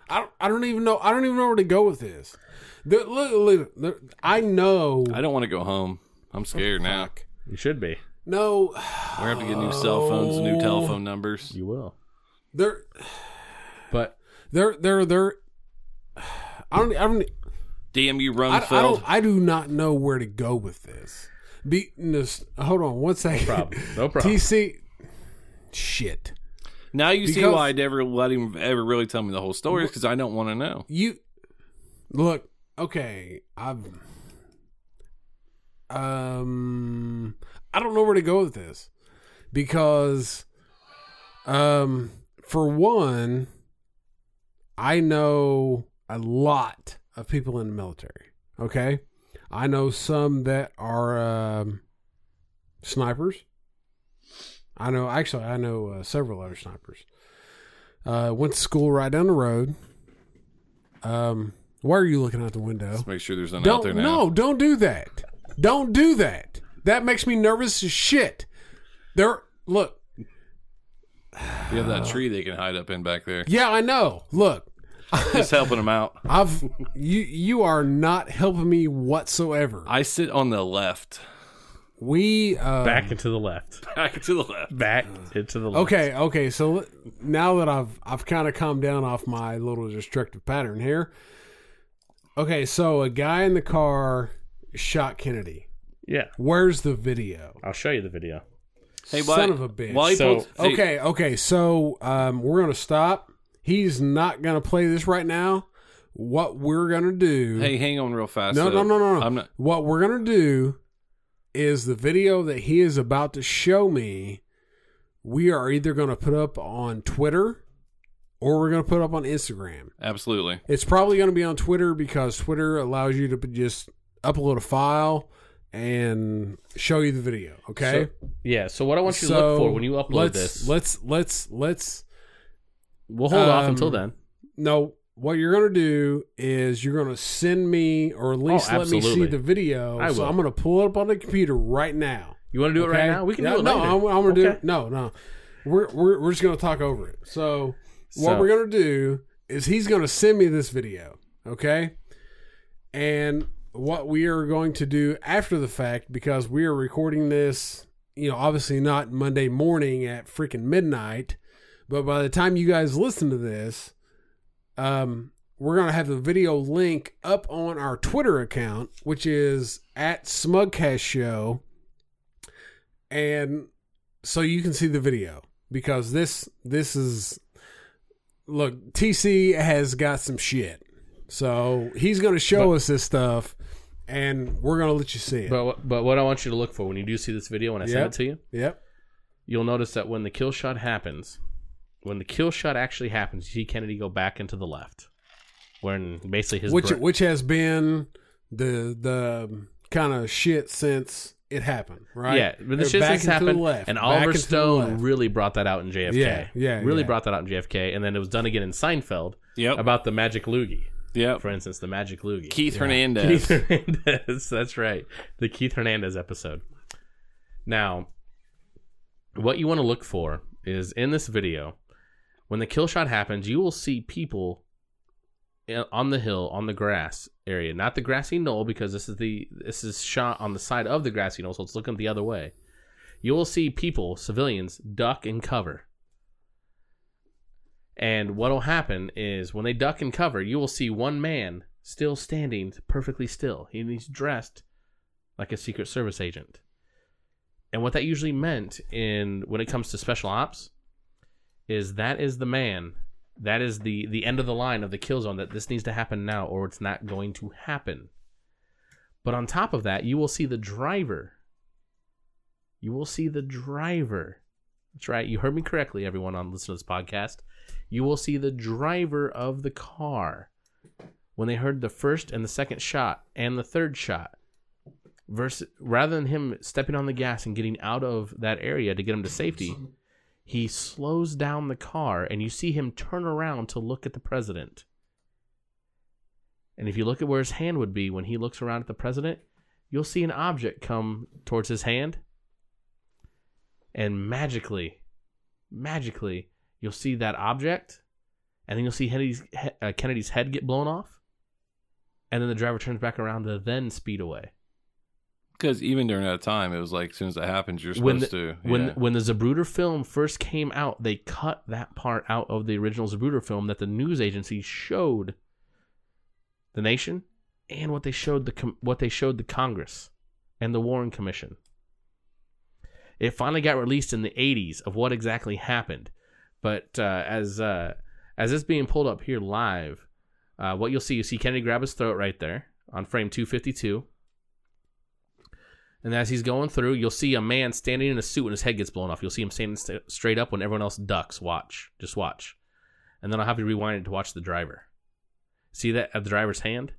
S1: I don't, I don't even know. I don't even know where to go with this. The, look, look, there- I know.
S2: I don't want to go home. I'm scared now.
S1: Fuck.
S4: You should be.
S1: No.
S2: We're gonna have to get new cell phones, new
S1: Oh.
S2: telephone numbers.
S4: You will.
S1: There,
S4: But
S1: there, there, there. I don't. I don't.
S2: Damn you,
S1: I, I
S2: Rumsfeld!
S1: don't. I do not know where to go with this. Be, no, s- hold on one second.
S4: problem. No problem.
S1: TC. Shit.
S2: Now you see
S1: Because-
S2: why I never let him ever really tell me the whole story because I don't want to know.
S1: You look okay. I've um I don't know where to go with this because um for one I know a lot of people in the military. Okay, I know some that are um, snipers. I know actually I know uh, several other snipers. Uh, went to school right down the road. Um, why are you looking out the window?
S2: Let's make sure there's none out
S1: Don't
S2: there now.
S1: no, don't do that. Don't do that. That makes me nervous as shit. There, look.
S2: You have that tree they can hide up in back there.
S1: Yeah, I know. Look,
S2: Just helping them out.
S1: I've you you are not helping me whatsoever.
S2: I sit on the left.
S1: We uh,
S4: Back and to the left.
S2: Back to the left.
S4: Back and to the left.
S1: Okay, okay. So l- now that I've I've kind of calmed down off my little destructive pattern here. Okay, so a guy in the car shot Kennedy.
S4: Yeah.
S1: Where's the video?
S4: I'll show you the video.
S2: Hey,
S1: Son
S2: why-
S1: of a bitch.
S2: why he
S4: So-
S2: puts- hey,
S1: Okay, okay. So um, we're gonna stop. He's not gonna play this right now. What we're gonna do?
S2: Hey, hang on real fast.
S1: no, no,
S2: though.
S1: no, no, no.
S2: I'm not.
S1: What we're gonna do is the video that he is about to show me. We are either gonna put up on Twitter, or we're gonna put up on Instagram.
S2: Absolutely.
S1: It's probably gonna be on Twitter because Twitter allows you to just upload a file and show you the video. Okay.
S4: So- yeah. So what I want you to look for when you upload
S1: let's,
S4: this,
S1: Let's let's let's
S4: we'll hold off
S1: um,
S4: until then.
S1: no. What you're gonna do is you're gonna send me, or at least let me see
S4: Oh, absolutely.
S1: the video.
S4: I
S1: So
S4: will.
S1: I'm gonna pull it up on the computer right now.
S4: You want to do it right
S1: okay?
S4: now? We can
S1: no,
S4: do it
S1: no,
S4: later.
S1: I'm, I'm gonna do
S4: Okay.
S1: it. No, no, we're we're we're just gonna talk over it. So what
S4: So-
S1: we're gonna do is he's gonna send me this video, okay? And what we are going to do after the fact because we are recording this, you know, obviously not Monday morning at freaking midnight, but by the time you guys listen to this, um, we're gonna have the video link up on our Twitter account, which is at Smugcast Show, and so you can see the video because this this is look TC has got some shit, so he's gonna show us this stuff, and we're gonna let you see it.
S4: But what- but what I want you to look for when you do see this video when I
S1: Yeah.
S4: send it to you,
S1: yep.
S4: you'll notice that when the kill shot happens, when the kill shot actually happens, you see Kennedy go back into the left, when basically his
S1: which
S4: bra-
S1: which has been the the kind of shit since it happened, right?
S4: yeah, but the
S1: They're
S4: shit
S1: back
S4: that's
S1: into the
S4: happened,
S1: left,
S4: and
S1: back
S4: Oliver
S1: into the
S4: Stone
S1: left.
S4: really brought that out in JFK.
S1: Yeah, yeah,
S4: really
S1: yeah.
S4: brought that out in JFK, and then it was done again in Seinfeld
S2: Yep.
S4: about the magic loogie,
S2: yep.
S4: for instance, the magic loogie.
S2: Keith Hernandez.
S4: Keith Hernandez. That's right. The Keith Hernandez episode. Now, what you want to look for is in this video, when the kill shot happens, you will see people in- on the hill, on the grass area, not the grassy knoll, because this is the this is shot on the side of the grassy knoll, so it's looking the other way. You will see people, civilians, duck and cover. And what'll happen is when they duck and cover, you will see one man still standing perfectly still. And he's dressed like a Secret Service agent. And what that usually meant in when it comes to special ops is that is the man. That is the the end of the line of the kill zone that this needs to happen now or it's not going to happen. But on top of that, you will see the driver. You will see the driver. That's right. You heard me correctly, everyone on listen to this podcast you will see the driver of the car when they heard the first and the second shot and the third shot versus rather than him stepping on the gas and getting out of that area to get him to safety he slows down the car and you see him turn around to look at the president and if you look at where his hand would be when he looks around at the president you'll see an object come towards his hand and magically magically you'll see that object, and then you'll see Kennedy's, he- uh, Kennedy's head get blown off, and then the driver turns back around to then speed away.
S2: Because even during that time, it was like as soon as that happens, you're
S4: when
S2: supposed
S4: the,
S2: to.
S4: when
S2: yeah.
S4: when the Zabruder film first came out, they cut that part out of the original Zabruder film that the news agency showed the nation and what they showed the com- what they showed the Congress and the Warren Commission. It finally got released in the 80s of what exactly happened, but uh, as uh, as this being pulled up here live, uh, what you'll see you see Kennedy grab his throat right there on frame 252. And as he's going through, you'll see a man standing in a suit and his head gets blown off. You'll see him standing st- straight up when everyone else ducks. Watch. Just watch. And then I'll have you rewind it to watch the driver. See that at the driver's hand?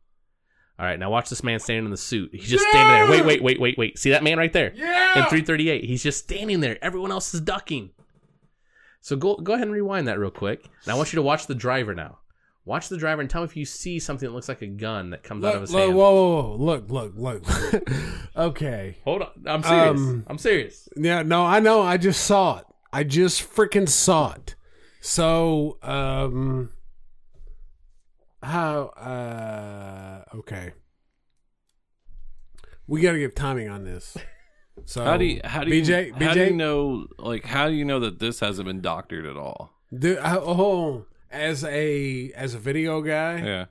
S4: All right, now watch this man standing in the suit. He's just standing there. Wait, wait, wait, wait, wait. See that man right there? Yeah. In 338, he's just standing there. Everyone else is ducking. So go go ahead and rewind that real quick. And I want you to watch the driver now. Watch the driver and tell me if you see something that looks like a gun that comes out
S1: Look,
S4: of his
S1: look, whoa,
S4: hand.
S1: whoa, whoa, look, look, look. okay.
S4: Hold on, I'm serious.
S1: Um,
S4: I'm serious.
S1: Yeah, no, I know. I just saw it. I just freaking saw it. So, um, how, uh, okay. We got to give timing on this. So,
S2: How do you how do you
S1: BJ, BJ,
S2: how do you know like how do you know that this hasn't been doctored at all?
S1: Dude, I- oh, as a as a video guy,
S2: Yeah,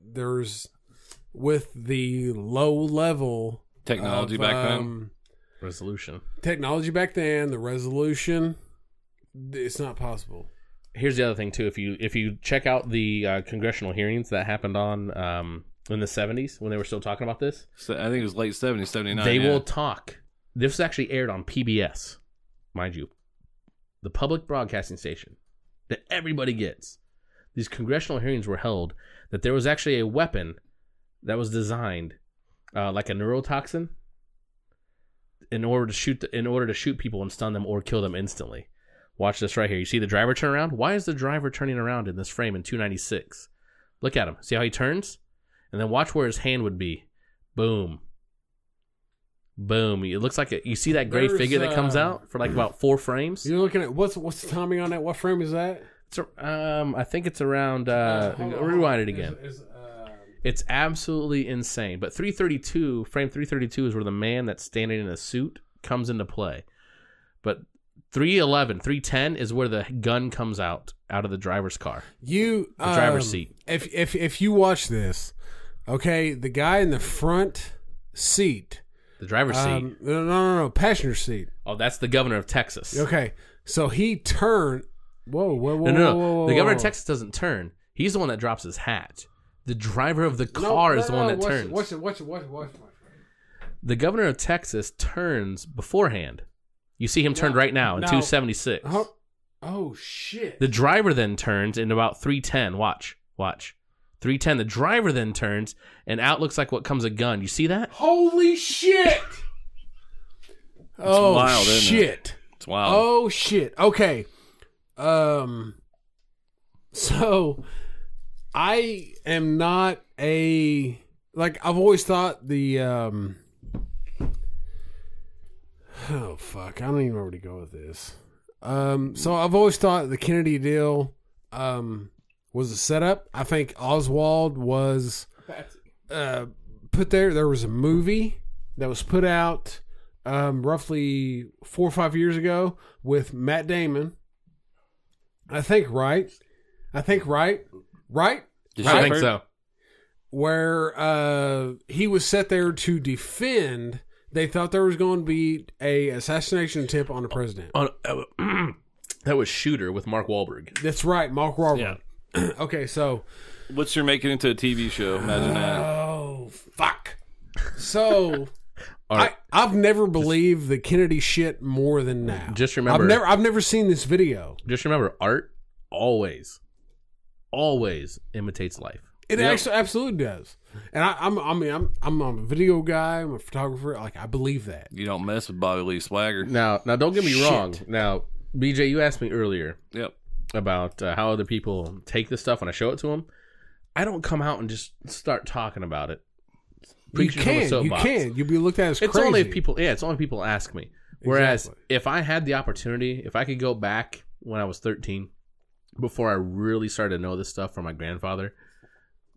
S1: there's with the low level
S2: technology
S1: of,
S2: back then.
S1: um,
S4: Resolution.
S1: technology back then, the resolution, it's not possible.
S4: Here's the other thing too. If you if you check out the uh, congressional hearings that happened on um, in the 70s when they were still talking about this,
S2: So I think it was late 70s, 79.
S4: they
S2: yeah.
S4: will talk. This actually aired on PBS, mind you, the public broadcasting station that everybody gets. These congressional hearings were held that there was actually a weapon that was designed, uh, like a neurotoxin, in order to shoot the, in order to shoot people and stun them or kill them instantly. Watch this right here. You see the driver turn around. Why is the driver turning around in this frame in 296? Look at him. See how he turns, and then watch where his hand would be. Boom. Boom. It looks like a, you see that gray
S1: There's,
S4: figure that comes
S1: uh,
S4: out for like about four frames.
S1: You're looking at what's what's the timing on that? What frame is that?
S4: It's a- um, I think it's around. Uh,
S1: Hold on.
S4: rewind it again.
S1: Is- is, uh,
S4: It's absolutely insane. But 332, frame 332 is where the man that's standing in a suit comes into play. But 311, 310 is where the gun comes out out of the driver's car.
S1: you
S4: The driver's
S1: um,
S4: seat.
S1: If if if you watch this, okay, the guy in the front seat,
S4: The driver's seat.
S1: um, no, no, no, no, passenger seat.
S4: Oh, that's the governor of Texas.
S1: Okay, so he turned. Whoa, whoa, whoa,
S4: No, no,
S1: whoa, whoa,
S4: no.
S1: whoa,
S4: The governor of
S1: whoa.
S4: Texas doesn't turn. He's the one that drops his hat. The driver of the
S1: No,
S4: car
S1: no,
S4: is the
S1: no,
S4: one
S1: no,
S4: that
S1: watch it,
S4: turns.
S1: Watch it, watch it, watch it, watch it. watch it.
S4: the governor of Texas turns beforehand. You see him turned
S1: No,
S4: right now in
S1: no.
S4: 276.
S1: Oh, oh shit!
S4: The driver then turns in about 310. Watch, watch. 310. The driver then turns and out looks like what comes a gun. You see that?
S1: Holy shit! oh
S2: wild, isn't it?
S1: shit!
S2: It's wild.
S1: Oh shit! Okay, um, so I am not a like I've always thought the um. Oh fuck! I don't even know where to go with this. Um, so I've always thought the Kennedy deal um was a setup. I think Oswald was uh, put there. There was a movie that was put out um, roughly four or five years ago with Matt Damon. I think right. I think right. Right
S2: Did
S4: I
S2: you
S4: think
S2: ever-
S4: so.
S1: where uh, he was set there to defend. They thought there was going to be a assassination attempt on the president.
S4: On- uh, that was Shooter with Mark Wahlberg.
S1: That's right, Mark Wahlberg. okay, so
S2: What's your making into a TV show? Imagine
S4: Uh,
S2: that.
S1: oh fuck. So
S4: All right.
S1: I, I've never believed the Kennedy shit more than now.
S4: Just remember-
S1: I've never, I've never seen this video.
S4: Just remember art always, always imitates life.
S1: It
S2: Yep.
S1: actually absolutely does. And I, I'm, I mean, I'm, I'm a video guy. I'm a photographer. Like I believe that.
S2: You don't mess with Bobby Lee Swagger.
S4: Now, now don't get me
S1: Shit.
S4: wrong. Now, BJ, you asked me earlier
S2: Yep.
S4: about uh, how other people take this stuff when I show it to them. I don't come out and just start talking about it. Preaching
S1: you
S4: from a
S1: can, you
S4: soapbox.
S1: can. You'll be looked at as
S4: It's
S1: crazy.
S4: only if people, yeah, it's only if people ask me. Whereas
S1: Exactly.
S4: if I had the opportunity, if I could go back when I was 13, before I really started to know this stuff from my grandfather,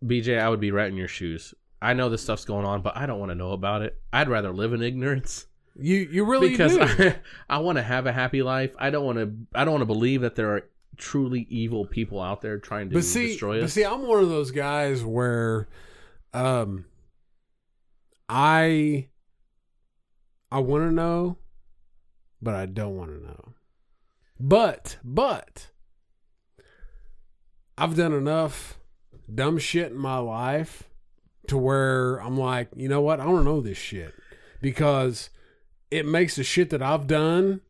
S4: BJ, I would be right in your shoes. I know this stuff's going on, but I don't want to know about it. I'd rather live in ignorance
S1: you, you really
S4: because
S1: do.
S4: I, I want to have a happy life. I don't want to. I don't want to believe that there are truly evil people out there trying to
S1: but see,
S4: destroy
S1: but
S4: us.
S1: see, I'm one of those guys where, um, I, I want to know, but I don't want to know. But, but, I've done enough dumb shit in my life to where I'm like, you know what? I don't know this shit because it makes the shit that I've done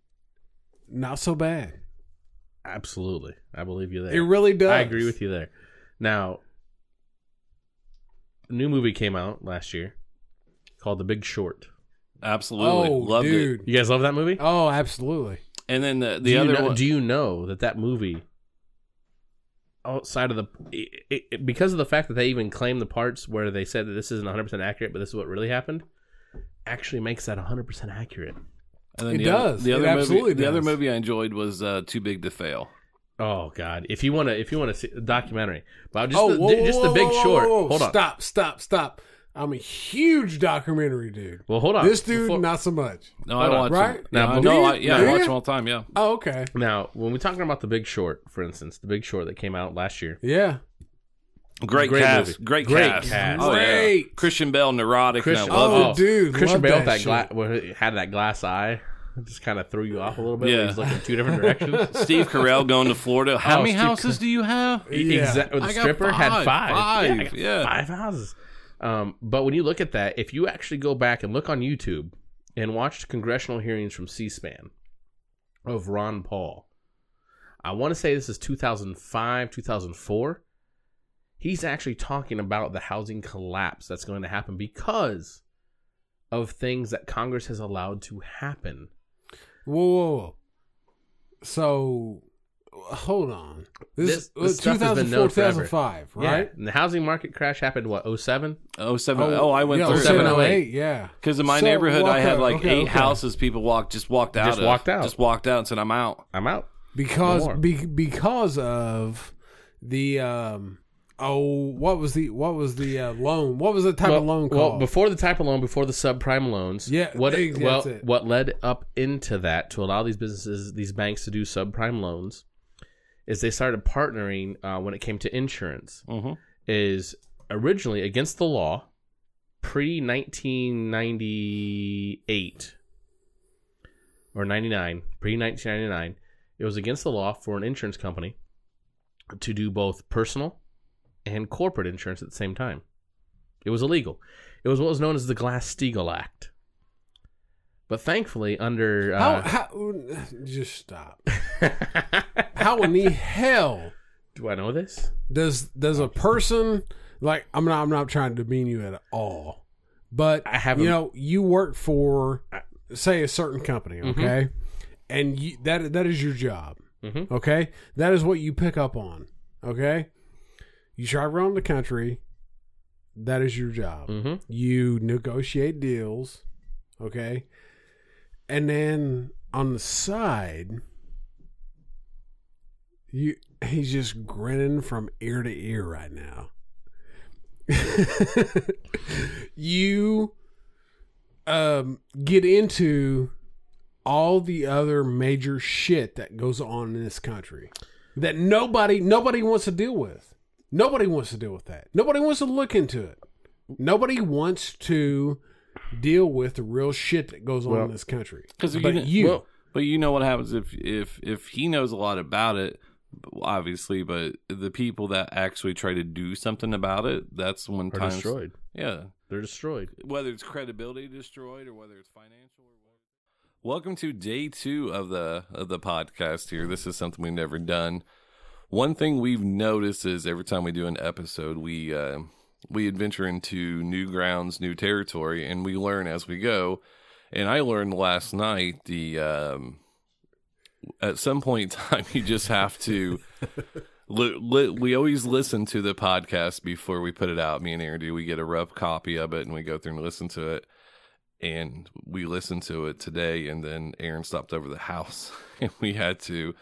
S1: not so bad.
S4: Absolutely, I believe you there.
S1: It really does.
S4: I agree with you there. Now, a new movie came out last year called The Big Short.
S2: Absolutely.
S1: Oh,
S2: Loved
S1: dude.
S2: it.
S4: You guys love that movie?
S1: Oh, absolutely.
S2: And then the,
S4: do
S2: the
S4: you
S2: other
S4: know,
S2: one.
S4: Do you know that that movie outside of the it, it, it- because of the fact that they even claim the parts where they said that this isn't 100% accurate, but this is what really happened, actually makes that 100% accurate.
S2: And then
S1: It
S2: the other-
S1: does.
S2: the
S1: It
S2: other
S1: absolutely
S2: movie, the other
S1: does.
S2: movie I enjoyed was uh, Too Big to Fail.
S4: Oh God! If you wanna, if you wanna see a documentary, but just
S1: oh,
S4: the,
S1: whoa,
S4: di- just
S1: whoa,
S4: the Big
S1: whoa, whoa,
S4: Short.
S1: whoa, whoa.
S4: Hold on.
S1: Stop, stop, stop. I'm a huge documentary dude.
S4: Well, hold on.
S1: This dude,
S4: Before-
S1: not so much.
S2: No,
S4: Hold
S2: I
S4: on.
S2: watch
S1: Right?
S2: them.
S4: Now,
S2: No, I- no,
S1: before-
S2: I, yeah, I
S1: Yeah.
S2: watch them all the time. Yeah,
S1: Oh, okay.
S4: Now, when we're talking about the Big Short, for instance, the Big Short that came out last year,
S1: Yeah.
S2: great,
S4: Great
S2: cast,
S4: movie.
S2: great,
S4: Great
S2: cast,
S4: cast.
S2: Oh, yeah.
S1: Great.
S2: Christian Bale, neurotic.
S4: Christian,
S2: and I love
S1: Oh,
S2: him.
S1: dude,
S4: Christian
S1: love
S4: Bale with
S1: that
S4: that glass, had that glass eye, just kind of threw you off a little bit.
S2: Yeah.
S4: Yeah. He was looking two different directions.
S2: Steve Carell going to Florida. How
S4: Oh,
S2: many
S4: Steve
S2: houses do you have?
S1: Yeah.
S4: Exactly. The
S2: I got
S4: stripper
S2: five,
S4: had five.
S2: five,
S4: Yeah, I got
S2: yeah.
S4: five houses. Um, but when you look at that, if you actually go back and look on YouTube and watch congressional hearings from C-SPAN of Ron Paul, I want to say this is 2005, 2004. He's actually talking about the housing collapse that's going to happen because of things that Congress has allowed to happen.
S1: Whoa, whoa, whoa. So, hold on.
S4: This-
S1: This, uh,
S4: this
S1: was
S4: stuff has been
S1: 2004,
S4: known forever.
S1: 2005,
S4: Yeah.
S1: right?
S4: And the housing market crash happened, what, 07?
S2: Oh, seven. Oh, I went
S1: yeah,
S2: through.
S1: 07,
S2: it.
S4: 0708.
S1: 08, Yeah.
S2: Because in my
S1: So,
S2: neighborhood, I
S1: walk
S2: had
S1: out.
S2: like
S1: Okay,
S2: eight
S1: okay.
S2: houses. People walked, just walked out.
S4: Just
S2: of,
S4: walked out.
S2: Just walked out and said, "I'm out."
S4: I'm out.
S1: because
S4: more.
S1: be, because of the um oh what was the what was the uh, loan what was the type of loan called
S4: Well, before the type of loan, before the subprime loans,
S1: Yeah,
S4: What
S1: ex-
S4: well,
S1: that's it.
S4: what led up into that to allow these businesses, these banks to do subprime loans, is they started partnering uh, when it came to insurance.
S2: Mm-hmm.
S4: Is originally against the law, pre nineteen ninety eight or ninety nine, pre nineteen ninety nine. It was against the law for an insurance company to do both personal and corporate insurance at the same time. It was illegal. It was what was known as the Glass Steagall Act. But thankfully, under
S1: how,
S4: uh,
S1: how just stop how in the hell
S4: do I know this?
S1: does does a person like I'm not I'm not trying to demean you at all but
S4: I have
S1: you
S4: a-
S1: know you work for say a certain company
S4: Mm-hmm.
S1: okay and you, that that is your job
S4: Mhm.
S1: okay that is what you pick up on okay you drive around the country that is your job
S4: Mm-hmm.
S1: you negotiate deals, okay? And then on the side, you he's just grinning from ear to ear right now. you um get into all the other major shit that goes on in this country that nobody nobody wants to deal with. Nobody wants to deal with that. Nobody wants to look into it. Nobody wants to deal with the real shit that goes on
S4: Well-
S1: in this country.
S2: 'Cause you
S1: but
S2: kn-
S1: you,
S4: well-
S2: But you know what happens if if if he knows a lot about it, obviously. But the people that actually try to do something about it, that's when
S4: Are
S2: times
S4: destroyed.
S2: Yeah,
S4: They're destroyed.
S2: whether it's credibility destroyed or whether it's financial or whatever. Welcome to day two of the of the podcast here. This is something we've never done. One thing we've noticed is every time we do an episode, we uh, we adventure into new grounds, new territory, and we learn as we go. And I learned last night the um, at some point in time you just have to. Li- li- we always listen to the podcast before we put it out. Me and Aaron do. We get a rough copy of it and we go through and listen to it. And we listened to it today, and then Aaron stopped over the house, and we had to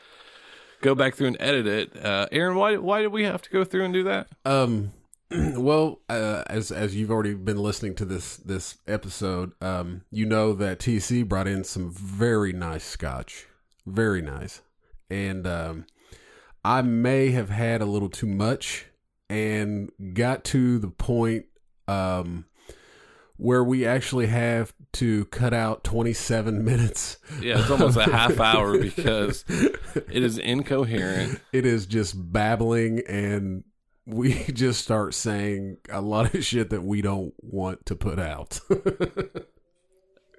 S2: go back through and edit it. Uh, Aaron, why why did we have to go through and do that?
S5: Um, well, uh, as as you've already been listening to this this episode, um, you know that TC brought in some very nice scotch, very nice, and um, I may have had a little too much, and got to the point um where we actually have to cut out twenty seven minutes.
S2: Yeah, it's almost a half hour because it is incoherent.
S5: it is just babbling and we just start saying a lot of shit that we don't want to put out.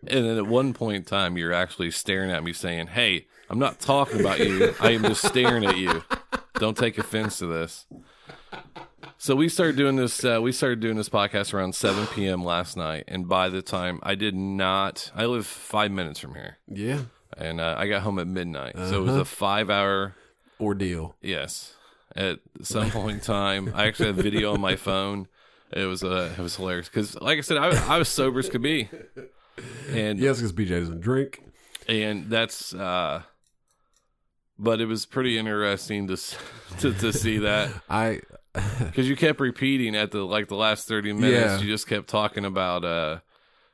S2: And then at one point in time, you're actually staring at me saying, Hey, I'm not talking about you. I am just staring at you. Don't take offense to this. So we started doing this. Uh, we started doing this podcast around 7 p.m. last night, and by the time I did not, I live five minutes from here,
S5: yeah.
S2: and uh, I got home at midnight. So it was a five-hour.
S5: Ordeal.
S2: Yes, at some point in time. I actually have video on my phone. It was uh, it was hilarious because, like I said, I, I was sober as could be, and
S1: Yes, because BJ doesn't drink.
S2: and that's uh, but it was pretty interesting to s- to, to see that
S1: I
S2: because you kept repeating at the like the last thirty minutes,
S1: Yeah.
S2: you just kept talking about uh,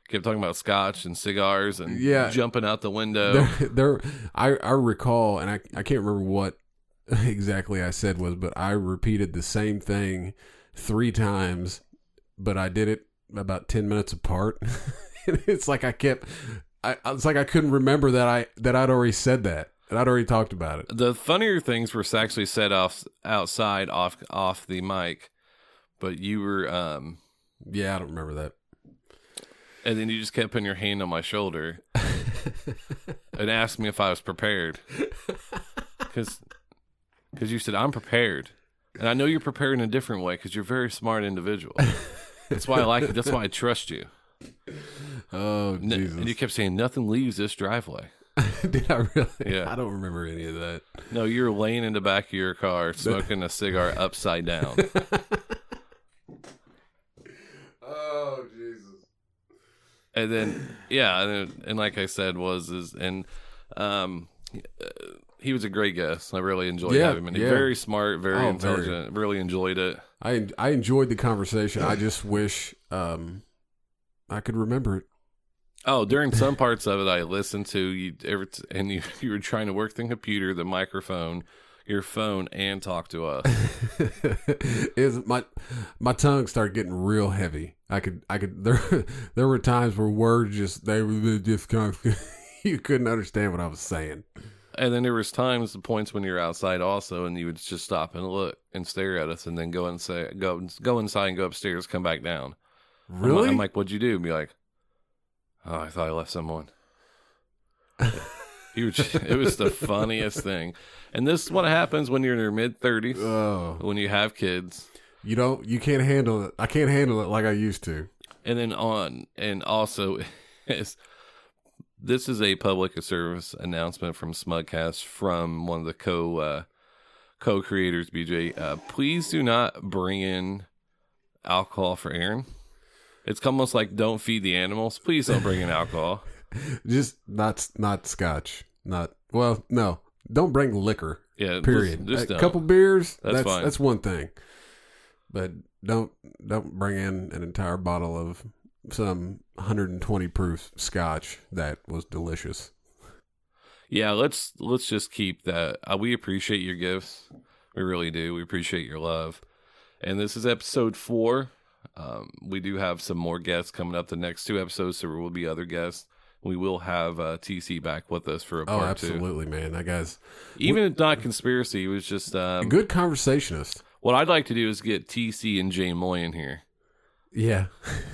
S2: kept talking about scotch and cigars and
S1: Yeah.
S2: jumping out the window.
S1: there, there I, I recall and I, I can't remember what exactly I said was, but I repeated the same thing three times, but I did it about ten minutes apart. it's like I kept I it's like I couldn't remember that I that I'd already said that. And I'd already talked about it.
S2: The funnier things were actually said off outside off off the mic, but you were um
S1: Yeah, I don't remember that.
S2: and then you just kept putting your hand on my shoulder and asked me if I was prepared. Cuz cuz you said I'm prepared. And I know you're prepared in a different way cuz you're a very smart individual. That's why I like you. That's why I trust you.
S1: Oh
S2: N-
S1: Jesus!
S2: And you kept saying nothing leaves this driveway.
S1: Did I really?
S2: Yeah.
S1: I don't remember any of that.
S2: No, you're laying in the back of your car smoking a cigar upside down.
S1: Oh Jesus!
S2: and then yeah and, and like i said was is and um uh, he was a great guest i really enjoyed
S1: Yeah,
S2: having him
S1: yeah.
S2: very smart very
S1: Oh, very.
S2: intelligent really enjoyed it
S1: I I enjoyed the conversation. I just wish um I could remember it.
S2: oh during some parts of it i listened to you every t- and you, you were trying to work the computer the microphone your phone and talk to us
S1: is my my tongue started getting real heavy. I could I could there there were times where words just they were just kind of you couldn't understand what I was saying.
S2: and then there was times the points when you were outside also and you would just stop and look and stare at us and then go and say go go inside and go upstairs come back down I'm like-
S1: Really?
S2: I'm like, what'd you do? And be like, oh, I thought I left someone. you were just, it was the funniest thing. And this is what happens when you're in your mid 30s,
S1: oh,
S2: when you have kids.
S1: you don't you can't handle it. I can't handle it like I used to.
S2: And then on, and also, is, this is a public service announcement from Smugcast from one of the co uh, co creators, BJ. Uh, please do not bring in alcohol for Aaron. It's almost like don't feed the animals. Please don't bring in alcohol.
S1: Just not not scotch. Not well, no. Don't bring liquor.
S2: Yeah.
S1: Period.
S2: just- Just,
S1: a
S2: don't.
S1: couple beers.
S2: That's
S1: That's that's,
S2: fine.
S1: one thing. But don't don't bring in an entire bottle of some 120 proof scotch that was delicious.
S2: Yeah. Let's let's just keep that. Uh, we appreciate your gifts. We really do. We appreciate your love. And this is episode four. Um, we do have some more guests coming up the next two episodes, so there will be other guests. We will have uh, TC back with us for a
S1: Oh,
S2: part two.
S1: absolutely, man. That guy's
S2: Even if not conspiracy, it was just
S1: a
S2: um,
S1: good conversationist.
S2: what I'd like to do is get TC and Jay Moy in here.
S1: Yeah.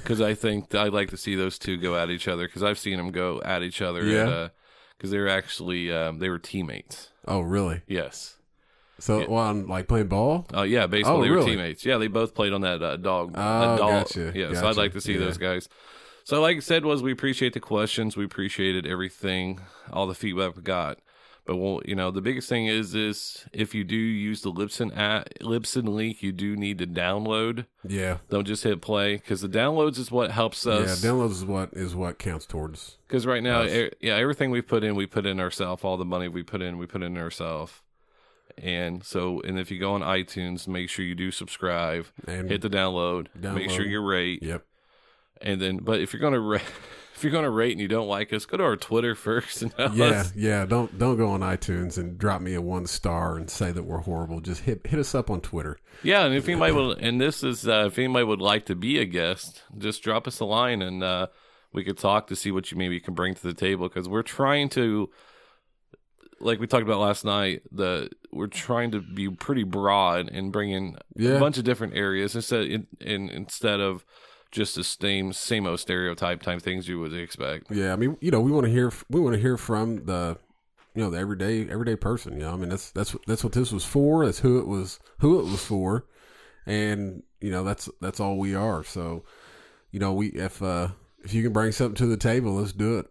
S2: because I think I'd like to see those two go at each other because I've seen them go at each other.
S1: Yeah.
S2: Yeah. Because they were actually um, they were teammates.
S1: Oh, really?
S2: Yes.
S1: So
S2: Yeah.
S1: while I'm like playing ball,
S2: Oh yeah. Basically,
S1: Oh,
S2: they were
S1: really?
S2: teammates. Yeah, they both played on that uh, dog.
S1: Oh,
S2: dog.
S1: gotcha,
S2: Yeah. So I'd
S1: gotcha.
S2: like to see
S1: Yeah.
S2: those guys. So like I said, was we appreciate the questions. We appreciated everything, all the feedback we got. But well, you know, the biggest thing is is if you do use the Libsyn app, Libsyn link, you do need to download.
S1: yeah.
S2: Don't just hit play because the downloads is what helps us.
S1: yeah, downloads is what is what counts towards.
S2: Because right now, e- yeah, everything we put in, we put in ourselves. All the money we put in, we put in ourselves. And so, and if you go on iTunes, make sure you do subscribe,
S1: And
S2: hit the download, make sure
S1: Download.
S2: you rate,
S1: yep.
S2: and then. But if you're gonna ra- if you're gonna rate and you don't like us, go to our Twitter first and tell
S1: Yeah,
S2: us.
S1: yeah. Don't don't go on iTunes and drop me a one star and say that we're horrible. Just hit hit us up on Twitter.
S2: Yeah, and if anybody will, and this is uh, if anybody would like to be a guest, just drop us a line and uh, we could talk to see what you maybe can bring to the table because we're trying to, like we talked about last night, the we're trying to be pretty broad and bring in a
S1: Yeah.
S2: bunch of different areas instead in, in instead of just the same same old stereotype type things you would expect.
S1: Yeah, I mean, you know, we want to hear we want to hear from the you know the everyday everyday person. You know, I mean that's that's that's what this was for. That's who it was who it was for, and you know that's that's all we are. So, you know, we if uh if you can bring something to the table, let's do it.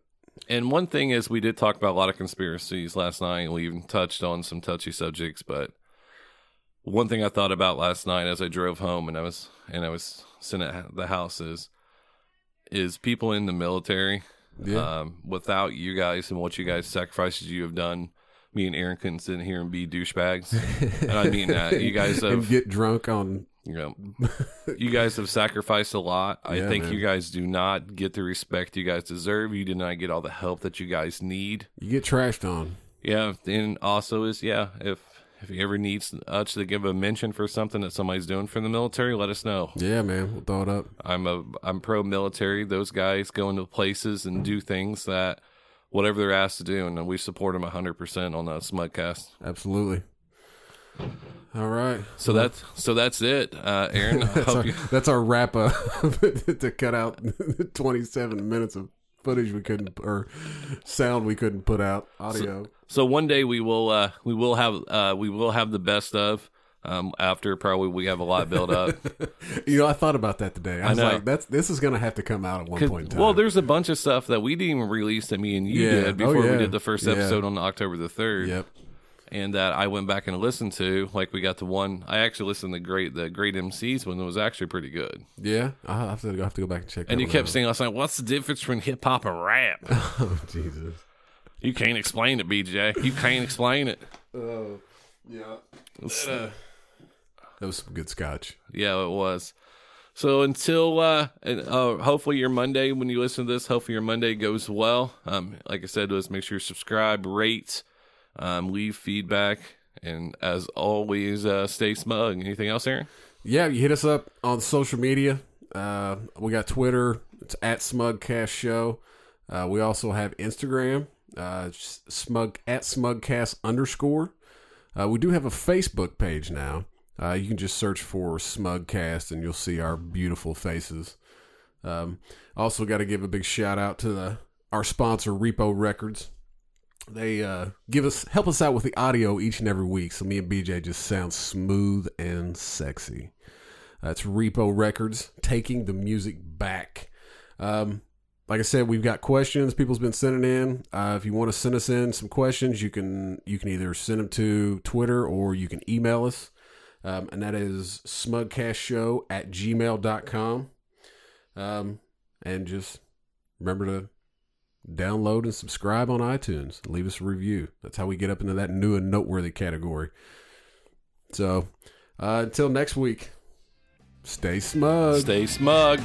S2: And one thing is we did talk about a lot of conspiracies last night, and we even touched on some touchy subjects, but one thing I thought about last night as I drove home and I was and I was sitting at the house is is people in the military.
S1: Yeah.
S2: Um, without you guys and what you guys sacrifices you have done, me and Aaron couldn't sit here and be douchebags. and I mean that you guys have
S1: and get drunk on
S2: you know, you guys have sacrificed a lot. I
S1: Yeah,
S2: think
S1: man.
S2: you guys do not get the respect you guys deserve. You did not get all the help that you guys need.
S1: you get trashed on.
S2: Yeah, and also is yeah, if if you ever need us to give a mention for something that somebody's doing for the military, let us know.
S1: Yeah, man, we'll throw it up.
S2: I'm a I'm pro military. Those guys go into places and do things that whatever they're asked to do, and we support them 100% on that Smudcast.
S1: Absolutely. All right.
S2: So that's so that's it, uh, Aaron. I
S1: That's
S2: hope
S1: our,
S2: you,
S1: that's our wrap up to cut out 27 minutes of footage we couldn't or sound we couldn't put out audio.
S2: So one day we will uh, we will have uh, we will have the best of um, after probably we have a lot built up.
S1: you know, I thought about that today. I was
S2: know.
S1: like, that's this is going to have to come out at one
S2: 'Cause-
S1: point in time.
S2: well, there's a bunch of stuff that we didn't even release that me and you
S1: Yeah.
S2: did
S1: Oh,
S2: before
S1: yeah.
S2: we did the first
S1: Yeah.
S2: episode on October the third,
S1: yep.
S2: and that I went back and listened to. Like we got the one I actually listened to great the great MCs one that was actually pretty good.
S1: Yeah. I'll have to, I'll have to go back and check
S2: And
S1: that
S2: you
S1: one
S2: kept
S1: out.
S2: saying last night, "What's the difference between hip hop and rap?"
S1: Oh, Jesus.
S2: you can't explain it, BJ. You can't explain it.
S1: Oh, yeah.
S2: It's-
S1: uh, That was some good scotch.
S2: Yeah, it was. So until uh, and, uh, hopefully your Monday when you listen to this, hopefully your Monday goes well. Um, like I said, just make sure you subscribe, rate, um, leave feedback, and as always, uh, stay smug. Anything else, Aaron?
S1: Yeah, you hit us up on social media. Uh, we got Twitter. It's at Smugcast Show. Uh, we also have Instagram. Uh, s- smug at Smugcast underscore. Uh, we do have a Facebook page now. Uh, you can just search for Smugcast and you'll see our beautiful faces. Um, also, got to give a big shout out to the, our sponsor Repo Records. They uh, give us help us out with the audio each and every week, so me and BJ just sound smooth and sexy. That's Uh, Repo Records, taking the music back. Um, like I said, we've got questions. People's been sending in. Uh, if you want to send us in some questions, you can you can either send them to Twitter or you can email us. Um, and that is smugcastshow at gmail.com. Um, and just remember to download and subscribe on iTunes. Leave us a review. That's how we get up into that new and noteworthy category. So uh, until next week, stay smug.
S2: Stay smug.